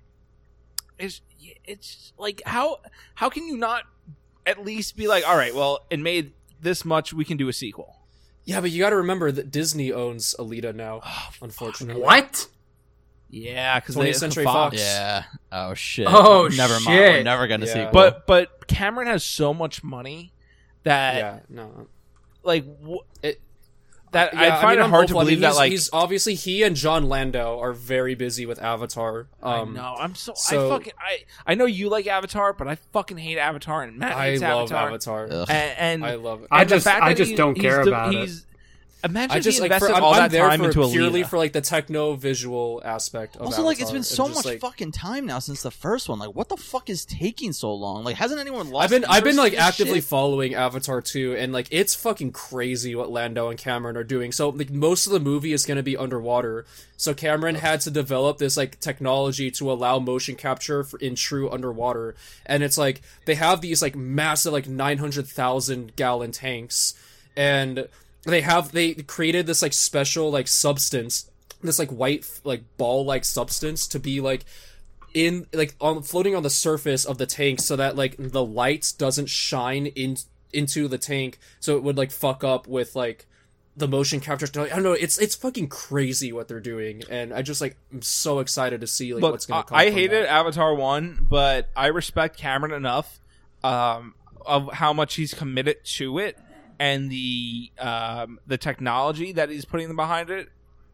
Speaker 2: it's it's like how how can you not at least be like, all right, well, it made this much, we can do a sequel.
Speaker 1: yeah, but you got to remember that Disney owns Alita now,
Speaker 2: Oh,
Speaker 1: unfortunately.
Speaker 4: What?
Speaker 2: Yeah, because
Speaker 1: 20th Century Fox.
Speaker 3: Yeah. Oh shit.
Speaker 4: Oh,
Speaker 3: never mind. We're
Speaker 4: shit.
Speaker 3: never gonna
Speaker 1: Yeah.
Speaker 3: see. sequel.
Speaker 2: But but Cameron has so much money that
Speaker 1: Yeah, no.
Speaker 2: like w-
Speaker 1: It-
Speaker 2: that
Speaker 1: Yeah,
Speaker 2: I find
Speaker 1: mean,
Speaker 2: it
Speaker 1: I'm
Speaker 2: hard to
Speaker 1: hopeful. I
Speaker 2: believe
Speaker 1: mean,
Speaker 2: that
Speaker 1: he's-
Speaker 2: like
Speaker 1: he's obviously he and John Landau are very busy with Avatar. Um,
Speaker 2: I know I'm so,
Speaker 1: so-
Speaker 2: I fucking I I know you like Avatar, but I fucking hate Avatar and Matt
Speaker 1: I
Speaker 2: hates
Speaker 1: love
Speaker 2: Avatar,
Speaker 1: Avatar.
Speaker 3: Ugh.
Speaker 2: and,
Speaker 1: [LAUGHS]
Speaker 2: and
Speaker 1: I love it.
Speaker 4: I
Speaker 2: and the
Speaker 4: just-
Speaker 2: fact
Speaker 4: I
Speaker 2: that
Speaker 4: just
Speaker 2: he's-
Speaker 4: don't
Speaker 2: he's
Speaker 4: care
Speaker 2: de-
Speaker 4: about it.
Speaker 2: he's, Imagine
Speaker 1: I just
Speaker 2: he
Speaker 1: like for,
Speaker 2: invested
Speaker 1: I'm,
Speaker 2: all
Speaker 1: I'm
Speaker 2: that
Speaker 1: there
Speaker 2: time
Speaker 1: for
Speaker 2: into a
Speaker 1: purely
Speaker 2: Alita.
Speaker 1: for like the techno visual aspect. Of
Speaker 3: also, like it's
Speaker 1: Avatar,
Speaker 3: been
Speaker 1: and
Speaker 3: so
Speaker 1: just,
Speaker 3: much
Speaker 1: like-
Speaker 3: fucking time now since the first one. Like, what the fuck is taking so long? Like, hasn't anyone lost?
Speaker 1: I've been I've been
Speaker 3: interest
Speaker 1: like
Speaker 3: in this
Speaker 1: actively
Speaker 3: shit?
Speaker 1: following Avatar 2 and like it's fucking crazy what Lando and Cameron are doing. So like most of the movie is going to be underwater. So Cameron had to develop this like technology to allow motion capture for, in true underwater. And it's like they have these like massive like 900,000 gallon tanks and they have they created this like special like substance this like white like ball like substance to be like in like on floating on the surface of the tank so that like the light doesn't shine in into the tank so it would like fuck up with like the motion capture i don't know it's it's fucking crazy what they're doing and i just like i'm so excited to see like
Speaker 2: Look,
Speaker 1: what's gonna come
Speaker 2: I, I
Speaker 1: from that.
Speaker 2: hated Avatar one, but I respect Cameron enough um, of how much he's committed to it and the um, the technology that he's putting behind it.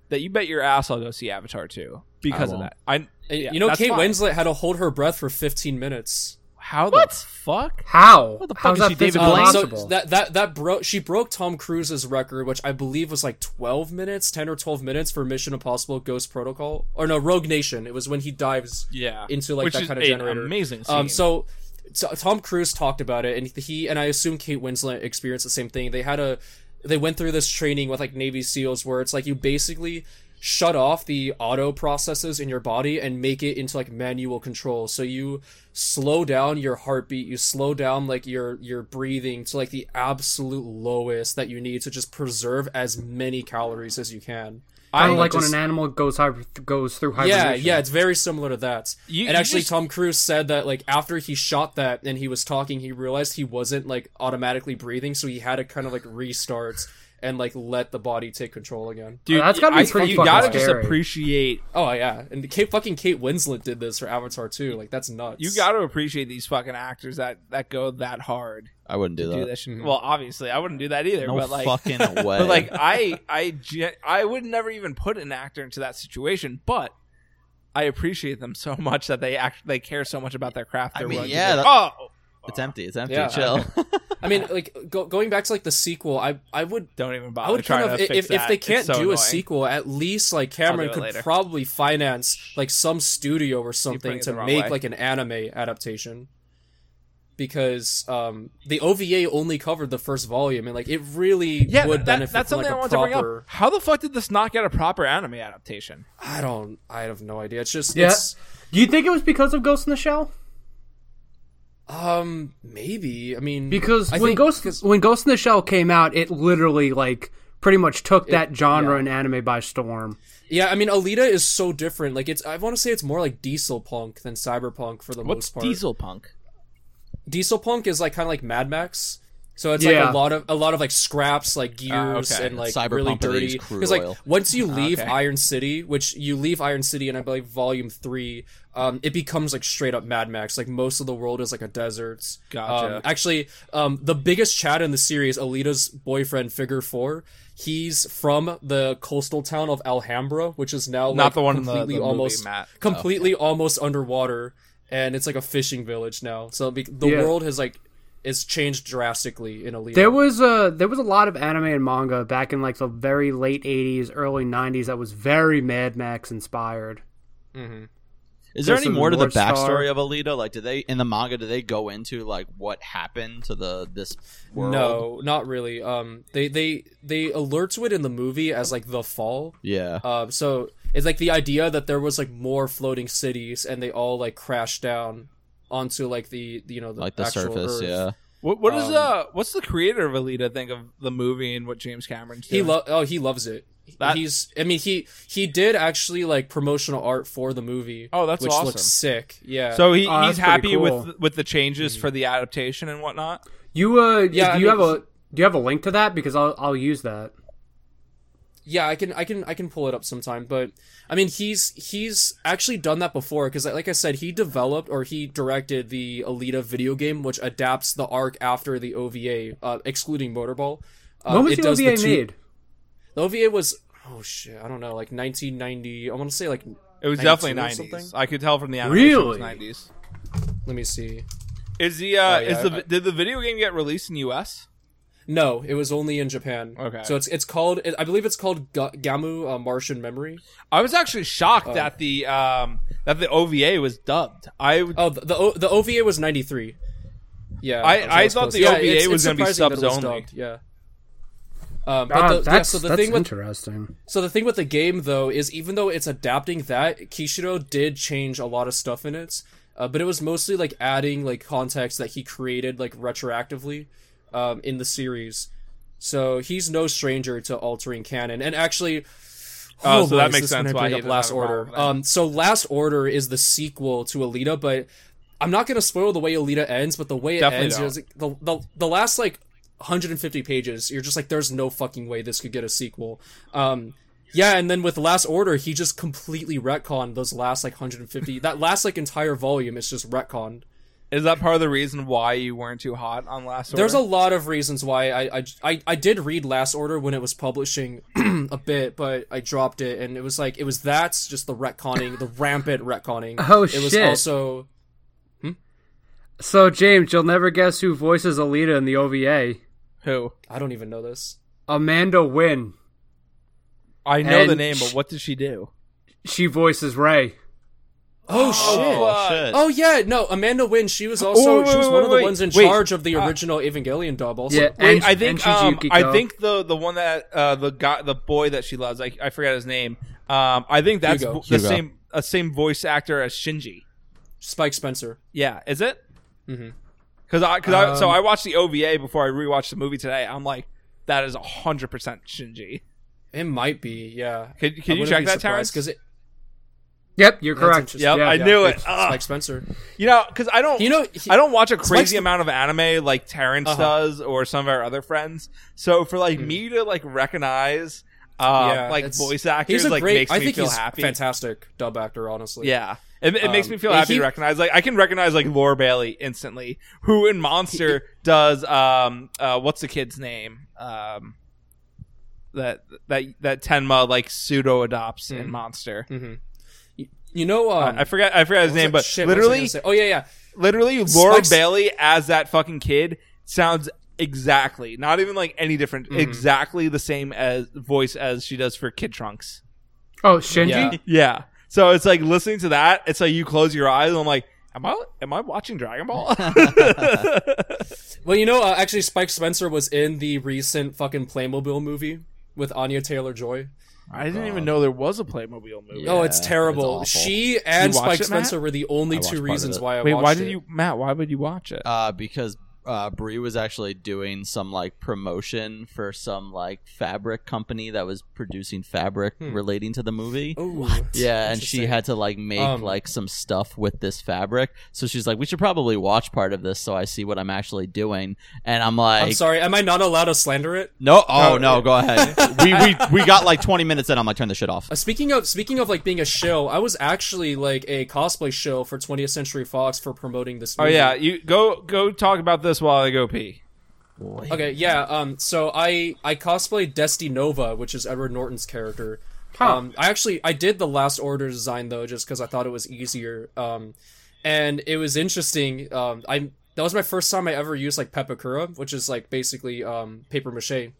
Speaker 2: That you bet your ass I'll go see Avatar two because of
Speaker 3: won't.
Speaker 2: that. I
Speaker 1: And
Speaker 2: yeah,
Speaker 1: you know,
Speaker 2: that's
Speaker 1: Kate
Speaker 2: fine.
Speaker 1: Winslet had to hold her breath for 15 minutes.
Speaker 2: How the
Speaker 4: Oh,
Speaker 2: fuck?
Speaker 4: How?
Speaker 2: What the fuck
Speaker 4: How's
Speaker 2: is
Speaker 4: that
Speaker 2: she, David
Speaker 4: physically
Speaker 2: Blaine?
Speaker 1: Um, so
Speaker 4: possible?
Speaker 1: that that that broke. She broke Tom Cruise's record, which I believe was like 12 minutes, 10 or 12 minutes for Mission Impossible: Ghost Protocol, or no, Rogue Nation. It was when he dives
Speaker 2: Yeah,
Speaker 1: into like
Speaker 2: Which
Speaker 1: that
Speaker 2: is
Speaker 1: kind of
Speaker 2: an
Speaker 1: generator.
Speaker 2: amazing. Scene.
Speaker 1: Um, so, so Tom Cruise talked about it, and he and I assume Kate Winslet experienced the same thing. They had a they went through this training with like Navy SEALs where it's like you basically shut off the auto processes in your body and make it into like manual control. So you slow down your heartbeat, you slow down like your your breathing to like the absolute lowest that you need to just preserve as many calories as you can.
Speaker 4: Kind of
Speaker 1: I
Speaker 4: like
Speaker 1: just-
Speaker 4: when an animal goes hyper, goes through
Speaker 1: Yeah,
Speaker 4: hibernation.
Speaker 1: yeah, it's very similar to that.
Speaker 2: You-
Speaker 1: and
Speaker 2: you
Speaker 1: actually,
Speaker 2: just-
Speaker 1: Tom Cruise said that like after he shot that and he was talking, he realized he wasn't like automatically breathing, so he had to kind of like restart and like let the body take control again.
Speaker 2: dude,
Speaker 4: that's gotta be
Speaker 2: I-
Speaker 4: pretty
Speaker 2: You
Speaker 4: fucking
Speaker 2: gotta just
Speaker 4: scary.
Speaker 2: appreciate
Speaker 1: Oh yeah, and Kate, fucking Kate Winslet did this for Avatar too. Like that's nuts.
Speaker 2: You got to appreciate these fucking actors that that go that hard
Speaker 3: I wouldn't do
Speaker 2: to
Speaker 3: that.
Speaker 2: do that shit. Well, obviously, I wouldn't do that either.
Speaker 3: No
Speaker 2: but like,
Speaker 3: fucking way.
Speaker 2: but
Speaker 3: [LAUGHS]
Speaker 2: like, I I gen- I would never even put an actor into that situation, but. I appreciate them so much that they act they care so much about their craft.
Speaker 3: I
Speaker 2: They're
Speaker 3: mean,
Speaker 2: willing to
Speaker 3: yeah,
Speaker 2: do-
Speaker 3: that-
Speaker 2: oh,
Speaker 3: it's empty. It's empty.
Speaker 1: Yeah.
Speaker 3: Chill.
Speaker 1: I mean, like go- going back to like the sequel, I I would
Speaker 2: don't even bother
Speaker 1: I would
Speaker 2: trying
Speaker 1: kind of
Speaker 2: to
Speaker 1: if,
Speaker 2: fix
Speaker 1: if, if
Speaker 2: that.
Speaker 1: they
Speaker 2: It's
Speaker 1: can't
Speaker 2: so
Speaker 1: do
Speaker 2: annoying.
Speaker 1: a sequel, at least like Cameron
Speaker 2: it
Speaker 1: could
Speaker 2: later.
Speaker 1: probably finance like some studio or
Speaker 2: putting
Speaker 1: something
Speaker 2: it
Speaker 1: to
Speaker 2: the wrong
Speaker 1: make
Speaker 2: way.
Speaker 1: like an anime adaptation. Because um, the OVA only covered the first volume, and like it really
Speaker 2: yeah,
Speaker 1: would
Speaker 2: that-
Speaker 1: benefit
Speaker 2: that's
Speaker 1: from like
Speaker 2: something I
Speaker 1: a
Speaker 2: want
Speaker 1: proper.
Speaker 2: to bring up. How the fuck did this not get a proper anime adaptation?
Speaker 1: I don't. I have no idea. It's just.
Speaker 4: Yeah.
Speaker 1: It's,
Speaker 4: Do you think it was because of Ghost in the Shell?
Speaker 1: um. Maybe. I mean.
Speaker 4: Because
Speaker 1: I
Speaker 4: when
Speaker 1: think-
Speaker 4: Ghost when Ghost in the Shell came out, it literally like pretty much took that genre
Speaker 1: yeah.
Speaker 4: and anime by storm.
Speaker 1: Yeah. I mean, Alita is so different. Like it's. I want to say it's more like diesel punk than cyberpunk for the most part.
Speaker 2: Punk?
Speaker 1: diesel punk is like kind of like mad max so it's like
Speaker 4: Yeah.
Speaker 1: a lot of a lot of like scraps like gears
Speaker 2: Ah, okay.
Speaker 1: and like
Speaker 3: Cyberpunk,
Speaker 1: really
Speaker 3: but they use
Speaker 1: dirty
Speaker 3: crude
Speaker 1: like
Speaker 3: oil.
Speaker 1: once you leave
Speaker 2: Ah, okay.
Speaker 1: iron city which you leave iron city and i believe volume three um, it becomes like straight up mad max like most of the world is like a desert
Speaker 2: Gotcha.
Speaker 1: um, actually um, the biggest chat in the series alita's boyfriend figure four he's from the coastal town of alhambra which is now
Speaker 2: Not
Speaker 1: like,
Speaker 2: the one in the-
Speaker 1: completely
Speaker 2: the movie,
Speaker 1: almost
Speaker 2: Matt. Oh.
Speaker 1: completely almost underwater and it's like a fishing village now so be- the
Speaker 4: Yeah.
Speaker 1: world has like it's changed drastically in Alita.
Speaker 4: There was a there was a lot of anime and manga back in like the very late '80s, early '90s that was very Mad Max inspired.
Speaker 3: Is there
Speaker 4: There's
Speaker 3: any
Speaker 4: some
Speaker 3: more to the
Speaker 4: North Star.
Speaker 3: backstory of Alita? Like, do they in the manga? Do they go into like what happened to the this world?
Speaker 1: no, Uh, not really. Um, they they they alert to it in the movie as like the fall.
Speaker 3: Yeah.
Speaker 1: Um, so it's like the idea that there was like more floating cities and they all like crashed down onto like the you know the
Speaker 3: like the
Speaker 1: actual
Speaker 3: surface.
Speaker 1: Earth.
Speaker 3: Yeah.
Speaker 2: What what is
Speaker 1: Um,
Speaker 2: uh what's the creator of Alita think of the movie and what James Cameron's
Speaker 1: He
Speaker 2: doing?
Speaker 1: lo- oh he loves it.
Speaker 2: That-
Speaker 1: He's I mean he he did actually like promotional art for the movie.
Speaker 2: Oh, that's
Speaker 1: which
Speaker 2: awesome.
Speaker 1: looks sick. Yeah.
Speaker 2: so he,
Speaker 4: Oh,
Speaker 2: he's
Speaker 4: that's pretty
Speaker 2: happy
Speaker 4: cool.
Speaker 2: with with the changes for the adaptation and whatnot.
Speaker 4: You uh,
Speaker 1: Yeah, I
Speaker 4: do you
Speaker 1: mean-
Speaker 4: have a do you have a link to that? Because I'll I'll use that.
Speaker 1: yeah i can i can i can pull it up sometime but i mean he's he's actually done that before because like i said he developed or he directed the alita video game which adapts the arc after the ova uh, excluding motorball uh,
Speaker 4: when was
Speaker 1: it
Speaker 4: the
Speaker 1: does
Speaker 4: OVA
Speaker 1: two-
Speaker 4: made?
Speaker 1: the ova was oh shit i don't know like 1990 i want to say like
Speaker 2: It was
Speaker 1: 92
Speaker 2: definitely
Speaker 1: or
Speaker 2: nineties.
Speaker 1: something?
Speaker 2: I could tell from the animation it was
Speaker 4: Really?
Speaker 2: nineties.
Speaker 1: let me see
Speaker 2: Is the uh
Speaker 1: Oh, yeah,
Speaker 2: is the
Speaker 1: I-
Speaker 2: did the video game get released in US?
Speaker 1: no it was only in japan
Speaker 2: Okay.
Speaker 1: so it's it's called i believe it's called Ga- gamu uh, martian memory
Speaker 2: I was actually shocked
Speaker 1: Oh.
Speaker 2: that the um that the OVA was dubbed. I would
Speaker 1: oh the the, o, the ova was 93 yeah
Speaker 2: I-
Speaker 1: so
Speaker 2: I
Speaker 1: it's
Speaker 2: thought
Speaker 1: close.
Speaker 2: the
Speaker 1: Yeah,
Speaker 2: OVA
Speaker 1: it's- it's
Speaker 2: was gonna be
Speaker 1: surprising that
Speaker 2: subs
Speaker 1: it was
Speaker 2: only.
Speaker 1: dubbed, yeah um, but
Speaker 4: Ah,
Speaker 1: the, yeah,
Speaker 4: that's
Speaker 1: so the
Speaker 4: that's
Speaker 1: thing with
Speaker 4: interesting.
Speaker 1: so the thing with the game though is even though it's adapting that Kishiro did change a lot of stuff in it, uh, but it was mostly like adding like context that he created like retroactively um, in the series. So he's no stranger to altering canon. And actually,
Speaker 2: Oh, so that
Speaker 1: is
Speaker 2: makes
Speaker 1: this
Speaker 2: sense
Speaker 1: gonna
Speaker 2: why
Speaker 1: bring
Speaker 2: he
Speaker 1: up
Speaker 2: doesn't
Speaker 1: Last
Speaker 2: have a problem
Speaker 1: Order.
Speaker 2: with that.
Speaker 1: Um, so Last Order is the sequel to Alita, but I'm not gonna spoil the way Alita ends. But the way it
Speaker 2: Definitely
Speaker 1: ends,
Speaker 2: don't.
Speaker 1: is like, the, the the last like 150 pages, you're just like, there's no fucking way this could get a sequel. Um, yeah, and then with Last Order, he just completely retconned those last like 150. that last like entire volume is just retconned.
Speaker 2: Is that part of the reason why you weren't too hot on Last Order?
Speaker 1: There's a lot of reasons why I, I, I, I did read Last Order when it was publishing [CLEARS THROAT] a bit, but I dropped it, and it was like it was that's just the retconning, the rampant retconning.
Speaker 4: Oh,
Speaker 1: It was
Speaker 4: shit.
Speaker 1: also
Speaker 4: So James, you'll never guess who voices Alita in the OVA.
Speaker 2: who
Speaker 1: I don't even know this.
Speaker 4: Amanda Wynn.
Speaker 2: I know the
Speaker 4: And-
Speaker 2: name, but what did she do?
Speaker 4: She voices Ray.
Speaker 1: Oh, shit!
Speaker 3: Oh, shit.
Speaker 1: Oh yeah, no, Amanda Wynn. She was also
Speaker 2: Oh, wait,
Speaker 1: she was
Speaker 2: wait,
Speaker 1: one of the
Speaker 2: wait,
Speaker 1: ones in
Speaker 2: wait. Uh,
Speaker 1: charge of the original Evangelion dub. Also,
Speaker 4: Yeah,
Speaker 2: Wait,
Speaker 4: and
Speaker 2: I think um,
Speaker 4: and Shizuki
Speaker 2: I
Speaker 4: Ko.
Speaker 2: think the the one that uh, the guy the boy that she loves I, I forgot his name. Um, I think that's
Speaker 1: Hugo.
Speaker 2: vo- the
Speaker 3: Hugo.
Speaker 2: same uh, same voice actor as Shinji.
Speaker 1: Spike Spencer.
Speaker 2: Yeah, is it?
Speaker 1: Mm-hmm.
Speaker 2: Because I because I
Speaker 1: Um,
Speaker 2: so I watched the OVA before I rewatched the movie today. I'm like, that is hundred percent Shinji.
Speaker 1: It might be. Yeah.
Speaker 2: Can- can you check that, Terrence?
Speaker 1: Because it
Speaker 4: Yep, you're
Speaker 1: That's
Speaker 4: correct.
Speaker 1: interesting.
Speaker 2: Yep, I
Speaker 1: yeah,
Speaker 2: knew it.
Speaker 1: it's
Speaker 2: Ugh.
Speaker 1: Spike Spencer.
Speaker 2: You know, because I don't,
Speaker 1: You know, he-
Speaker 2: I don't watch a crazy
Speaker 1: Spike's-
Speaker 2: amount of anime like Terrence
Speaker 1: Uh-huh. Hmm.
Speaker 2: does or some of our other friends. So for like me to like recognize, uh,
Speaker 1: yeah,
Speaker 2: like
Speaker 1: it's-
Speaker 2: voice
Speaker 1: He's
Speaker 2: actors,
Speaker 1: a
Speaker 2: like
Speaker 1: great.
Speaker 2: makes
Speaker 1: I
Speaker 2: me
Speaker 1: think
Speaker 2: feel
Speaker 1: he's
Speaker 2: happy.
Speaker 1: fantastic dub actor. Honestly.
Speaker 2: Yeah, it, it makes
Speaker 1: Um,
Speaker 2: me feel
Speaker 1: and
Speaker 2: happy
Speaker 1: he-
Speaker 2: to recognize. Like I can recognize like Laura Bailey instantly, who in Monster does um uh what's the kid's name um that that that Tenma like pseudo adopts in Monster.
Speaker 1: You know, Hmm. um,
Speaker 2: I forgot I forgot his name, but
Speaker 1: Shit, what was I
Speaker 2: literally
Speaker 1: gonna say? oh yeah, yeah.
Speaker 2: literally Laura
Speaker 1: Spike's-
Speaker 2: Bailey as that fucking kid sounds exactly not even like any different exactly the same as voice as she does for Kid Trunks.
Speaker 4: Oh, Shinji?
Speaker 1: Yeah.
Speaker 2: Yeah. So it's like listening to that, it's like you close your eyes and I'm like, am I am I watching Dragon Ball?
Speaker 1: Well, you know, uh, actually, Spike Spencer was in the recent fucking Playmobil movie with Anya Taylor Joy.
Speaker 2: [LAUGHS] I didn't even know there was a Playmobil movie.
Speaker 1: oh, it's
Speaker 3: it's
Speaker 1: terrible.
Speaker 3: awful.
Speaker 1: she and
Speaker 2: watch
Speaker 1: Spike
Speaker 2: it, Matt?
Speaker 1: Spencer were the only
Speaker 3: I watched
Speaker 1: two
Speaker 3: part of
Speaker 1: reasons
Speaker 3: it.
Speaker 1: why I
Speaker 2: Wait,
Speaker 1: watched
Speaker 2: why did
Speaker 1: it.
Speaker 2: you Matt, why would you watch it?
Speaker 3: uh, because uh, Brie was actually doing some like promotion for some like fabric company that was producing fabric relating to the movie.
Speaker 1: Oh,
Speaker 3: Yeah, and she
Speaker 1: Interesting.
Speaker 3: had to like make
Speaker 1: Um,
Speaker 3: like some stuff with this fabric. So she's like, "We should probably watch part of this so I see what I'm actually doing." And I'm like,
Speaker 1: I'm sorry. Am I not allowed to slander it?
Speaker 3: "No, oh no, go ahead." [LAUGHS] we we we got like 20 minutes in. I'm like, "Turn the shit off."
Speaker 1: Uh, speaking of speaking of like being a shill, I was actually like a cosplay shill for 20th Century Fox for promoting this.
Speaker 2: Oh
Speaker 1: movie.
Speaker 2: yeah, you go go talk about this while I go pee.
Speaker 1: Okay, yeah. Um, so I I cosplayed Desti Nova, which is Edward Norton's character. Um, I actually I did the Last Order design though, just because I thought it was easier. Um, and it was interesting. Um, I that was my first time I ever used like Pepakura, which is like basically um paper mache.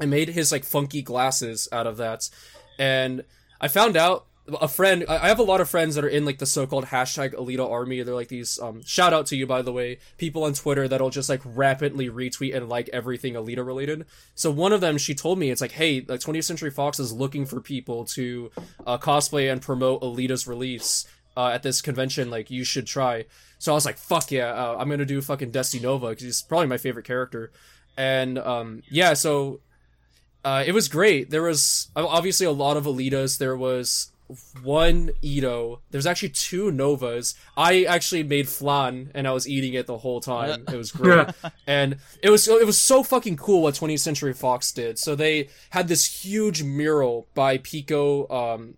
Speaker 1: I made his like funky glasses out of that, and I found out a friend. I I have a lot of friends that are in like the so-called hashtag Alita Army. They're like these. Um, shout out to you by the way, people on Twitter that'll just like rapidly retweet and like everything Alita related. So one of them, she told me, it's like, hey, like 20th Century Fox is looking for people to uh, cosplay and promote Alita's release. Uh, at this convention, like you should try. So I was like, "Fuck yeah, uh, I'm gonna do fucking Desti Nova because he's probably my favorite character." And um, yeah, so uh, it was great. There was uh, obviously a lot of Alitas. There was one Ito. There's actually two Novas. I actually made flan and I was eating it the whole time. It was great, and it was it was so fucking cool what 20th Century Fox did. So they had this huge mural by Pico um,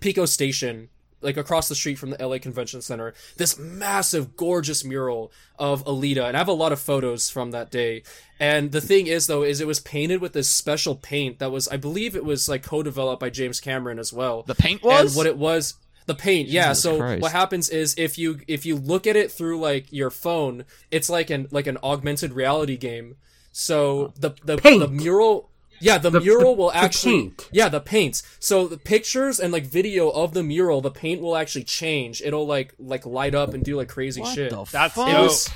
Speaker 1: Pico Station, like across the street from the LA Convention Center, this massive, gorgeous mural of Alita, and I have a lot of photos from that day. And the thing is, though, is it was painted with this special paint that was, I believe, it was like co-developed by James Cameron as well.
Speaker 3: The paint was?
Speaker 1: and what it was. The paint, yeah.
Speaker 3: Jesus
Speaker 1: so
Speaker 3: Christ.
Speaker 1: what happens is if you if you look at it through like your phone, it's like an like an augmented reality game. So the the, the
Speaker 4: Paint.
Speaker 1: mural, yeah, the, mural will
Speaker 4: the
Speaker 1: actually
Speaker 4: paint.
Speaker 1: yeah, the paints. So the pictures and like video of the mural, the paint will actually change. It'll like like light up and do like crazy shit.
Speaker 3: The
Speaker 2: That's
Speaker 3: fuck?
Speaker 1: it was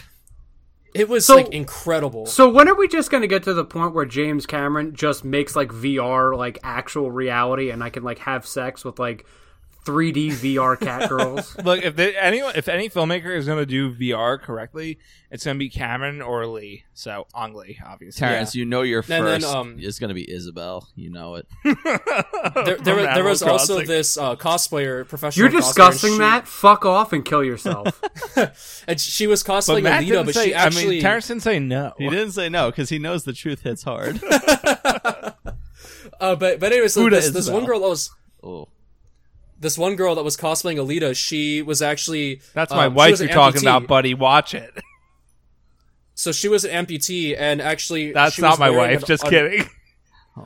Speaker 1: it was
Speaker 4: Oh. So-
Speaker 1: like incredible.
Speaker 4: So when are we just going to get to the point where James Cameron just makes like VR like actual reality and I can like have sex with like 3D VR cat [LAUGHS] girls.
Speaker 2: Look, if they, anyone, if any filmmaker is going to do VR correctly, it's going to be Cameron or Lee. So Ong Lee, obviously.
Speaker 3: Terrence, you know your
Speaker 1: then,
Speaker 3: first
Speaker 1: um,
Speaker 3: is going to be Isabel. You know it.
Speaker 1: There, there,
Speaker 2: From
Speaker 1: wa- there was
Speaker 2: Animal
Speaker 1: also
Speaker 2: Crossing.
Speaker 1: this uh, cosplayer, professional.
Speaker 4: You're
Speaker 1: cosplayer, and
Speaker 4: discussing
Speaker 1: she-
Speaker 4: that? Fuck off and kill [LAUGHS] yourself.
Speaker 1: And she was
Speaker 2: But
Speaker 1: cosplaying
Speaker 2: Matt
Speaker 1: Alita,
Speaker 2: didn't
Speaker 1: but
Speaker 2: say,
Speaker 1: she actually.
Speaker 2: I mean, Terrence didn't say no.
Speaker 3: He didn't say no because he knows the truth hits hard.
Speaker 1: uh, but but anyways,
Speaker 3: Huda
Speaker 1: this, this
Speaker 3: Isabel.
Speaker 1: one girl that was
Speaker 3: [LAUGHS] oh,
Speaker 1: this one girl that was cosplaying Alita. She was actually
Speaker 2: That's my
Speaker 1: um, she
Speaker 2: wife
Speaker 1: was an
Speaker 2: you're talking
Speaker 1: amputee.
Speaker 2: about, buddy. Watch it.
Speaker 1: So she was an amputee, and actually,
Speaker 2: That's
Speaker 1: she
Speaker 2: not
Speaker 1: was
Speaker 2: my
Speaker 1: wearing
Speaker 2: wife.
Speaker 1: an-
Speaker 2: Just
Speaker 1: an-
Speaker 2: kidding.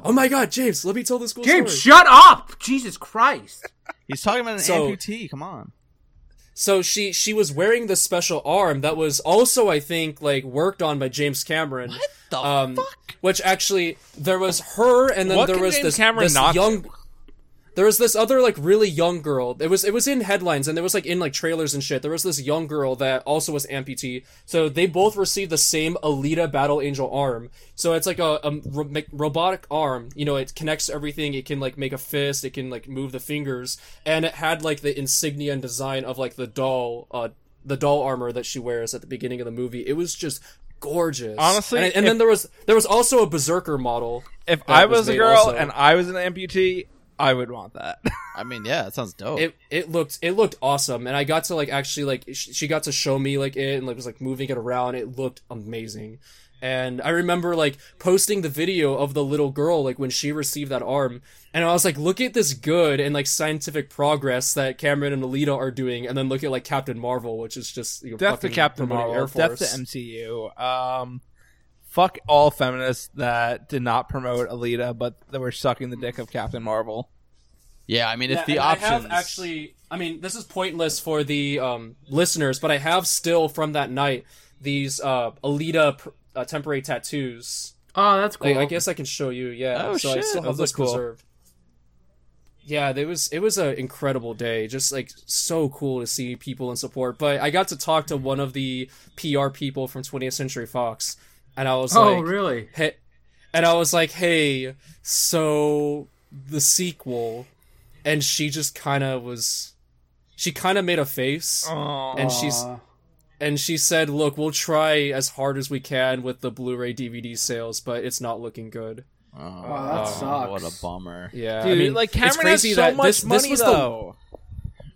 Speaker 1: Oh my god, James, let me tell this cool
Speaker 4: James,
Speaker 1: story.
Speaker 4: shut up! Jesus Christ.
Speaker 3: he's talking about an
Speaker 1: So-
Speaker 3: amputee. Come on.
Speaker 1: so she she was wearing this special arm that was also, I think, like worked on by James Cameron. What
Speaker 3: the
Speaker 1: um, Which actually, there was her, and then
Speaker 2: What
Speaker 1: there
Speaker 2: can
Speaker 1: was
Speaker 2: James
Speaker 1: this,
Speaker 2: Cameron
Speaker 1: this
Speaker 2: not
Speaker 1: young.
Speaker 2: do?
Speaker 1: There was this other like really young girl. It was it was in headlines and there was like in like trailers and shit. There was this young girl that also was amputee. So they both received the same Alita Battle Angel arm. So it's like a, a ro- me- robotic arm. You know, it connects to everything. It can like make a fist. It can like move the fingers. And it had like the insignia and design of like the doll, uh, the doll armor that she wears at the beginning of the movie. It was just gorgeous.
Speaker 2: Honestly,
Speaker 1: and, and
Speaker 2: if-
Speaker 1: then there was there was also a berserker model.
Speaker 2: If
Speaker 1: that
Speaker 2: I was, a
Speaker 1: made
Speaker 2: girl
Speaker 1: also.
Speaker 2: and I was an amputee, I would want that. [LAUGHS]
Speaker 3: I mean, yeah, that sounds
Speaker 2: Oh.
Speaker 3: dope.
Speaker 1: it it looked it looked awesome and i got to like actually like sh- she got to show me like it and like was like moving it around it looked amazing and i remember like posting the video of the little girl like when she received that arm and i was like look at this good and like scientific progress that cameron and alita are doing and then look at like captain marvel which is just you know,
Speaker 2: Death to
Speaker 1: fucking
Speaker 2: Captain
Speaker 1: promoting
Speaker 2: Marvel.
Speaker 1: Air
Speaker 2: Death to
Speaker 1: Force.
Speaker 2: MCU. Um, fuck all feminists that did not promote Alita, but that were sucking the dick of Captain Marvel.
Speaker 3: yeah, I mean, if
Speaker 1: Yeah,
Speaker 3: the
Speaker 1: and
Speaker 3: options
Speaker 1: I have actually, I mean, this is pointless for the um, listeners, but I have still from that night these uh, Alita pr- uh, temporary tattoos.
Speaker 4: Oh, that's cool.
Speaker 1: Like, I guess I can show you. Yeah,
Speaker 3: Oh,
Speaker 1: so I
Speaker 3: shit,
Speaker 1: still have
Speaker 3: those
Speaker 1: those
Speaker 3: look cool.
Speaker 1: preserved. Yeah, it was it was an incredible day. Just like so cool to see people in support. But I got to talk to one of the PR people from 20th Century Fox, and I was
Speaker 4: oh,
Speaker 1: like,
Speaker 4: really?
Speaker 1: hey, and I was like, hey, so the sequel, and she just kind of was, she kind of made a face,
Speaker 2: Oh,
Speaker 1: and she's,
Speaker 4: Aw.
Speaker 1: and she said, look, we'll try as hard as we can with the Blu-ray DVD sales, but it's not looking good.
Speaker 3: Oh,
Speaker 4: Oh, that sucks.
Speaker 3: What a bummer.
Speaker 1: Yeah,
Speaker 2: dude,
Speaker 1: I mean,
Speaker 2: like
Speaker 1: it's
Speaker 2: Cameron has
Speaker 1: crazy
Speaker 2: so
Speaker 1: that
Speaker 2: much
Speaker 1: this,
Speaker 2: money
Speaker 1: this was
Speaker 2: though.
Speaker 1: the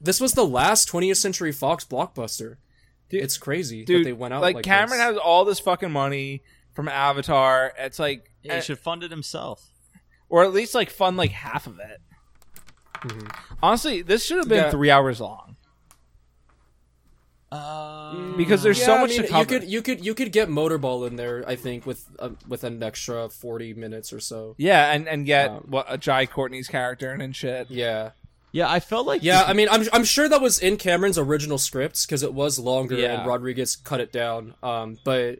Speaker 1: this was the last 20th Century Fox blockbuster.
Speaker 2: Dude-
Speaker 1: it's crazy that
Speaker 2: dude,
Speaker 1: they went out
Speaker 2: like,
Speaker 1: like,
Speaker 2: Cameron
Speaker 1: this.
Speaker 2: has all this fucking money from Avatar. It's like, eh,
Speaker 3: Yeah, he should fund it himself.
Speaker 2: or at least like fund like half of it.
Speaker 3: Mm-hmm.
Speaker 2: Honestly, this should have been
Speaker 1: Yeah.
Speaker 2: three hours long
Speaker 3: Um,
Speaker 2: because there's so
Speaker 1: Yeah, I
Speaker 2: much
Speaker 1: mean,
Speaker 2: to cover.
Speaker 1: You could you could you could get Motorball in there, I think, with uh, with an extra forty minutes or so.
Speaker 2: yeah, and and get
Speaker 1: Um,
Speaker 2: what a Jai Courtney's character and, and shit.
Speaker 1: Yeah,
Speaker 3: yeah, I felt like
Speaker 1: yeah. I mean, I'm I'm sure that was in Cameron's original scripts because it was longer
Speaker 2: Yeah.
Speaker 1: and Rodriguez cut it down. Um, but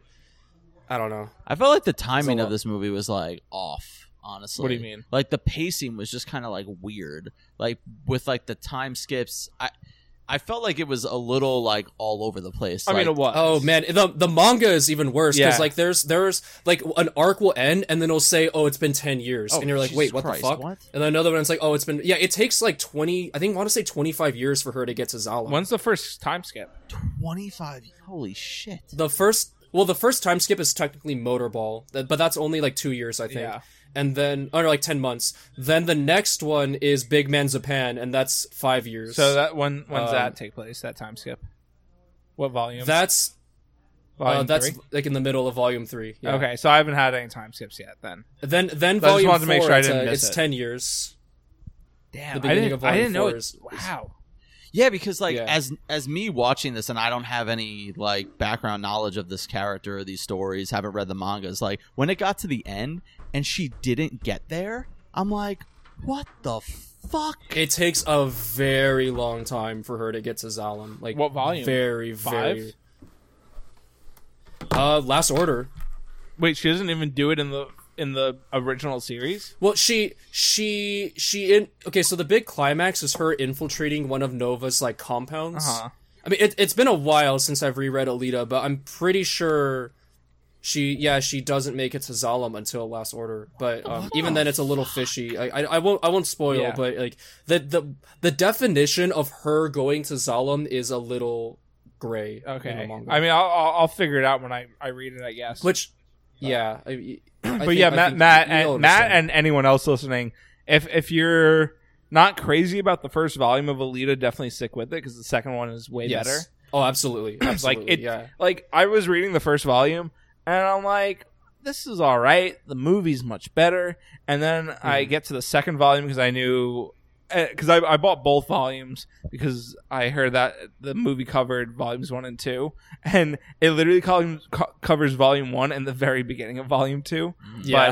Speaker 1: I don't know.
Speaker 3: I felt like the timing
Speaker 1: It's a lot.
Speaker 3: of this movie was like off. Honestly,
Speaker 2: What do you mean?
Speaker 3: Like the pacing was just kind of like weird. Like with like the time skips, I I felt like it was a little like all over the place.
Speaker 2: I mean,
Speaker 3: Like,
Speaker 2: it was.
Speaker 1: Oh man, the the manga is even worse because
Speaker 2: Yeah.
Speaker 1: like there's there's like an arc will end and then it'll say oh it's been ten years
Speaker 3: Oh,
Speaker 1: and you're like
Speaker 3: Jesus
Speaker 1: wait what
Speaker 3: Christ,
Speaker 1: the fuck
Speaker 3: what?
Speaker 1: and then another one it's like oh it's been yeah it takes like twenty I think I want to say twenty five years for her to get to Zala.
Speaker 2: When's the first time skip?
Speaker 3: 25 holy shit
Speaker 1: the first well the first time skip is technically motorball th- but that's only like two years i think
Speaker 2: Yeah.
Speaker 1: and then or like 10 months then the next one is big man zapan and that's five years
Speaker 2: So that when when's
Speaker 1: Um,
Speaker 2: that take place? That time skip? What volume?
Speaker 1: that's
Speaker 2: volume
Speaker 1: uh, that's
Speaker 2: three?
Speaker 1: like in the middle of volume three yeah.
Speaker 2: okay. So I haven't had any time skips yet. Then
Speaker 1: then then
Speaker 2: So I just
Speaker 1: volume
Speaker 2: wanted to make
Speaker 1: four
Speaker 2: sure I
Speaker 1: it's, uh,
Speaker 2: didn't miss
Speaker 1: it's
Speaker 2: it.
Speaker 1: 10 years
Speaker 2: damn,
Speaker 1: The beginning
Speaker 2: I didn't,
Speaker 1: of
Speaker 2: I
Speaker 1: volume
Speaker 2: didn't know
Speaker 1: four
Speaker 2: it.
Speaker 1: is- is-
Speaker 2: wow.
Speaker 3: yeah because like
Speaker 1: Yeah.
Speaker 3: as as me watching this and i don't have any like background knowledge of this character or these stories haven't read the mangas like when it got to the end and she didn't get there i'm like what the fuck
Speaker 1: it takes a very long time for her to get to Zalem. Like
Speaker 2: What volume?
Speaker 1: Very, very.
Speaker 2: Five?
Speaker 1: Uh, last order.
Speaker 2: Wait, she doesn't even do it in the in the original series.
Speaker 1: Well, she she she in okay. So the big climax is her infiltrating one of Nova's like compounds.
Speaker 2: Uh-huh.
Speaker 1: I mean, it, it's been a while since I've reread Alita, but I'm pretty sure she yeah she doesn't make it to Zalem until Last Order, but um, even then it's a little fishy. I, I I won't I won't spoil,
Speaker 2: Yeah.
Speaker 1: but like the the the definition of her going to Zalem is a little gray. in the
Speaker 2: Okay.
Speaker 1: manga.
Speaker 2: I mean, I'll, I'll I'll figure it out when I, I read it, I guess.
Speaker 1: which yeah, I, I
Speaker 2: but
Speaker 1: think-
Speaker 2: yeah,
Speaker 1: I
Speaker 2: Matt,
Speaker 1: think
Speaker 2: Matt,
Speaker 1: you'll
Speaker 2: and, Matt,
Speaker 1: understand.
Speaker 2: and anyone else listening, if if you're not crazy about the first volume of Alita, definitely stick with it because the second one is way
Speaker 1: Yes.
Speaker 2: better.
Speaker 1: Oh, absolutely, absolutely.
Speaker 2: it-
Speaker 1: yeah,
Speaker 2: Like I was reading the first volume, and I'm like, this is all right. The movie's much better. And then I
Speaker 1: Mm-hmm.
Speaker 2: get to the second volume because I knew because I, I bought both volumes because I heard that the movie covered volumes one and two, and it literally column, co- covers volume one and the very beginning of volume two.
Speaker 1: yeah.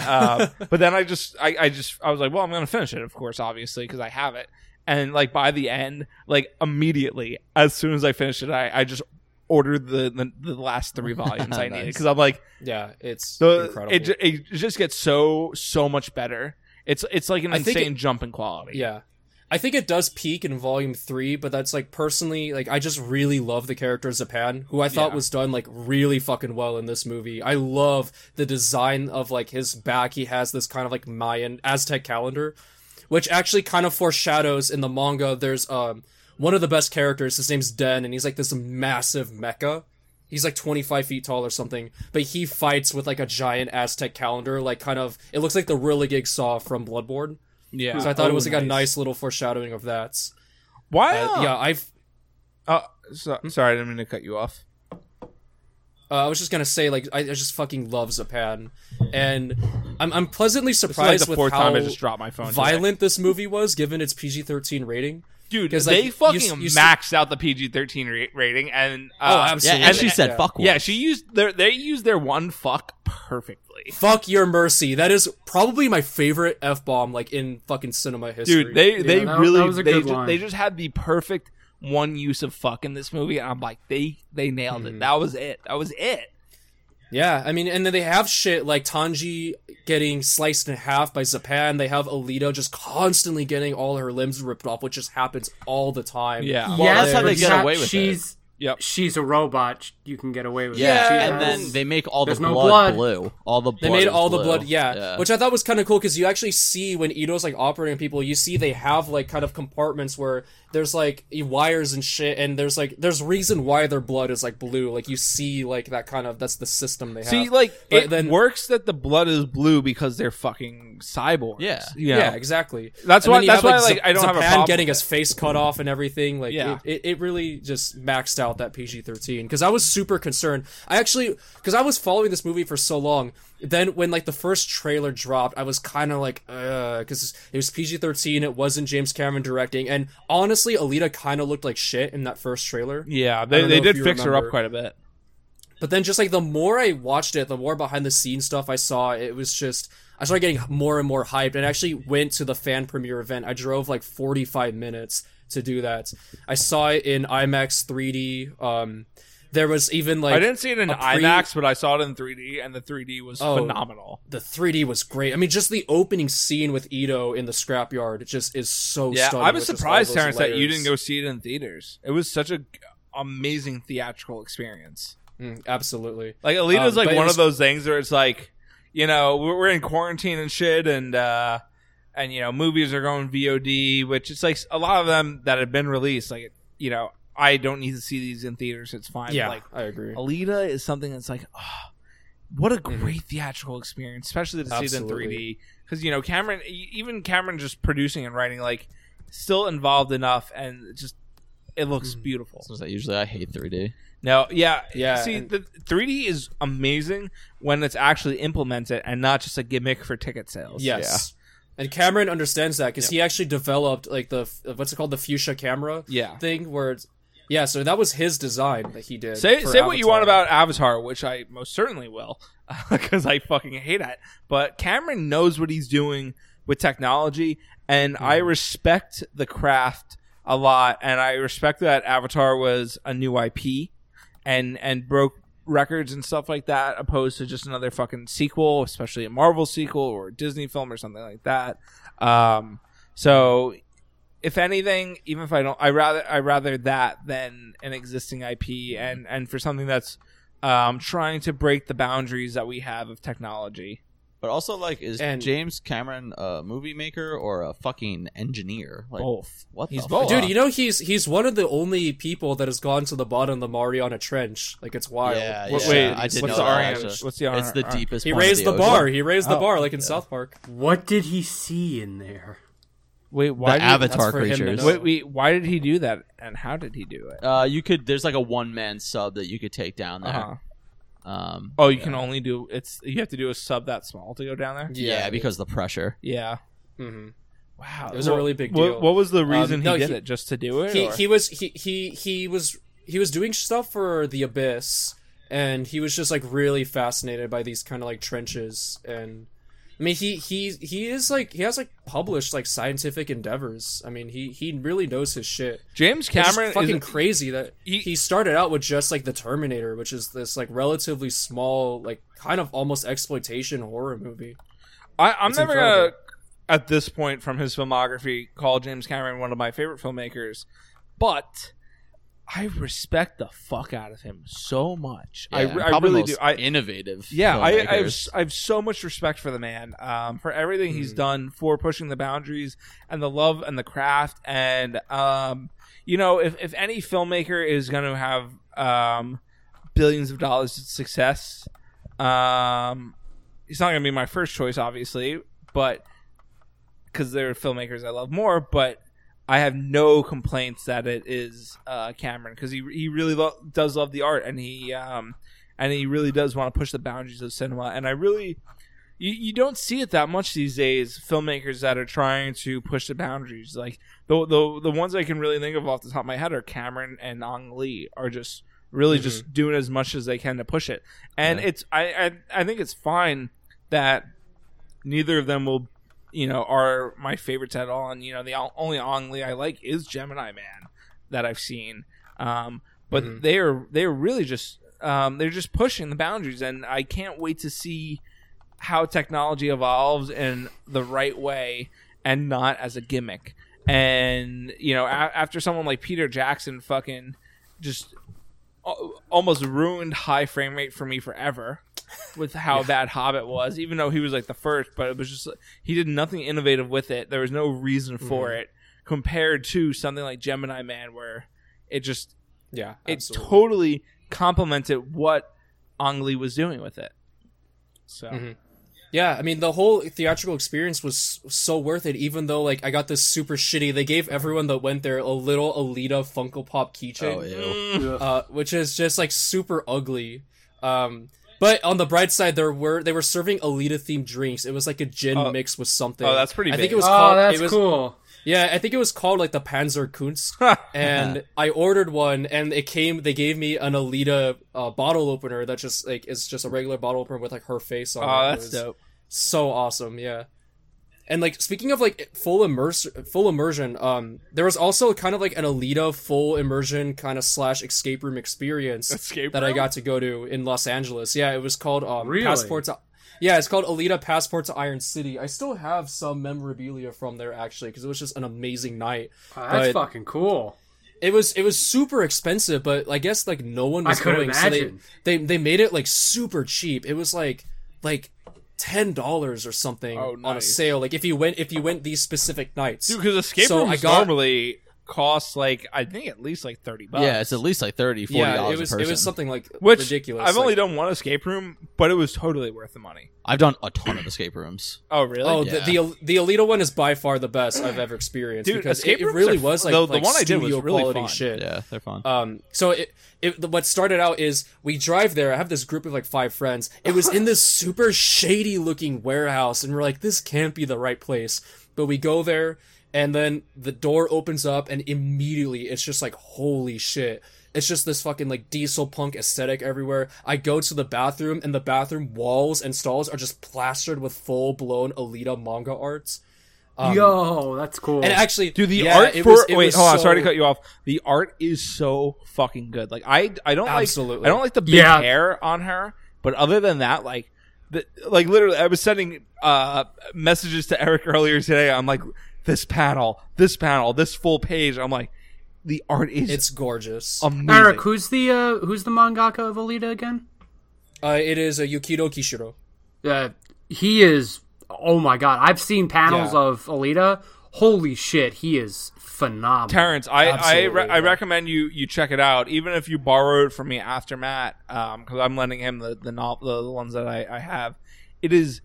Speaker 2: [LAUGHS]
Speaker 1: [LAUGHS]
Speaker 2: But um, but then I just I, I just I was like, well, I'm gonna finish it, of course, obviously, because I have it. And like by the end, like immediately, as soon as I finished it, I, I just ordered the, the the last three volumes
Speaker 1: [LAUGHS]
Speaker 2: I needed
Speaker 3: Nice.
Speaker 2: because I'm like
Speaker 1: yeah, it's
Speaker 2: the
Speaker 1: incredible.
Speaker 2: it, ju- it just gets so so much better. It's it's like an
Speaker 1: I think
Speaker 2: insane jump in quality.
Speaker 1: Yeah. I think it does peak in volume three, but that's like personally, like I just really love the character Zapan, who I thought
Speaker 2: Yeah.
Speaker 1: was done like really fucking well in this movie. I love the design of like his back. He has this kind of like Mayan Aztec calendar, which actually kind of foreshadows in the manga. There's um one of the best characters. His name's Den, and he's like this massive mecha. He's like 25 feet tall or something, but he fights with like a giant Aztec calendar, like kind of. It looks like the Rilligig saw from Bloodborne.
Speaker 2: yeah.
Speaker 1: So I thought
Speaker 4: Oh,
Speaker 1: it was like a
Speaker 4: nice.
Speaker 1: nice little foreshadowing of that.
Speaker 2: Why? Uh,
Speaker 1: Uh, yeah, Hmm? I've.
Speaker 2: so, sorry, I didn't mean to cut you off.
Speaker 1: Uh, I was just gonna say, like, I, I just fucking love Zapan, and I'm I'm pleasantly
Speaker 2: It's like
Speaker 1: surprised
Speaker 2: the
Speaker 1: with
Speaker 2: fourth
Speaker 1: how
Speaker 2: time I just dropped my phone. today.
Speaker 1: violent this movie was, given its PG-13 rating.
Speaker 2: dude.
Speaker 1: 'Cause,
Speaker 2: they
Speaker 1: like, you-
Speaker 2: fucking
Speaker 1: you see-
Speaker 2: maxed out the PG-13 ra- rating, and
Speaker 1: Oh,
Speaker 2: uh,
Speaker 1: absolutely.
Speaker 3: Yeah, and she said
Speaker 1: Yeah.
Speaker 3: fuck
Speaker 2: Yeah,
Speaker 3: once.
Speaker 2: she used their they used their one fuck perfectly.
Speaker 1: Fuck your mercy. That is probably my favorite f bomb, like in fucking cinema history.
Speaker 2: Dude, they they
Speaker 4: that-
Speaker 2: really
Speaker 4: that was a
Speaker 2: they,
Speaker 4: good
Speaker 2: ju-
Speaker 4: line.
Speaker 2: they just had the perfect one use of fuck in this movie, and I'm like they they nailed it. That was it. That was it.
Speaker 1: Yeah, I mean, and then they have shit like Tanji getting sliced in half by Zapan. They have Alita just constantly getting all her limbs ripped off, which just happens all the time.
Speaker 2: Yeah.
Speaker 1: While
Speaker 3: Well, that's how
Speaker 1: they're-
Speaker 3: they get
Speaker 4: Except
Speaker 3: away with it.
Speaker 4: she's,
Speaker 2: Yep.
Speaker 4: She's a robot. sh- You can get away with
Speaker 3: Yeah,
Speaker 4: it. She
Speaker 3: and
Speaker 4: has-
Speaker 3: then they make all the
Speaker 4: There's no
Speaker 3: blood,
Speaker 4: blood.
Speaker 3: blue. All the blood
Speaker 1: They made
Speaker 3: is
Speaker 1: all the
Speaker 3: blue.
Speaker 1: blood, yeah, Which I thought was kind of cool because you actually see when Ito's like operating people, you see they have like kind of compartments where there's like e- wires and shit, and there's like there's reason why their blood is like blue. Like you see like that kind of that's the system they
Speaker 2: See,
Speaker 1: have.
Speaker 2: like
Speaker 1: But
Speaker 2: it
Speaker 1: then-
Speaker 2: works that the blood is blue because they're fucking cyborgs.
Speaker 3: Yeah.
Speaker 2: you know?
Speaker 1: yeah, exactly.
Speaker 2: That's
Speaker 1: And
Speaker 2: why-
Speaker 1: then you
Speaker 2: that's
Speaker 1: have,
Speaker 2: why, like,
Speaker 1: Zap-
Speaker 2: I don't have a
Speaker 1: Zapan
Speaker 2: problem
Speaker 1: getting
Speaker 2: with
Speaker 1: his face cut off and everything. Like,
Speaker 2: Yeah.
Speaker 1: it, it, it really just maxed out that PG thirteen because I was super concerned. I actually because I was following this movie for so long. Then when like the first trailer dropped, I was kind of like, because it was PG thirteen. It wasn't James Cameron directing, and honestly, Alita kind of looked like shit in that first trailer.
Speaker 2: yeah. They
Speaker 1: don't
Speaker 2: they
Speaker 1: know
Speaker 2: did
Speaker 1: if you
Speaker 2: fix her
Speaker 1: remember.
Speaker 2: up quite a bit.
Speaker 1: But then just like the more I watched it, the more behind the scenes stuff I saw, it was just I started getting more and more hyped and I actually went to the fan premiere event. I drove like 45 minutes to do that. I saw it in IMAX 3D. Um there was even like
Speaker 2: I didn't see it in
Speaker 1: a pre-
Speaker 2: IMAX, but I saw it in 3D, and the 3D was
Speaker 1: Oh.
Speaker 2: phenomenal.
Speaker 1: the 3D was great. I mean, just the opening scene with Ito in the scrapyard it just is so
Speaker 2: Yeah,
Speaker 1: stunning.
Speaker 2: I was
Speaker 1: with just
Speaker 2: surprised,
Speaker 1: all those
Speaker 2: Terrence, that you
Speaker 1: layers.
Speaker 2: didn't go see it in theaters. It was such a g- amazing theatrical experience.
Speaker 1: Mm, absolutely.
Speaker 2: Like Alita's
Speaker 1: Um,
Speaker 2: like
Speaker 1: but it
Speaker 2: one
Speaker 1: was-
Speaker 2: of those things where it's like, you know, we're, we're in quarantine and shit, and uh, and you know, movies are going VOD, which it's like a lot of them that have been released. Like, you know, I don't need to see these in theaters. It's fine.
Speaker 1: yeah,
Speaker 2: Like
Speaker 1: I agree.
Speaker 2: Alita is something that's like, oh, what a great theatrical experience, especially to see it in
Speaker 1: Mm-hmm. Absolutely.
Speaker 2: 3D. Because you know, Cameron, e- even Cameron, just producing and writing, like, still involved enough, and it just it looks
Speaker 1: Mm.
Speaker 2: beautiful.
Speaker 3: Is that usually I hate 3D.
Speaker 2: No, yeah,
Speaker 1: Yeah,
Speaker 2: See,
Speaker 1: and-
Speaker 2: the 3D is amazing when it's actually implemented and not just a gimmick for ticket sales.
Speaker 1: Yes. And Cameron understands that because he actually developed like the f- what's it called the fuchsia camera
Speaker 2: Yeah.
Speaker 1: thing where it's yeah so that was his design that he did.
Speaker 2: Say,
Speaker 1: for
Speaker 2: say what you
Speaker 1: Avatar.
Speaker 2: want about Avatar, which I most certainly will, [LAUGHS] because I fucking hate it. But Cameron knows what he's doing with technology, and I
Speaker 1: Mm-hmm.
Speaker 2: respect the craft a lot. And I respect that Avatar was a new IP, and and broke records and stuff like that, opposed to just another fucking sequel, especially a Marvel sequel or a Disney film or something like that. Um, so if anything, even if I don't, I rather I rather that than an existing IP and and for something that's um, trying to break the boundaries that we have of technology.
Speaker 3: But also, like, is
Speaker 1: And-
Speaker 3: James Cameron a movie maker or a fucking engineer? Like,
Speaker 2: Both.
Speaker 3: What
Speaker 2: He's
Speaker 3: the
Speaker 2: both.
Speaker 3: fuck?
Speaker 1: Dude, you know he's he's one of the only people that has gone to the bottom of the Mariana Trench. Like it's wild.
Speaker 3: Yeah,
Speaker 2: What-
Speaker 3: yeah,
Speaker 2: wait,
Speaker 3: I did
Speaker 2: what's
Speaker 3: know
Speaker 2: the
Speaker 3: that,
Speaker 2: orange?
Speaker 3: actually.
Speaker 2: What's the uh, orange?
Speaker 3: It's the deepest.
Speaker 1: He
Speaker 3: part of
Speaker 1: raised the,
Speaker 3: the ocean.
Speaker 1: bar. He raised the
Speaker 2: Oh,
Speaker 1: bar like in South Park.
Speaker 4: What did he see in there?
Speaker 2: Wait, why
Speaker 3: the
Speaker 2: did,
Speaker 3: avatar
Speaker 1: that's for him to
Speaker 3: creatures.
Speaker 1: know.
Speaker 2: Wait, wait, why did he do that, and how did he do it?
Speaker 3: Uh, you could. There's like a one man sub that you could take down there.
Speaker 2: Uh-huh.
Speaker 3: Um,
Speaker 2: Oh, you can only do it's. You have to do a sub that small to go down there.
Speaker 3: yeah, because the pressure.
Speaker 2: Yeah.
Speaker 1: Mhm.
Speaker 2: Wow.
Speaker 1: It was a really big
Speaker 2: What,
Speaker 1: deal. Um,
Speaker 2: what was the reason
Speaker 1: no,
Speaker 2: he did
Speaker 1: he-
Speaker 2: it? Just to do it?
Speaker 1: he
Speaker 2: or-
Speaker 1: he was he he he was he was doing stuff for the abyss and he was just like really fascinated by these kind of like trenches and i mean he he he is like he has like published like scientific endeavors i mean he he really knows his shit
Speaker 2: James
Speaker 1: It's just
Speaker 2: Cameron. is-
Speaker 1: fucking crazy that
Speaker 2: he-
Speaker 1: he, started out with just like the terminator which is this like relatively small like kind of almost exploitation horror movie
Speaker 2: I, I'm
Speaker 1: It's
Speaker 2: never gonna,
Speaker 1: incredible.
Speaker 2: at this point from his filmography, call James Cameron one of my favorite filmmakers, but I respect the fuck out of him so much. I,
Speaker 3: Yeah,
Speaker 2: re- I
Speaker 3: probably
Speaker 2: really
Speaker 3: most
Speaker 2: do. I,
Speaker 3: innovative.
Speaker 2: yeah, I, I, have,
Speaker 3: filmmakers.
Speaker 2: I have so much respect for the man um, for everything he's
Speaker 1: Mhm.
Speaker 2: done, for pushing the boundaries and the love and the craft. And, um, you know, if, if any filmmaker is going to have um, billions of dollars of success, um, he's not going to be my first choice, obviously, but because there are filmmakers I love more, but I have no complaints that it is uh, Cameron because he he really lo- does love the art and he um and he really does want to push the boundaries of cinema and I really you, you don't see it that much these days filmmakers that are trying to push the boundaries like the the the ones I can really think of off the top of my head are Cameron and Ang Lee are just really just doing as much as they can to push it and
Speaker 3: Yeah.
Speaker 2: it's I, I I think it's fine that neither of them will you know are my favorites at all and you know the o- only Ong Lee I like is Gemini Man that I've seen um but
Speaker 1: Mhm.
Speaker 2: they are they're really just um they're just pushing the boundaries and I can't wait to see how technology evolves in the right way and not as a gimmick and you know a- after someone like Peter Jackson fucking just al- almost ruined high frame rate for me forever with how bad Hobbit was, even though he was like the first, but it was just he did nothing innovative with it. There was no reason for it compared to something like Gemini Man, where it just
Speaker 1: yeah
Speaker 2: it
Speaker 1: absolutely.
Speaker 2: totally complemented what Ang Lee was doing with it. So
Speaker 1: Mhm. Yeah, I mean the whole theatrical experience was s- so worth it. Even though like I got this super shitty, they gave everyone that went there a little Alita Funko Pop
Speaker 3: Oh,
Speaker 1: keychain,
Speaker 3: ew.
Speaker 1: uh, which is just like super ugly. Um, but on the bright side, there were they were serving Alita themed drinks. It was like a gin
Speaker 2: Oh.
Speaker 1: mix with something.
Speaker 2: Oh, that's pretty
Speaker 1: I
Speaker 2: big.
Speaker 1: think it was
Speaker 4: oh,
Speaker 1: called.
Speaker 4: that's
Speaker 1: it was,
Speaker 4: cool.
Speaker 1: Yeah, I think it was called like the Panzer
Speaker 2: [LAUGHS]
Speaker 1: Kunst. and I ordered one, and it came. They gave me an Alita uh, bottle opener that just like is just a regular bottle opener with like her face on it.
Speaker 2: oh,
Speaker 1: It
Speaker 2: that's
Speaker 1: was-
Speaker 2: dope.
Speaker 1: so awesome yeah and like speaking of like full immerse full immersion um there was also kind of like an alita full immersion kind of slash escape room experience
Speaker 2: Escape
Speaker 1: that i
Speaker 2: room?
Speaker 1: got to go to in los angeles yeah it was called um
Speaker 4: Really?
Speaker 1: passport to yeah it's called alita passport to iron city i still have some memorabilia from there actually because it was just an amazing night
Speaker 4: Oh, that's
Speaker 1: But-
Speaker 4: fucking cool.
Speaker 1: it was it was super expensive, but I guess like no one was
Speaker 4: I could
Speaker 1: going,
Speaker 4: imagine.
Speaker 1: so they, they they made it like super cheap. It was like like ten dollars or something
Speaker 2: Oh,
Speaker 1: on a
Speaker 2: nice.
Speaker 1: sale. Like if you went if you went these specific nights,
Speaker 2: Dude, because escape
Speaker 1: So I
Speaker 2: rooms
Speaker 1: got-
Speaker 2: normally cost like I think at least like thirty bucks.
Speaker 3: Yeah, it's at least like 30 40
Speaker 1: yeah,
Speaker 3: dollars
Speaker 1: it was
Speaker 3: a
Speaker 1: it
Speaker 3: person.
Speaker 1: was something like
Speaker 2: which
Speaker 1: ridiculous.
Speaker 2: I've
Speaker 1: like-
Speaker 2: only done one escape room, but it was totally worth the money.
Speaker 3: I've done a ton of escape rooms.
Speaker 2: Oh, really?
Speaker 1: Oh,
Speaker 3: Yeah.
Speaker 1: the, the the Alita one is by far the best I've ever experienced
Speaker 2: Dude,
Speaker 1: because
Speaker 2: escape
Speaker 1: it, it
Speaker 2: rooms
Speaker 1: really
Speaker 2: are-
Speaker 1: was like
Speaker 2: the- the
Speaker 1: like
Speaker 2: one I did was
Speaker 1: studio
Speaker 2: really
Speaker 1: quality
Speaker 2: fun.
Speaker 1: shit.
Speaker 3: Yeah, they're fun.
Speaker 2: Uh,
Speaker 1: Um, so it, it the- what started out is we drive there. I have this group of like five friends. It was in this super shady looking warehouse, and we're like, this can't be the right place. But we go there, and then the door opens up, and immediately it's just like, holy shit. It's just this fucking like diesel punk aesthetic everywhere. I go to the bathroom, and the bathroom walls and stalls are just plastered with full blown Alita manga arts. Um,
Speaker 4: Yo, that's cool.
Speaker 1: And actually,
Speaker 2: Dude, the
Speaker 1: yeah,
Speaker 2: art
Speaker 1: it
Speaker 2: for
Speaker 1: was- it
Speaker 2: wait,
Speaker 1: was
Speaker 2: hold on,
Speaker 1: so-
Speaker 2: sorry to cut you off. The art is so fucking good. Like I, I don't like,
Speaker 1: Absolutely.
Speaker 2: I don't like the big
Speaker 4: Yeah.
Speaker 2: hair on her. But other than that, like, the, like literally, I was sending uh messages to Eric earlier today. I'm like, this panel, this panel, this full page. I'm like, the art is
Speaker 1: It's gorgeous.
Speaker 2: amazing.
Speaker 4: Eric, who's the uh, who's the mangaka of Alita again?
Speaker 1: uh, it is a Yukito Kishiro.
Speaker 4: Uh, he is. Oh my god, I've seen panels
Speaker 1: Yeah.
Speaker 4: of Alita. Holy shit, he is phenomenal.
Speaker 2: Terrence, I I,
Speaker 1: Absolutely,
Speaker 2: re- I
Speaker 1: yeah.
Speaker 2: recommend you you check it out, even if you borrow it from me after Matt, because I'm lending him the the, no- the the ones that I, I have. It is,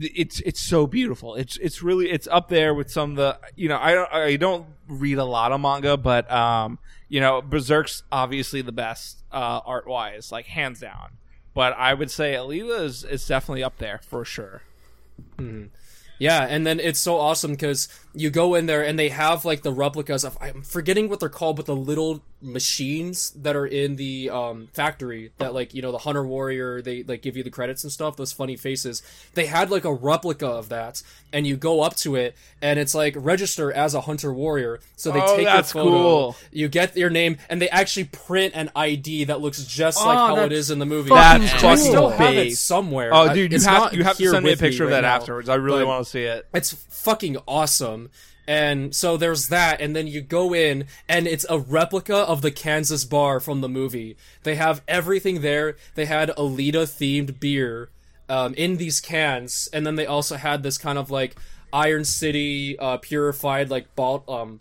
Speaker 2: it's it's so beautiful. It's it's really it's up there with some of the you know I don't I don't read a lot of manga, but um you know Berserk's obviously the best uh, art wise, like hands down. But I would say Alita is is definitely up there for sure.
Speaker 1: Yeah, and then it's so awesome because you go in there and they have like the replicas of I'm forgetting what they're called, but the little machines that are in the um, factory that like you know the hunter warrior they like give you the credits and stuff. Those funny faces. They had like a replica of that, and you go up to it and it's like register as a hunter warrior. So they
Speaker 2: Oh,
Speaker 1: take
Speaker 2: that's
Speaker 1: your photo,
Speaker 2: cool.
Speaker 1: you get your name, and they actually print an ID that looks just like
Speaker 4: Oh,
Speaker 1: how it
Speaker 4: that's
Speaker 1: is in the movie.
Speaker 4: fucking
Speaker 2: That's
Speaker 1: I
Speaker 2: cool.
Speaker 1: still have it
Speaker 2: Base.
Speaker 1: somewhere.
Speaker 2: Oh,
Speaker 1: I-
Speaker 2: dude, you
Speaker 1: it's
Speaker 2: have
Speaker 1: not
Speaker 2: you have to
Speaker 1: here
Speaker 2: send me a
Speaker 1: with me
Speaker 2: picture of
Speaker 1: right
Speaker 2: that
Speaker 1: now,
Speaker 2: afterwards. I really
Speaker 1: but-
Speaker 2: want to see it.
Speaker 1: it's fucking awesome. And so there's that, and then you go in, and it's a replica of the Kansas bar from the movie. They have everything there. They had Alita themed beer um, in these cans, and then they also had this kind of like Iron City uh, purified like ball, um,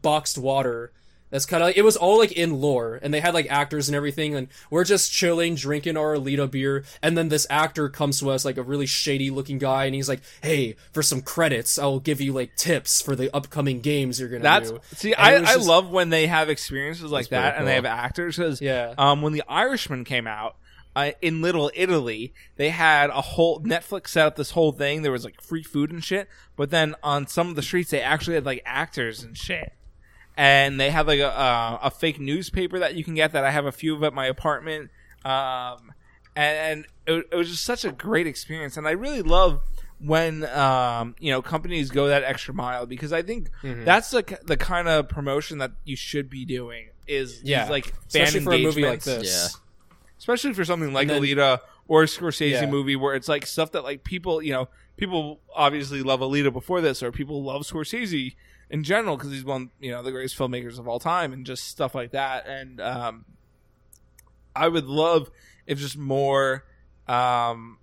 Speaker 1: boxed water. That's kind of like, it was all like in lore, and they had like actors and everything, and we're just chilling, drinking our Alita beer, and then this actor comes to us like a really shady looking guy, and he's like, "Hey, for some credits, I'll give you like tips for the upcoming games you're gonna
Speaker 2: That's
Speaker 1: do."
Speaker 2: see,
Speaker 1: And
Speaker 2: I,
Speaker 1: it was
Speaker 2: I
Speaker 1: just-
Speaker 2: love when they have experiences like
Speaker 3: pretty
Speaker 2: that, and they have
Speaker 3: cool.
Speaker 2: actors. Because
Speaker 1: Yeah.
Speaker 2: um, when The Irishman came out uh, in Little Italy, they had a whole Netflix set up this whole thing. There was like free food and shit, but then on some of the streets they actually had like actors and shit. And they had like a, uh, a fake newspaper that you can get that I have a few of at my apartment. Um, and it, wa- it was just such a great experience and i really love when um, you know companies go that extra mile because i think
Speaker 1: Mm-hmm.
Speaker 2: that's the, k- the kind of promotion that you should be doing is yeah
Speaker 1: yeah,
Speaker 2: like fan
Speaker 1: especially for a movie like
Speaker 2: engagements.
Speaker 1: this.
Speaker 2: especially for something like
Speaker 1: And then-
Speaker 2: alita or a scorsese
Speaker 1: Yeah.
Speaker 2: movie where it's like stuff that like people you know people obviously love alita before this or people love scorsese in general because he's one you know the greatest filmmakers of all time and just stuff like that and um, I would love if just more, um,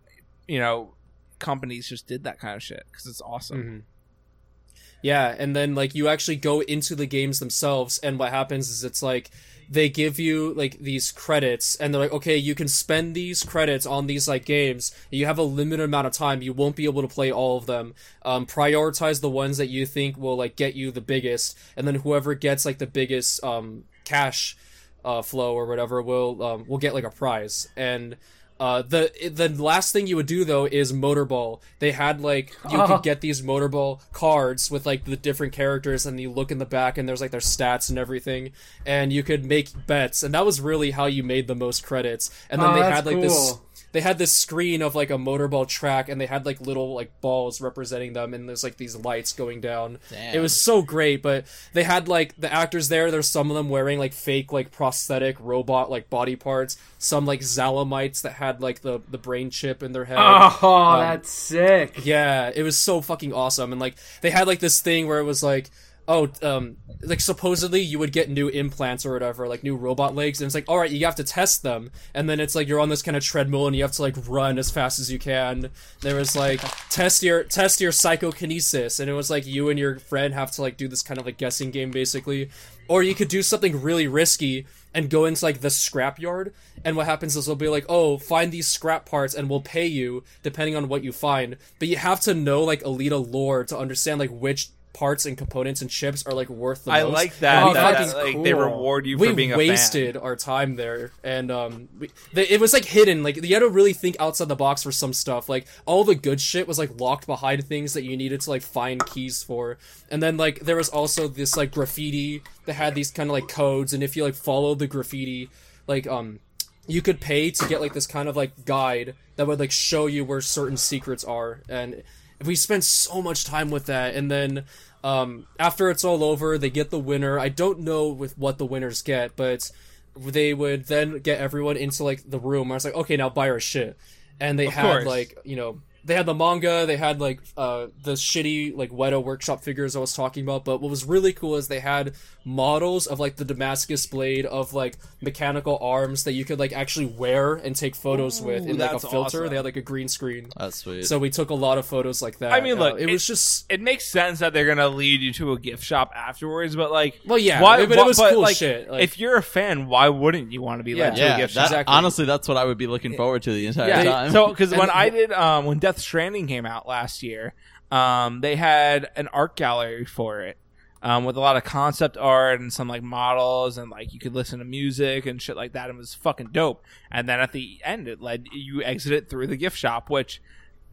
Speaker 2: you know, companies just did that kind of shit because it's awesome.
Speaker 1: Mhm. Yeah, and then like you actually go into the games themselves, and what happens is it's like they give you like these credits, and they're like, okay, you can spend these credits on these like games. You have a limited amount of time; you won't be able to play all of them. Um, prioritize the ones that you think will like get you the biggest, and then whoever gets like the biggest um, cash uh, flow or whatever will um, will get like a prize and. Uh, the the last thing you would do though is motorball. They had like you
Speaker 4: [LAUGHS]
Speaker 1: could get these motorball cards with like the different characters, and you look in the back and there's like their stats and everything, and you could make bets, and that was really how you made the most credits. And then
Speaker 4: Oh,
Speaker 1: they
Speaker 4: that's
Speaker 1: had like this
Speaker 4: cool.
Speaker 1: they had this screen of like a motorball track, and they had like little like balls representing them, and there's like these lights going down.
Speaker 3: Damn.
Speaker 1: It was so great, but they had like the actors there. There's some of them wearing like fake like prosthetic robot like body parts. Some like Zalamites that had like the the brain chip in their head.
Speaker 4: Oh,
Speaker 2: Um,
Speaker 4: that's sick.
Speaker 1: Yeah, it was so fucking awesome. And like they had like this thing where it was like, oh, um, like supposedly you would get new implants or whatever, like new robot legs, and it's like, all right, you have to test them, and then it's like you're on this kind of treadmill and you have to like run as fast as you can. There was like test your test your psychokinesis, and it was like you and your friend have to like do this kind of like guessing game basically, or you could do something really risky and go into like the scrapyard. And what happens is they'll be like, "Oh, find these scrap parts, and we'll pay you depending on what you find." But you have to know like Alita lore to understand like which parts and components and chips are like worth the
Speaker 2: I
Speaker 1: most.
Speaker 2: like that.
Speaker 1: And we
Speaker 2: that,
Speaker 1: fucking-
Speaker 2: that, like, They
Speaker 4: cool.
Speaker 2: reward you
Speaker 1: we
Speaker 2: for being a
Speaker 1: wasted our time there, and um, we, the, it was like hidden. Like you had to really think outside the box for some stuff. Like all the good shit was like locked behind things that you needed to like find keys for. And then like there was also this like graffiti that had these kind of like codes, and if you like follow the graffiti, like um, you could pay to get like this kind of like guide that would like show you where certain secrets are and we spent so much time with that and then um after it's all over they get the winner i don't know with what the winners get but they would then get everyone into like the room i was like okay now buy our shit and they had
Speaker 2: course.
Speaker 1: like you know they had the manga, they had like uh the shitty like Weta workshop figures I was talking about, but what was really cool is they had models of like the Damascus blade of like mechanical arms that you could like actually wear and take photos with in like a
Speaker 2: that's
Speaker 1: filter.
Speaker 2: awesome.
Speaker 1: They had like a green screen.
Speaker 3: That's sweet.
Speaker 1: So we took a lot of photos like that.
Speaker 2: I mean,
Speaker 1: Uh,
Speaker 2: look,
Speaker 1: it,
Speaker 2: it-
Speaker 1: was just
Speaker 2: It makes sense that they're gonna lead you to a gift shop afterwards, but like,
Speaker 1: Well, yeah,
Speaker 2: why,
Speaker 1: but it
Speaker 2: why-
Speaker 1: was cool
Speaker 2: like,
Speaker 1: shit, like-
Speaker 2: if you're a fan, why wouldn't you want to be led to a
Speaker 3: yeah,
Speaker 2: gift
Speaker 3: that,
Speaker 2: shop?
Speaker 1: exactly.
Speaker 3: honestly, that's what I would be looking forward to the entire time.
Speaker 2: So because when
Speaker 1: And-
Speaker 2: I did um, when Death Stranding came out last year, um, they had an art gallery for it. Um, with a lot of concept art and some like models and like you could listen to music and shit like that and it was fucking dope. And then at the end it led you exited through the gift shop, which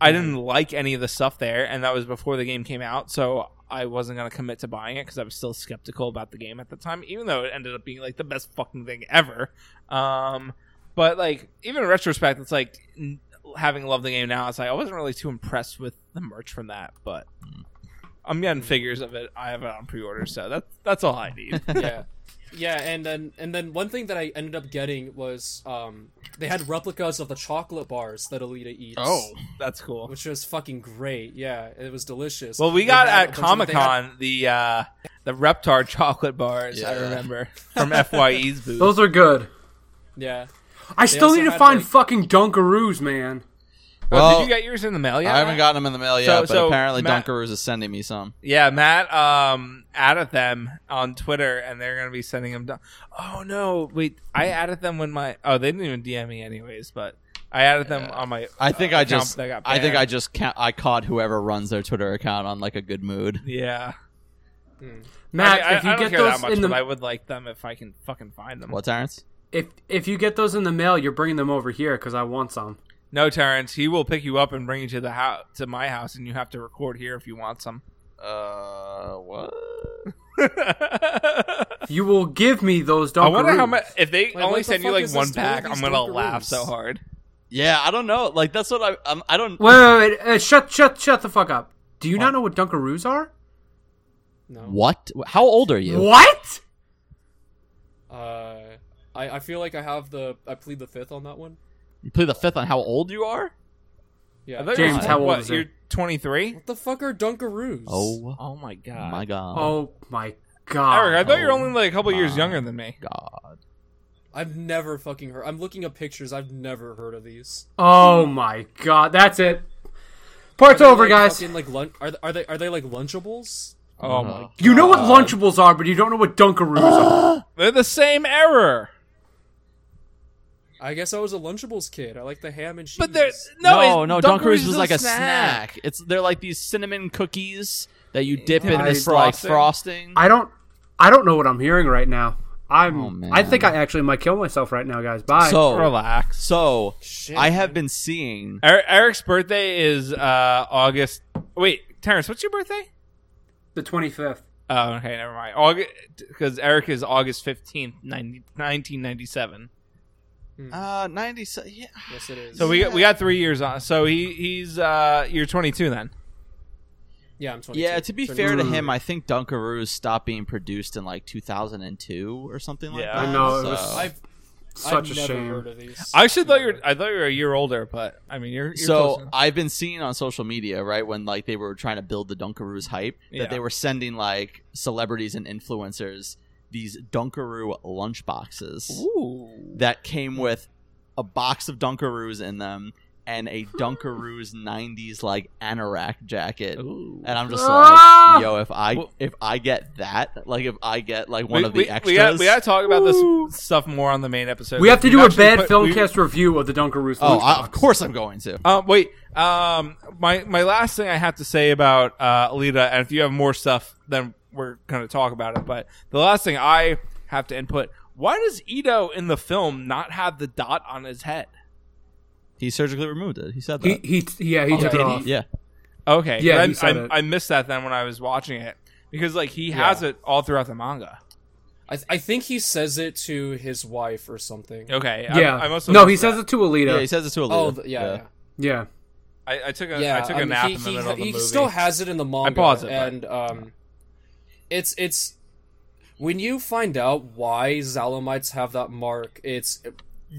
Speaker 2: I didn't like any of the stuff there and that was before the game came out, so I wasn't gonna commit to buying it because I was still skeptical about the game at the time, even though it ended up being like the best fucking thing ever. Um, but like even in retrospect, it's like n- having loved the game now, it's like I wasn't really too impressed with the merch from that, but I'm getting figures of it. I have it on pre-order, so that's that's all I need.
Speaker 1: yeah. [LAUGHS] Yeah, and then and then one thing that I ended up getting was um they had replicas of the chocolate bars that Alita eats.
Speaker 2: that's cool.
Speaker 1: which was fucking great. Yeah, it was delicious.
Speaker 2: Well, we
Speaker 1: They
Speaker 2: got
Speaker 1: had a
Speaker 2: at
Speaker 1: bunch of-
Speaker 2: Comic
Speaker 1: they had-
Speaker 2: Con the uh, the Reptar chocolate bars. I
Speaker 3: Yeah.
Speaker 2: remember from Fye's booth.
Speaker 4: Those are good.
Speaker 1: Yeah,
Speaker 4: I still
Speaker 1: also
Speaker 4: need to
Speaker 1: had,
Speaker 4: find
Speaker 1: like-
Speaker 4: fucking Dunkaroos, man.
Speaker 2: well,
Speaker 3: Well,
Speaker 2: did you get yours in the mail yet?
Speaker 3: I haven't
Speaker 2: Matt?
Speaker 3: gotten them in the mail yet, but
Speaker 2: so,
Speaker 3: apparently
Speaker 2: Matt-
Speaker 3: Dunkaroos is sending me some.
Speaker 2: Yeah, Matt um added them on Twitter, and they're gonna be sending them. Down. Oh no, wait! I added them when my oh they didn't even DM me anyways, but I added them on my.
Speaker 3: I think
Speaker 2: uh,
Speaker 3: I
Speaker 2: account
Speaker 3: just,
Speaker 2: that got
Speaker 3: I think
Speaker 2: banned.
Speaker 3: I just, ca- I caught whoever runs their Twitter account on like a good mood.
Speaker 2: yeah.
Speaker 4: Matt,
Speaker 2: I, mean, I-
Speaker 4: if you
Speaker 2: I don't
Speaker 4: get
Speaker 2: care that
Speaker 4: those
Speaker 2: much,
Speaker 4: in the
Speaker 2: but I would like them if I can fucking find them.
Speaker 3: What, Terrence?
Speaker 4: if if you get those in the mail, you're bringing them over here because I want some.
Speaker 2: No, Terrence, he will pick you up and bring you to the house to my house, and you have to record here if you want some. [LAUGHS]
Speaker 3: Uh, what?
Speaker 2: I
Speaker 4: You will give me those Dunkaroos.
Speaker 2: wonder how much if they
Speaker 1: Wait,
Speaker 2: only
Speaker 1: what the
Speaker 2: send you
Speaker 1: fuck
Speaker 2: like
Speaker 1: is
Speaker 2: one
Speaker 1: this story
Speaker 2: pack.
Speaker 1: of
Speaker 2: I'm
Speaker 1: these
Speaker 2: gonna laugh
Speaker 1: Dunkaroos?
Speaker 2: so hard.
Speaker 3: Yeah, I don't know. Like that's what I, um, I don't.
Speaker 4: Wait, wait, wait, uh, shut, shut, shut the fuck up. Do you not know what Dunkaroos are?
Speaker 1: no.
Speaker 3: What? How old are you?
Speaker 4: What?
Speaker 1: Uh, I I feel like I have the I plead the fifth on that one.
Speaker 3: You play the fifth on how old you are?
Speaker 1: Yeah.
Speaker 2: I thought you
Speaker 4: James,
Speaker 2: were-
Speaker 4: how old
Speaker 2: what,
Speaker 4: is he?
Speaker 2: You're 23.
Speaker 1: what the fuck are Dunkaroos?
Speaker 3: Oh
Speaker 2: Oh my god.
Speaker 3: my god!
Speaker 4: Oh my god!
Speaker 2: Eric, I thought you were
Speaker 3: Oh
Speaker 2: only like a couple years
Speaker 3: my
Speaker 2: younger than me.
Speaker 3: god!
Speaker 1: I've never fucking heard. I'm looking at pictures. I've never heard of these.
Speaker 4: Oh my god! That's it. Part's
Speaker 1: Are they,
Speaker 4: over,
Speaker 1: like,
Speaker 4: guys.
Speaker 1: Fucking, like lunch? Are, th- are they are they like lunchables?
Speaker 2: Oh my.
Speaker 4: You know what Lunchables are, but you don't know what Dunkaroos are.
Speaker 2: They're the same error.
Speaker 1: I guess I was a lunchables kid. I like the ham and cheese.
Speaker 2: But they're
Speaker 3: No,
Speaker 2: it-
Speaker 3: no, Dunkaroos
Speaker 2: is
Speaker 3: was like a snack. It's they're like these cinnamon cookies that you dip in
Speaker 4: I-
Speaker 3: this like
Speaker 2: Frosting.
Speaker 3: frosting.
Speaker 4: I don't. I don't know what I'm hearing right now. I'm.
Speaker 3: Oh, man.
Speaker 4: I think I actually might kill myself right now, guys. Bye.
Speaker 3: so
Speaker 2: Relax.
Speaker 3: so
Speaker 1: Shit,
Speaker 3: I have
Speaker 1: man.
Speaker 3: been seeing.
Speaker 2: Er- Eric's birthday is uh August. Wait, Terrence, what's your birthday?
Speaker 4: the 25th.
Speaker 2: Oh, okay, never mind. August because Eric is August fifteenth, nineteen ninety seven.
Speaker 3: Uh, ninety. se- Yeah.
Speaker 1: Yes, it is.
Speaker 2: So we got, we got three years on. So he he's uh you're twenty two then.
Speaker 1: yeah, I'm 22.
Speaker 3: Yeah. To be
Speaker 1: Sorry.
Speaker 3: fair to him, I think Dunkaroos stopped being produced in like 2002 or something like
Speaker 2: Yeah.
Speaker 3: that.
Speaker 2: I
Speaker 4: know, it
Speaker 3: so-
Speaker 4: was-
Speaker 1: I've
Speaker 4: Such
Speaker 1: I've
Speaker 4: a
Speaker 1: never
Speaker 4: shame.
Speaker 1: Heard of these.
Speaker 2: I actually thought you were I thought you were a year older, but I mean you're, you're close
Speaker 3: so
Speaker 2: enough.
Speaker 3: I've been seeing on social media, right, when like they were trying to build the Dunkaroos hype, that
Speaker 2: Yeah.
Speaker 3: they were sending like celebrities and influencers these Dunkaroo lunch boxes
Speaker 2: Ooh.
Speaker 3: that came with a box of Dunkaroos in them and
Speaker 2: [LAUGHS]
Speaker 3: a Dunkaroos '90s like anorak jacket.
Speaker 2: Ooh.
Speaker 3: And I'm just
Speaker 4: Ah!
Speaker 3: like, yo, if I
Speaker 2: Well-
Speaker 3: if I get that, like if I get like one
Speaker 2: we,
Speaker 3: of the
Speaker 2: we,
Speaker 3: extras,
Speaker 2: We gotta, we gotta talk about this stuff more on the main episode.
Speaker 4: We have to
Speaker 2: We've
Speaker 4: do a
Speaker 2: actually
Speaker 4: bad
Speaker 2: put- we-
Speaker 4: filmcast review of the Dunkaroos.
Speaker 3: oh,
Speaker 4: lunchbox.
Speaker 3: I, of course I'm going to.
Speaker 2: Uh, wait, um, my my last thing I have to say about uh, Alita, and if you have more stuff, then we're gonna talk about it. But the last thing I have to input: Why does Ito in the film not have the dot on his head?
Speaker 3: He surgically removed it. He said that.
Speaker 4: He, he, yeah, he took it
Speaker 2: did he?
Speaker 4: off.
Speaker 3: yeah.
Speaker 2: Okay,
Speaker 4: Yeah,
Speaker 2: then
Speaker 4: he said
Speaker 2: I,
Speaker 4: it.
Speaker 2: I missed that then when I was watching it because like he has
Speaker 1: Yeah.
Speaker 2: it all throughout the manga.
Speaker 1: I, I think he says it to his wife or something.
Speaker 2: Okay, I-
Speaker 4: Yeah.
Speaker 2: I, must have
Speaker 4: no, he
Speaker 2: missed
Speaker 4: says
Speaker 2: that.
Speaker 4: it to Alita.
Speaker 3: Yeah, he says it to a
Speaker 1: Oh, th- yeah,
Speaker 4: yeah.
Speaker 2: I, I took
Speaker 1: yeah.
Speaker 2: a I
Speaker 1: yeah.
Speaker 2: took a
Speaker 1: I mean,
Speaker 2: nap
Speaker 1: he,
Speaker 2: in the
Speaker 1: he,
Speaker 2: middle of the
Speaker 1: he
Speaker 2: movie.
Speaker 1: still has it in the manga.
Speaker 2: pause it, but-
Speaker 1: and um, it's it's when you find out why Zalamites have that mark, it's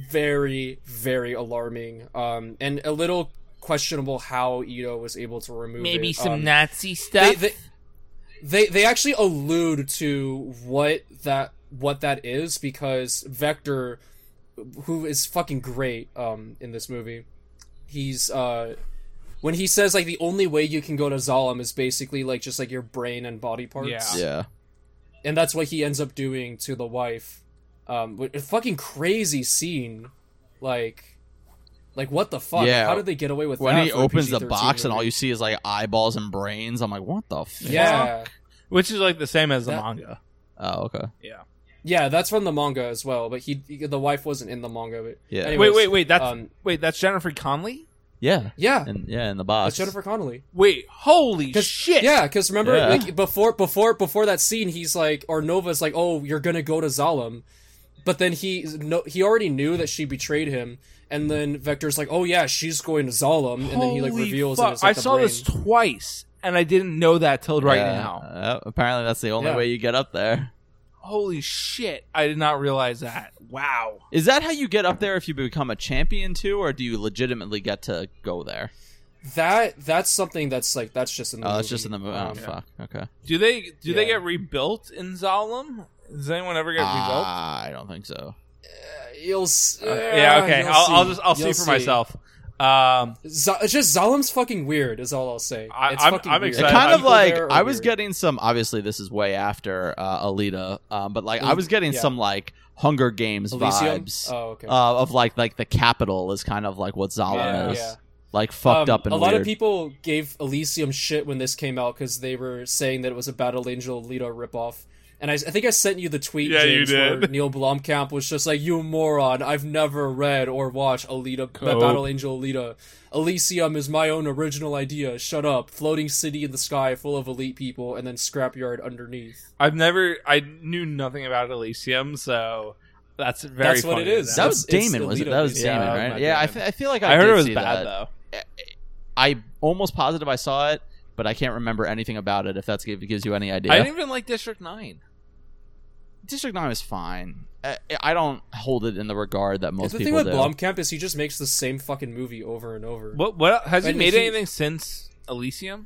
Speaker 1: very very alarming. Um, and a little questionable how Ito was able to remove
Speaker 2: Maybe
Speaker 1: it.
Speaker 2: some
Speaker 1: Um,
Speaker 2: Nazi
Speaker 1: they,
Speaker 2: stuff.
Speaker 1: they, they they actually allude to what that what that is because Vector, who is fucking great um in this movie, he's uh when he says like the only way you can go to Zalem is basically like just like your brain and body parts.
Speaker 2: Yeah.
Speaker 3: Yeah.
Speaker 1: And that's what he ends up doing to the wife. Um wh- a fucking crazy scene. Like like what the fuck?
Speaker 3: Yeah.
Speaker 1: How did they get away with
Speaker 3: When
Speaker 1: that?
Speaker 3: he
Speaker 1: for a
Speaker 3: opens the
Speaker 1: PG-13
Speaker 3: box and all
Speaker 1: movie?
Speaker 3: you see is like eyeballs and brains, I'm like, what the? Fuck?
Speaker 1: Yeah.
Speaker 2: Which is like the same as the
Speaker 1: That-
Speaker 2: manga.
Speaker 3: Oh, okay.
Speaker 2: Yeah.
Speaker 1: Yeah, that's from the manga as well, but he the wife wasn't in the manga. But
Speaker 3: Yeah.
Speaker 1: anyways,
Speaker 2: wait, wait, wait. That's
Speaker 1: um,
Speaker 2: wait. That's Jennifer Conley.
Speaker 3: Yeah.
Speaker 1: yeah,
Speaker 3: And yeah, in the box.
Speaker 1: that's Jennifer Connelly.
Speaker 2: Wait, holy
Speaker 1: 'Cause-
Speaker 2: shit!
Speaker 1: Yeah, because remember,
Speaker 3: Yeah.
Speaker 1: like before, before, before that scene, he's like, or Nova's like, "Oh, you're gonna go to Zalem," but then he no, he already knew that she betrayed him, and then Vector's like, "Oh yeah, she's going to Zalem," and then he like
Speaker 2: Holy
Speaker 1: reveals.
Speaker 2: fuck.
Speaker 1: And it's, like,
Speaker 2: I
Speaker 1: the
Speaker 2: saw this
Speaker 1: brain.
Speaker 2: twice, and I didn't know that till right
Speaker 3: Yeah.
Speaker 2: now.
Speaker 3: Uh, apparently, that's the only
Speaker 1: Yeah.
Speaker 3: way you get up there.
Speaker 2: Holy shit! I did not realize that. Wow.
Speaker 3: Is that how you get up there if you become a champion too, or do you legitimately get to go there?
Speaker 1: That that's something that's like that's just in the
Speaker 3: Oh,
Speaker 1: movie.
Speaker 3: it's just in the movie. Oh,
Speaker 1: Um,
Speaker 3: fuck. Okay.
Speaker 2: Do they do they
Speaker 1: Yeah.
Speaker 2: get rebuilt in Zalem? Does anyone ever get rebuilt?
Speaker 3: Ah, I don't think so.
Speaker 1: You'll s-
Speaker 2: Uh, yeah. Okay.
Speaker 1: you'll
Speaker 2: I'll, I'll
Speaker 1: see.
Speaker 2: just I'll see
Speaker 1: You'll
Speaker 2: for myself. Um.
Speaker 1: Z- it's just Zalom's fucking weird. Is all I'll say.
Speaker 2: I-
Speaker 1: It's
Speaker 2: I'm-
Speaker 1: fucking
Speaker 2: I'm
Speaker 1: weird.
Speaker 3: It
Speaker 2: excited.
Speaker 3: kind of
Speaker 1: People
Speaker 3: like
Speaker 1: there are
Speaker 3: I was
Speaker 1: weird.
Speaker 3: getting some. Obviously, this is way after uh, Alita, um, but like I
Speaker 1: Mm,
Speaker 3: was getting
Speaker 1: yeah.
Speaker 3: some like Hunger Games
Speaker 1: Elysium?
Speaker 3: vibes
Speaker 1: Oh, okay.
Speaker 3: uh, of like like the capital is kind of like what Zala
Speaker 2: Yeah,
Speaker 3: is,
Speaker 1: yeah.
Speaker 3: like fucked
Speaker 1: Um,
Speaker 3: up and
Speaker 1: a lot
Speaker 3: weird.
Speaker 1: of people gave Elysium shit when this came out because they were saying that it was a Battle Angel Alita ripoff. And I, I think I sent you the tweet,
Speaker 2: Yeah, you
Speaker 1: James, where
Speaker 2: did.
Speaker 1: Neil Blomkamp was just like, "You moron! I've never read or watched Alita,
Speaker 2: Cool.
Speaker 1: Battle Angel Alita. Elysium is my own original idea. Shut up! Floating city in the sky, full of elite people, and then scrapyard underneath.
Speaker 2: I've never. I knew nothing about Elysium, so that's very.
Speaker 1: That's what
Speaker 2: funny
Speaker 1: it is.
Speaker 2: to
Speaker 3: that
Speaker 2: know.
Speaker 1: That's-
Speaker 3: was
Speaker 1: it's
Speaker 3: Damon, was it?
Speaker 1: Alita.
Speaker 3: That was
Speaker 2: Yeah,
Speaker 3: Damon,
Speaker 2: that
Speaker 3: right?
Speaker 2: might
Speaker 3: Yeah,
Speaker 2: be
Speaker 3: I,
Speaker 2: it.
Speaker 3: fe- I feel like I,
Speaker 2: I, heard
Speaker 3: did
Speaker 2: it was
Speaker 3: see
Speaker 2: bad
Speaker 3: that.
Speaker 2: though.
Speaker 3: I almost positive I saw it, but I can't remember anything about it. If that's if it gives you any idea,
Speaker 2: I didn't even like District Nine.
Speaker 3: District Nine is fine. I, I don't hold it in the regard that most
Speaker 1: the thing
Speaker 3: people
Speaker 1: with
Speaker 3: do.
Speaker 1: Blomkamp is he just makes the same fucking movie over and over.
Speaker 2: What? What has
Speaker 1: And
Speaker 2: he made
Speaker 1: he-
Speaker 2: anything since Elysium?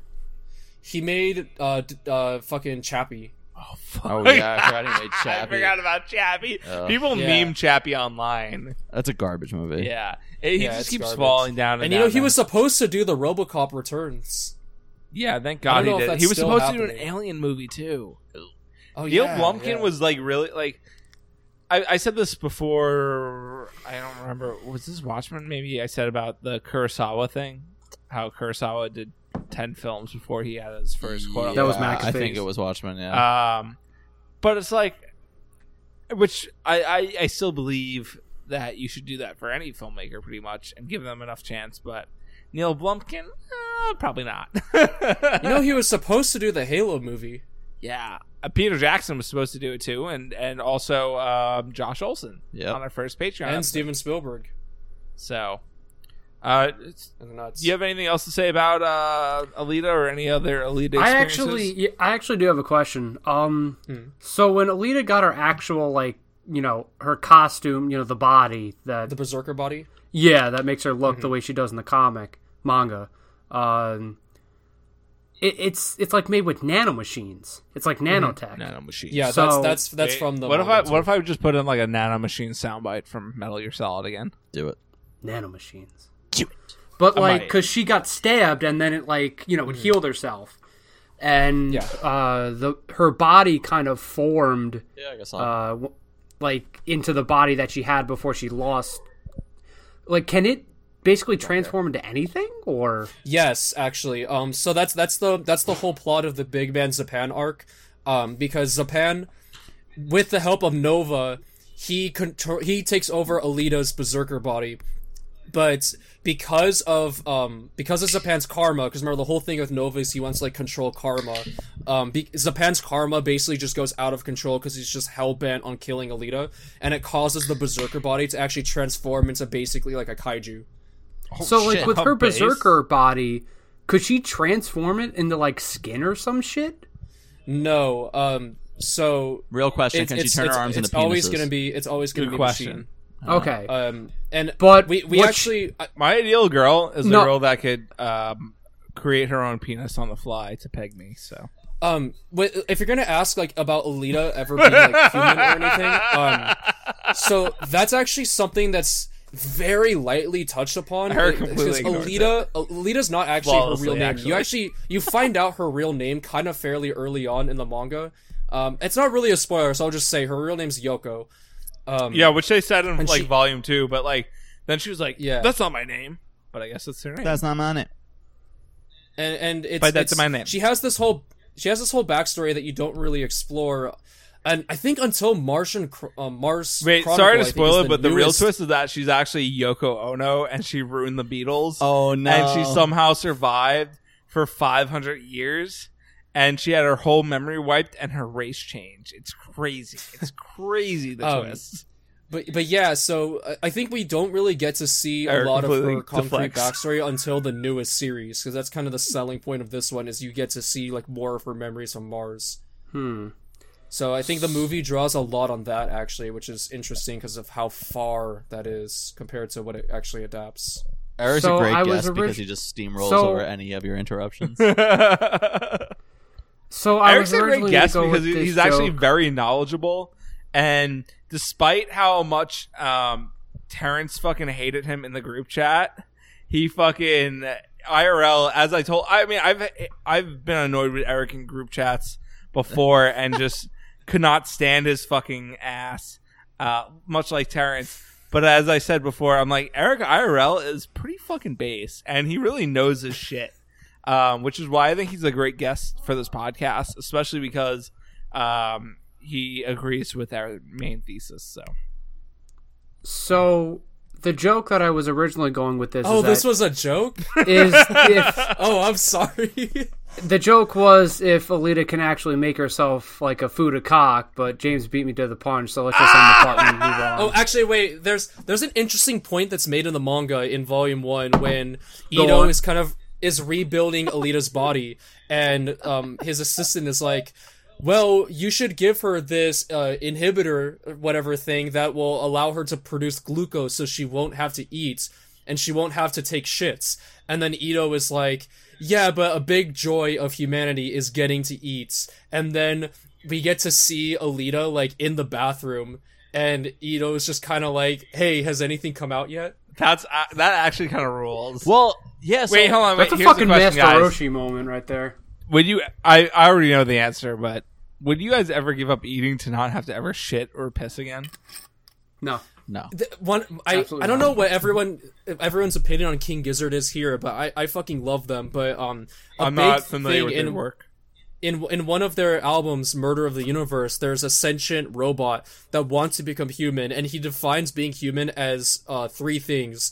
Speaker 1: He made uh, d- uh fucking Chappie.
Speaker 2: Oh fuck!
Speaker 1: [LAUGHS]
Speaker 3: Oh yeah, I forgot he made
Speaker 2: I
Speaker 3: Chappie.
Speaker 2: forgot about Chappie.
Speaker 4: Oh.
Speaker 3: Ugh.
Speaker 2: People
Speaker 1: Yeah.
Speaker 2: meme Chappie online.
Speaker 3: That's a garbage movie.
Speaker 2: Yeah, It- he
Speaker 1: Yeah,
Speaker 2: just
Speaker 1: it's
Speaker 2: keeps
Speaker 1: garbage.
Speaker 2: falling down. And,
Speaker 1: And you know
Speaker 2: down
Speaker 1: he
Speaker 2: and-
Speaker 1: was supposed to do the RoboCop Returns.
Speaker 2: Yeah, thank
Speaker 1: I
Speaker 2: God
Speaker 1: don't know
Speaker 2: he
Speaker 1: if
Speaker 2: did.
Speaker 1: that's
Speaker 2: He was
Speaker 1: still
Speaker 2: supposed to do
Speaker 1: happening.
Speaker 2: an Alien movie too.
Speaker 1: Oh
Speaker 2: Neil
Speaker 1: yeah,
Speaker 2: Blumkin
Speaker 1: yeah.
Speaker 2: was like really like. I, I said this before. I don't remember. Was this Watchmen? Maybe I said about the Kurosawa thing. How Kurosawa did ten films before he had his first uh, quote.
Speaker 4: That was
Speaker 3: Yeah,
Speaker 4: Max
Speaker 3: I
Speaker 4: Face.
Speaker 3: think it was Watchmen.
Speaker 1: Uh,
Speaker 3: Yeah.
Speaker 2: Um, but it's like, which I, I I still believe that you should do that for any filmmaker, pretty much, and give them enough chance. But Neil Blumkin, uh, probably not. [LAUGHS]
Speaker 1: You know he was supposed to do the Halo movie.
Speaker 2: yeah, Uh, Peter Jackson was supposed to do it too, and and also um, Josh Olson
Speaker 3: Yep.
Speaker 2: on our first Patreon.
Speaker 1: And Steven Spielberg.
Speaker 2: so, uh, it's-
Speaker 1: And the nuts.
Speaker 2: do you have anything else to say about uh, Alita or any other Alita?
Speaker 4: I
Speaker 2: experiences?
Speaker 4: actually, yeah, I actually do have a question. Um,
Speaker 1: Hmm.
Speaker 4: so when Alita got her actual like, you know, her costume, you know, the body that,
Speaker 1: the Berserker body.
Speaker 4: yeah, that makes her look the way she does in the comic manga. Um, it, it's it's like made with nanomachines. It's like nanotech.
Speaker 2: nano machine.
Speaker 1: Yeah,
Speaker 4: So-
Speaker 1: that's that's that's
Speaker 2: Wait,
Speaker 1: from the.
Speaker 2: What if I
Speaker 1: manga,
Speaker 2: what
Speaker 1: too.
Speaker 2: if I would just put in like a nano machine soundbite from Metal Gear Solid again?
Speaker 3: Do it.
Speaker 4: Nanomachines.
Speaker 3: Do it.
Speaker 4: But like,
Speaker 2: might.
Speaker 4: because she got stabbed and then it like you know it healed herself, and
Speaker 1: Yeah.
Speaker 4: uh, the her body kind of formed.
Speaker 3: Yeah, I guess.
Speaker 4: uh, w- like into the body that she had before she lost. Like, can it basically transform into anything? Or
Speaker 1: Yes, actually. Um, so that's that's the that's the whole plot of the Big Man Zapan arc. Um, because Zapan, with the help of Nova, he contro- he takes over Alita's Berserker body, but because of um because of Zapan's karma, because remember the whole thing with Nova is he wants to like control karma. Um, be- Zapan's karma basically just goes out of control because he's just hell bent on killing Alita, and it causes the Berserker body to actually transform into basically like a kaiju.
Speaker 2: Oh,
Speaker 4: so, like
Speaker 3: shit,
Speaker 4: with her
Speaker 2: how base.
Speaker 4: berserker body, could she transform it into like skin or some shit?
Speaker 1: No, um, so
Speaker 3: Real question:
Speaker 1: it's,
Speaker 3: Can
Speaker 1: it's-
Speaker 3: she turn
Speaker 1: it's-
Speaker 3: her arms
Speaker 1: it's
Speaker 3: into
Speaker 1: always
Speaker 3: penises?
Speaker 1: gonna be it's always gonna
Speaker 2: Good
Speaker 1: be
Speaker 2: question.
Speaker 1: machine.
Speaker 2: Uh,
Speaker 4: Okay.
Speaker 1: Um, and
Speaker 4: But
Speaker 1: we we
Speaker 4: what sh-
Speaker 1: actually uh, I-
Speaker 2: My ideal girl is a
Speaker 4: No.
Speaker 2: girl that could um, create her own penis on the fly to peg me. So
Speaker 1: um wi- if you're gonna ask like about Alita ever being
Speaker 4: [LAUGHS]
Speaker 1: like human or anything, um, so that's actually something that's very lightly touched upon.
Speaker 2: Her
Speaker 1: It-
Speaker 2: completely ignores
Speaker 1: Alita Alita's not actually
Speaker 2: Flawlessly,
Speaker 1: her real name.
Speaker 2: actually.
Speaker 1: You actually you find out her real name kind of fairly early on in the manga. Um, it's not really a spoiler, so I'll just say her real name's Yoko. Um,
Speaker 2: yeah, which they said in like
Speaker 1: she-
Speaker 2: volume two, but like then she was like,
Speaker 1: Yeah.
Speaker 2: "Yeah, that's not my name," but I guess it's her name.
Speaker 3: That's not my name.
Speaker 1: and and it's,
Speaker 2: But that's
Speaker 1: it's-
Speaker 2: my name.
Speaker 1: She has this whole she has this whole backstory that you don't really explore, and I think until Martian Chr- uh, Mars.
Speaker 2: Wait,
Speaker 1: Chronicle,
Speaker 2: sorry
Speaker 1: I
Speaker 2: to
Speaker 1: think,
Speaker 2: spoil
Speaker 1: is
Speaker 2: it, but the real
Speaker 1: newest-
Speaker 2: twist is that she's actually Yoko Ono, and she ruined the Beatles.
Speaker 3: Oh no!
Speaker 2: and she somehow survived for 500 years and she had her whole memory wiped and her race changed it's crazy it's [LAUGHS] crazy the
Speaker 1: Um,
Speaker 2: twist
Speaker 1: But but yeah, so uh, I- I think we don't really get to see a
Speaker 2: Or
Speaker 1: lot of her
Speaker 2: completely
Speaker 1: concrete
Speaker 2: deflects.
Speaker 1: backstory until the newest series, because that's kind of the selling point of this one is you get to see like more of her memories from Mars.
Speaker 4: hmm.
Speaker 1: So I think the movie draws a lot on that actually, which is interesting because of how far that is compared to what it actually adapts.
Speaker 3: Eric's
Speaker 4: So
Speaker 3: a great
Speaker 4: I was
Speaker 3: guest because
Speaker 4: orig-
Speaker 3: he just steamrolls
Speaker 4: So-
Speaker 3: over any of your
Speaker 4: [LAUGHS]
Speaker 2: [LAUGHS]
Speaker 3: interruptions.
Speaker 2: eric's
Speaker 4: So I was
Speaker 2: a great
Speaker 4: originally
Speaker 2: guest
Speaker 4: gonna go
Speaker 2: because
Speaker 4: with
Speaker 2: he-
Speaker 4: this
Speaker 2: he's actually
Speaker 4: joke.
Speaker 2: very knowledgeable and despite how much um, terrence fucking hated him in the group chat he fucking IRL as I told I mean I've I've been annoyed with Eric in group chats
Speaker 4: [LAUGHS]
Speaker 2: before and just could not stand his fucking ass uh much like Terrence but as I said before I'm like Eric IRL is pretty fucking base and he really knows his shit um which is why I think he's a great guest for this podcast especially because um he agrees with our main thesis so
Speaker 4: So the joke that I was originally going with this.
Speaker 1: Oh,
Speaker 4: is
Speaker 1: this
Speaker 4: that-
Speaker 1: was a joke.
Speaker 2: [LAUGHS]
Speaker 4: is if
Speaker 1: oh, I'm sorry. [LAUGHS]
Speaker 4: the joke was if Alita can actually make herself like a food of cock, but James beat me to the punch, so let's just end the part and move on.
Speaker 1: Oh, actually, wait. There's there's an interesting point that's made in the manga in volume one when
Speaker 4: Go
Speaker 1: Ito
Speaker 4: on.
Speaker 1: is kind of is rebuilding Alita's body, and um, his assistant is like, "Well, you should give her this uh, inhibitor, whatever thing that will allow her to produce glucose, so she won't have to eat and she won't have to take shits." And then Ito is like. Yeah, but a big joy of humanity is getting to eat. And then we get to see Alita like in the bathroom and Ito's just kind of like, "Hey, has anything come out yet?"
Speaker 2: that's uh, that actually kind of rules
Speaker 3: well, yeah. So,
Speaker 2: wait hold on
Speaker 4: That's
Speaker 2: wait,
Speaker 4: a
Speaker 2: here's the
Speaker 4: fucking
Speaker 2: question,
Speaker 4: Master
Speaker 2: guys.
Speaker 4: Roshi moment right there.
Speaker 2: Would you? I I already know the answer, but would you guys ever give up eating to not have to ever shit or piss again?
Speaker 4: No.
Speaker 3: No.
Speaker 1: Th- One, I
Speaker 4: Absolutely
Speaker 1: I don't
Speaker 4: not.
Speaker 1: know what everyone everyone's opinion on King Gizzard is here, but I I fucking love them. But um, a
Speaker 2: i I'm
Speaker 1: big
Speaker 2: not familiar
Speaker 1: thing
Speaker 2: with
Speaker 1: in,
Speaker 2: their work.
Speaker 1: in in one of their albums, Murder of the Universe, there's a sentient robot that wants to become human, and he defines being human as uh three things: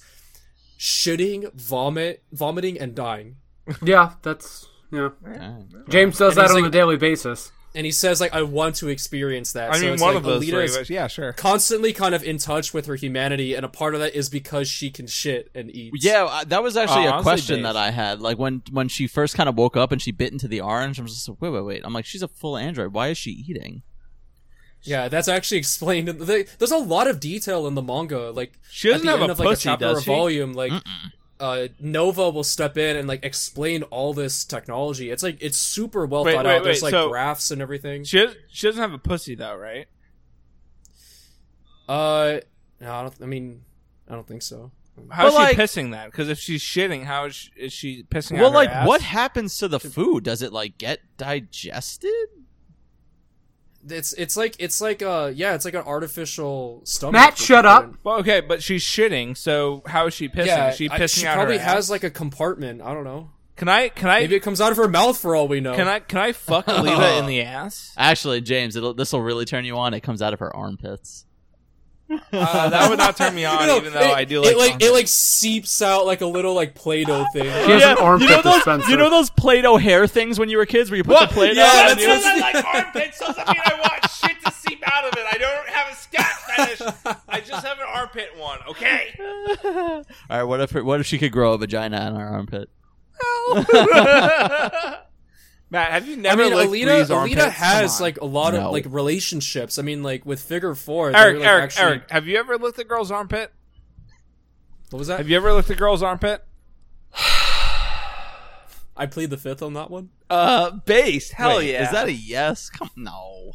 Speaker 1: shitting, vomit, vomiting, and dying.
Speaker 4: Yeah, that's yeah.
Speaker 3: Alright.
Speaker 4: James does
Speaker 1: And
Speaker 4: that
Speaker 1: he's
Speaker 4: on
Speaker 1: like-
Speaker 4: a daily basis.
Speaker 1: And he says like, "I want to experience that."
Speaker 2: I
Speaker 1: so
Speaker 2: mean,
Speaker 1: it's
Speaker 2: one
Speaker 1: like
Speaker 2: of those
Speaker 1: Alita
Speaker 2: three,
Speaker 1: is-
Speaker 2: but yeah, sure.
Speaker 1: constantly kind of in touch with her humanity, and a part of that is because she can shit and eat.
Speaker 3: Yeah, I- that was actually
Speaker 2: Oh,
Speaker 3: a
Speaker 2: honestly,
Speaker 3: question
Speaker 2: Dave.
Speaker 3: that I had. Like when when she first kind of woke up and she bit into the orange, I'm just like, wait, wait, wait. I'm like, she's a full android. Why is she eating?
Speaker 1: yeah, that's actually [LAUGHS] explained. in- they- There's a lot of detail in the manga. Like
Speaker 2: She doesn't
Speaker 1: at the
Speaker 2: have
Speaker 1: end
Speaker 2: a
Speaker 1: of like
Speaker 2: pussy,
Speaker 1: a chapter
Speaker 2: does
Speaker 1: or
Speaker 2: she?
Speaker 1: volume, like uh, Nova will step in and like explain all this technology. It's like it's super well
Speaker 2: Wait,
Speaker 1: thought
Speaker 2: wait,
Speaker 1: out. There's
Speaker 2: wait,
Speaker 1: like
Speaker 2: so-
Speaker 1: graphs and everything.
Speaker 2: She does, she doesn't have a pussy though, right?
Speaker 1: Uh, no, I don't. I mean, I don't think so.
Speaker 2: How's
Speaker 3: But, like-
Speaker 2: she pissing that? Because if she's shitting, how is she, is she pissing? out
Speaker 3: well,
Speaker 2: her
Speaker 3: like,
Speaker 2: ass?
Speaker 3: what happens to the food? Does it like get digested?
Speaker 1: It's it's like it's like uh yeah, it's like an artificial stomach.
Speaker 4: Matt,
Speaker 1: that
Speaker 4: shut
Speaker 1: you put in.
Speaker 4: up.
Speaker 2: Well, okay, but she's shitting, so how is she pissing?
Speaker 1: Yeah,
Speaker 2: is she
Speaker 1: I-
Speaker 2: pissing
Speaker 1: she
Speaker 2: out
Speaker 1: probably
Speaker 2: her
Speaker 1: has
Speaker 2: ass?
Speaker 1: like a compartment. I don't know.
Speaker 2: Can I? Can I?
Speaker 1: Maybe it comes out of her mouth for all we know.
Speaker 2: Can I? Can I fuck Alita in the ass?
Speaker 1: [LAUGHS]
Speaker 3: Actually, James, it'll, this will really turn you on. It comes out of her armpits.
Speaker 2: Uh, that would not turn me
Speaker 1: [LAUGHS]
Speaker 2: on, even though
Speaker 1: it,
Speaker 2: I do
Speaker 1: it, like
Speaker 2: condoms.
Speaker 1: it like seeps out like a little like
Speaker 4: [LAUGHS]
Speaker 1: Play-Doh thing.
Speaker 4: She has an armpit
Speaker 3: you know those
Speaker 4: dispenser.
Speaker 3: you know those Play-Doh hair things when you were kids where you put the Play-Doh.
Speaker 1: Yeah,
Speaker 3: down
Speaker 1: that's
Speaker 3: and you-
Speaker 1: what-
Speaker 2: I like armpits doesn't mean I want shit to seep out of it. I don't have a Scott fetish. I just have an armpit one. Okay.
Speaker 3: All right, what if her, what if she could grow a vagina in her armpit?
Speaker 2: [LAUGHS] Matt, have you
Speaker 1: I
Speaker 2: never
Speaker 1: mean,
Speaker 2: licked
Speaker 1: Alita,
Speaker 2: Bree's
Speaker 1: Alita
Speaker 2: armpits?
Speaker 1: has
Speaker 3: Come on.
Speaker 1: like a lot of
Speaker 3: No.
Speaker 1: like relationships. I mean, like with Figure Four, they
Speaker 2: Eric,
Speaker 1: were, like,
Speaker 2: Eric,
Speaker 1: actually-
Speaker 2: Eric, have you ever licked a girl's armpit?
Speaker 1: What was that?
Speaker 2: Have you ever licked a girl's armpit?
Speaker 1: I plead the fifth on that one.
Speaker 2: Uh, base. Hell
Speaker 3: Wait,
Speaker 2: yeah.
Speaker 3: Is that a yes? Come no.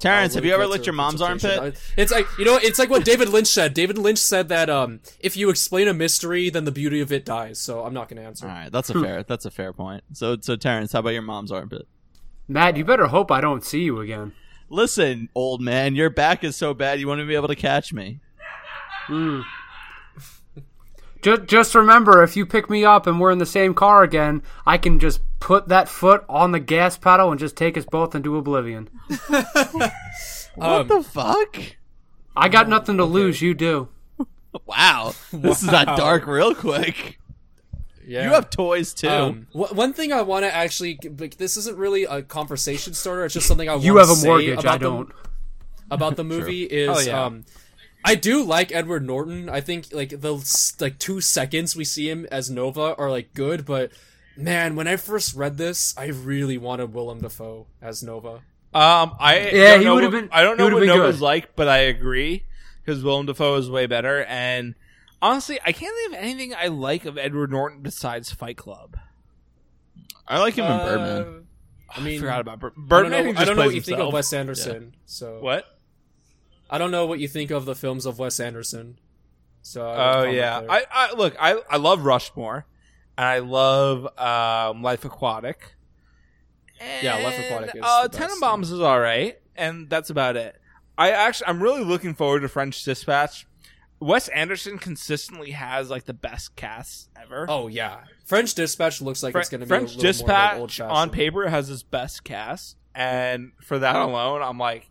Speaker 3: Terrence,
Speaker 1: Oh,
Speaker 3: have
Speaker 1: Lily
Speaker 3: you ever
Speaker 1: Pulitzer
Speaker 3: licked your mom's
Speaker 1: concentration.
Speaker 3: armpit?
Speaker 1: I- It's like you know, it's like what David Lynch said. David Lynch said that um, if you explain a mystery, then the beauty of it dies. So I'm not going to answer.
Speaker 3: All right, that's a fair that's a fair point. So so Terrence, how about your mom's armpit?
Speaker 4: Matt, you better hope I don't see you again.
Speaker 3: Listen, old man, your back is so bad you won't even be able to catch me.
Speaker 4: Just, just remember, if you pick me up and we're in the same car again, I can just put that foot on the gas pedal and just take us both into oblivion.
Speaker 1: Um,
Speaker 3: what the fuck?
Speaker 4: I got nothing to lose. You do.
Speaker 3: Wow, this is got dark real quick.
Speaker 1: yeah.
Speaker 3: You have toys too.
Speaker 1: Um, wh- one thing I want to actually, like, this isn't really a conversation starter. It's just something I
Speaker 4: You
Speaker 1: wanna
Speaker 4: have a
Speaker 1: say
Speaker 4: mortgage.
Speaker 1: about the-
Speaker 4: I don't.
Speaker 1: about
Speaker 3: [LAUGHS]
Speaker 1: the movie
Speaker 2: Oh,
Speaker 1: is
Speaker 2: yeah.
Speaker 1: um I do like Edward Norton. I think like the s- like 2 seconds we see him as Nova are like good, but man, when I first read this, I really wanted Willem Dafoe as Nova.
Speaker 2: Um, I
Speaker 4: Yeah,
Speaker 2: don't
Speaker 4: he
Speaker 2: know
Speaker 4: would've
Speaker 2: what-
Speaker 4: been-
Speaker 2: I don't
Speaker 4: he
Speaker 2: know
Speaker 4: would've
Speaker 2: what
Speaker 4: been
Speaker 2: Nova's
Speaker 4: good.
Speaker 2: like, but I agree because Willem Dafoe is way better. And honestly, I can't think of anything I like of Edward Norton besides Fight Club.
Speaker 3: I like him in
Speaker 1: Uh,
Speaker 3: Birdman.
Speaker 1: I mean,
Speaker 2: forgot about Bur-
Speaker 1: I don't
Speaker 2: Birdman.
Speaker 1: know,
Speaker 2: he
Speaker 1: I
Speaker 2: just
Speaker 1: don't know
Speaker 2: plays
Speaker 1: what you think
Speaker 2: himself.
Speaker 1: of Wes Anderson. So
Speaker 2: What?
Speaker 1: I don't know what you think of the films of Wes Anderson. So I don't
Speaker 2: Oh
Speaker 1: comment
Speaker 2: yeah.
Speaker 1: there.
Speaker 2: I, I look. I I love Rushmore, and I love um, Life Aquatic.
Speaker 1: Yeah, Life Aquatic
Speaker 2: And,
Speaker 1: is
Speaker 2: Uh,
Speaker 1: the best,
Speaker 2: Tenenbaums is all right, and that's about it. I actually I'm really looking forward to French Dispatch. Wes Anderson consistently has like the best casts ever.
Speaker 1: oh yeah. French Dispatch looks like
Speaker 2: Fre-
Speaker 1: it's going to be
Speaker 2: French
Speaker 1: a little more like
Speaker 2: Dispatch on
Speaker 1: old-fashioned.
Speaker 2: paper has his best cast, and for that alone, I'm like,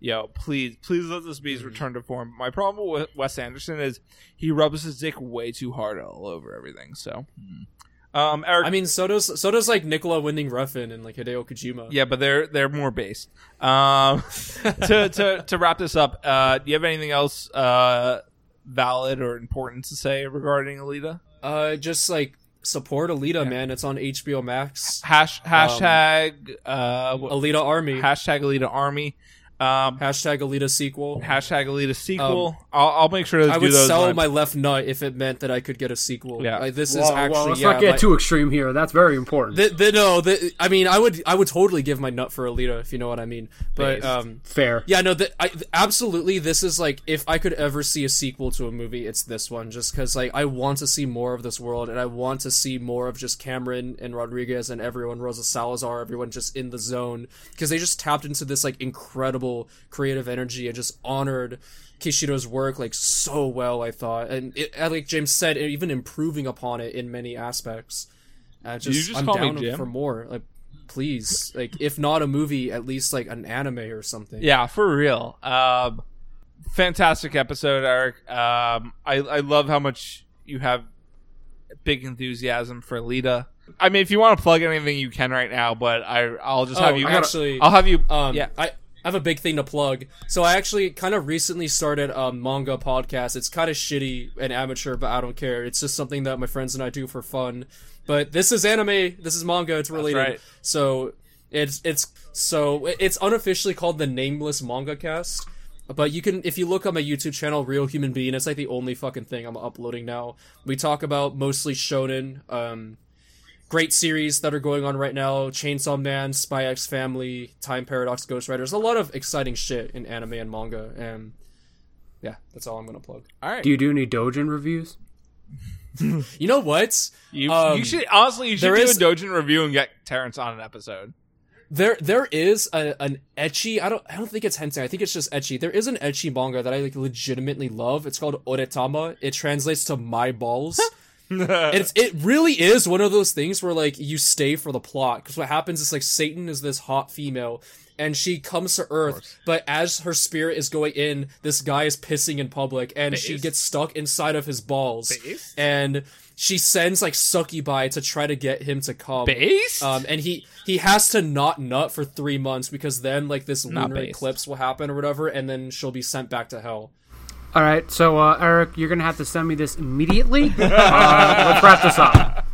Speaker 2: yo, please, please let this be
Speaker 1: Mm-hmm.
Speaker 2: his return to form. My problem with Wes Anderson is he rubs his dick way too hard all over everything. So, um, Eric,
Speaker 1: I mean, so does so does like Nicola Winding Refn and like Hideo Kojima.
Speaker 2: yeah, but they're they're more based. Um, [LAUGHS] to to to wrap this up, uh, do you have anything else uh valid or important to say regarding Alita?
Speaker 1: Uh, just like support Alita, man. It's on HBO Max.
Speaker 2: Hash hashtag uh what-
Speaker 1: Um, Alita Army.
Speaker 2: hashtag Alita Army. Um,
Speaker 1: hashtag Alita sequel.
Speaker 2: Hashtag Alita sequel. I'll, I'll make sure to
Speaker 1: I
Speaker 2: do
Speaker 1: would
Speaker 2: those.
Speaker 1: sell
Speaker 2: when Um,
Speaker 1: my
Speaker 2: I-
Speaker 1: left nut if it meant that I could get a sequel.
Speaker 2: Yeah.
Speaker 1: Like, this is
Speaker 4: Whoa,
Speaker 1: actually.
Speaker 4: whoa, let's
Speaker 1: yeah,
Speaker 4: not get
Speaker 1: my-
Speaker 4: too extreme here. That's very important.
Speaker 1: Th- th- no, th- I mean, I would, I would totally give my nut for Alita if you know what I mean. But
Speaker 2: Based.
Speaker 1: um,
Speaker 4: Fair.
Speaker 1: yeah, no, th- I, th- absolutely. This is like if I could ever see a sequel to a movie, it's this one. Just because like I want to see more of this world, and I want to see more of just Cameron and Rodriguez and everyone, Rosa Salazar, everyone just in the zone because they just tapped into this like incredible creative energy and just honored Kishido's work like so well. I thought, and it, and like James said, even improving upon it in many aspects. Uh, just,
Speaker 2: just
Speaker 1: I'm
Speaker 2: call me
Speaker 1: down
Speaker 2: Jim?
Speaker 1: for more. Like, please, like if not a movie, at least like an anime or something.
Speaker 2: Yeah, for real. Um, fantastic episode, Eric. Um, I, I love how much you have big enthusiasm for Alita. I mean, if you want to plug anything, you can right now. But I, I'll just have
Speaker 1: Oh,
Speaker 2: you.
Speaker 1: I gotta- actually-
Speaker 2: I'll have you.
Speaker 1: Um,
Speaker 2: Mm-hmm. yeah,
Speaker 1: I, I have a big thing to plug. So I actually kind of recently started a manga podcast. It's kind of shitty and amateur, but I don't care. It's just something that my friends and I do for fun. But this is anime. This is manga. It's related.
Speaker 2: right.
Speaker 1: So it's it's so it's unofficially called the Nameless Manga Cast. But you can, if you look on my YouTube channel, Real Human Being, it's like the only fucking thing I'm uploading now. We talk about mostly shonen, um, great series that are going on right now Chainsaw Man, Spy X Family, Time Paradox, Ghost Riders, a lot of exciting shit in anime and manga. And yeah, that's all I'm going to plug.
Speaker 2: all right.
Speaker 4: Do you do any Dojin reviews?
Speaker 1: You know what?
Speaker 2: you,
Speaker 1: um,
Speaker 2: you should honestly. You should
Speaker 1: there
Speaker 2: do
Speaker 1: is-
Speaker 2: a Dojin review and get Terrence on an episode.
Speaker 1: There, there is a, an etchy. I don't, I don't think it's hentai. I think it's just etchy. There is an etchy manga that I like legitimately love. It's called Oretama. It translates to my balls. And it's it really is one of those things where like you stay for the plot because what happens is like Satan is this hot female and she comes to Earth, but as her spirit is going in, this guy is pissing in public and she gets stuck inside of his balls
Speaker 2: Based?
Speaker 1: and she sends like succubi to try to get him to come.
Speaker 2: Based?
Speaker 1: Um, and he he has to not nut for three months because then like this
Speaker 2: Not
Speaker 1: lunar
Speaker 2: based.
Speaker 1: eclipse will happen or whatever, and then she'll be sent back to hell.
Speaker 4: [LAUGHS] All right, so uh, Eric, you're gonna have to send me this immediately. uh, let's wrap this up.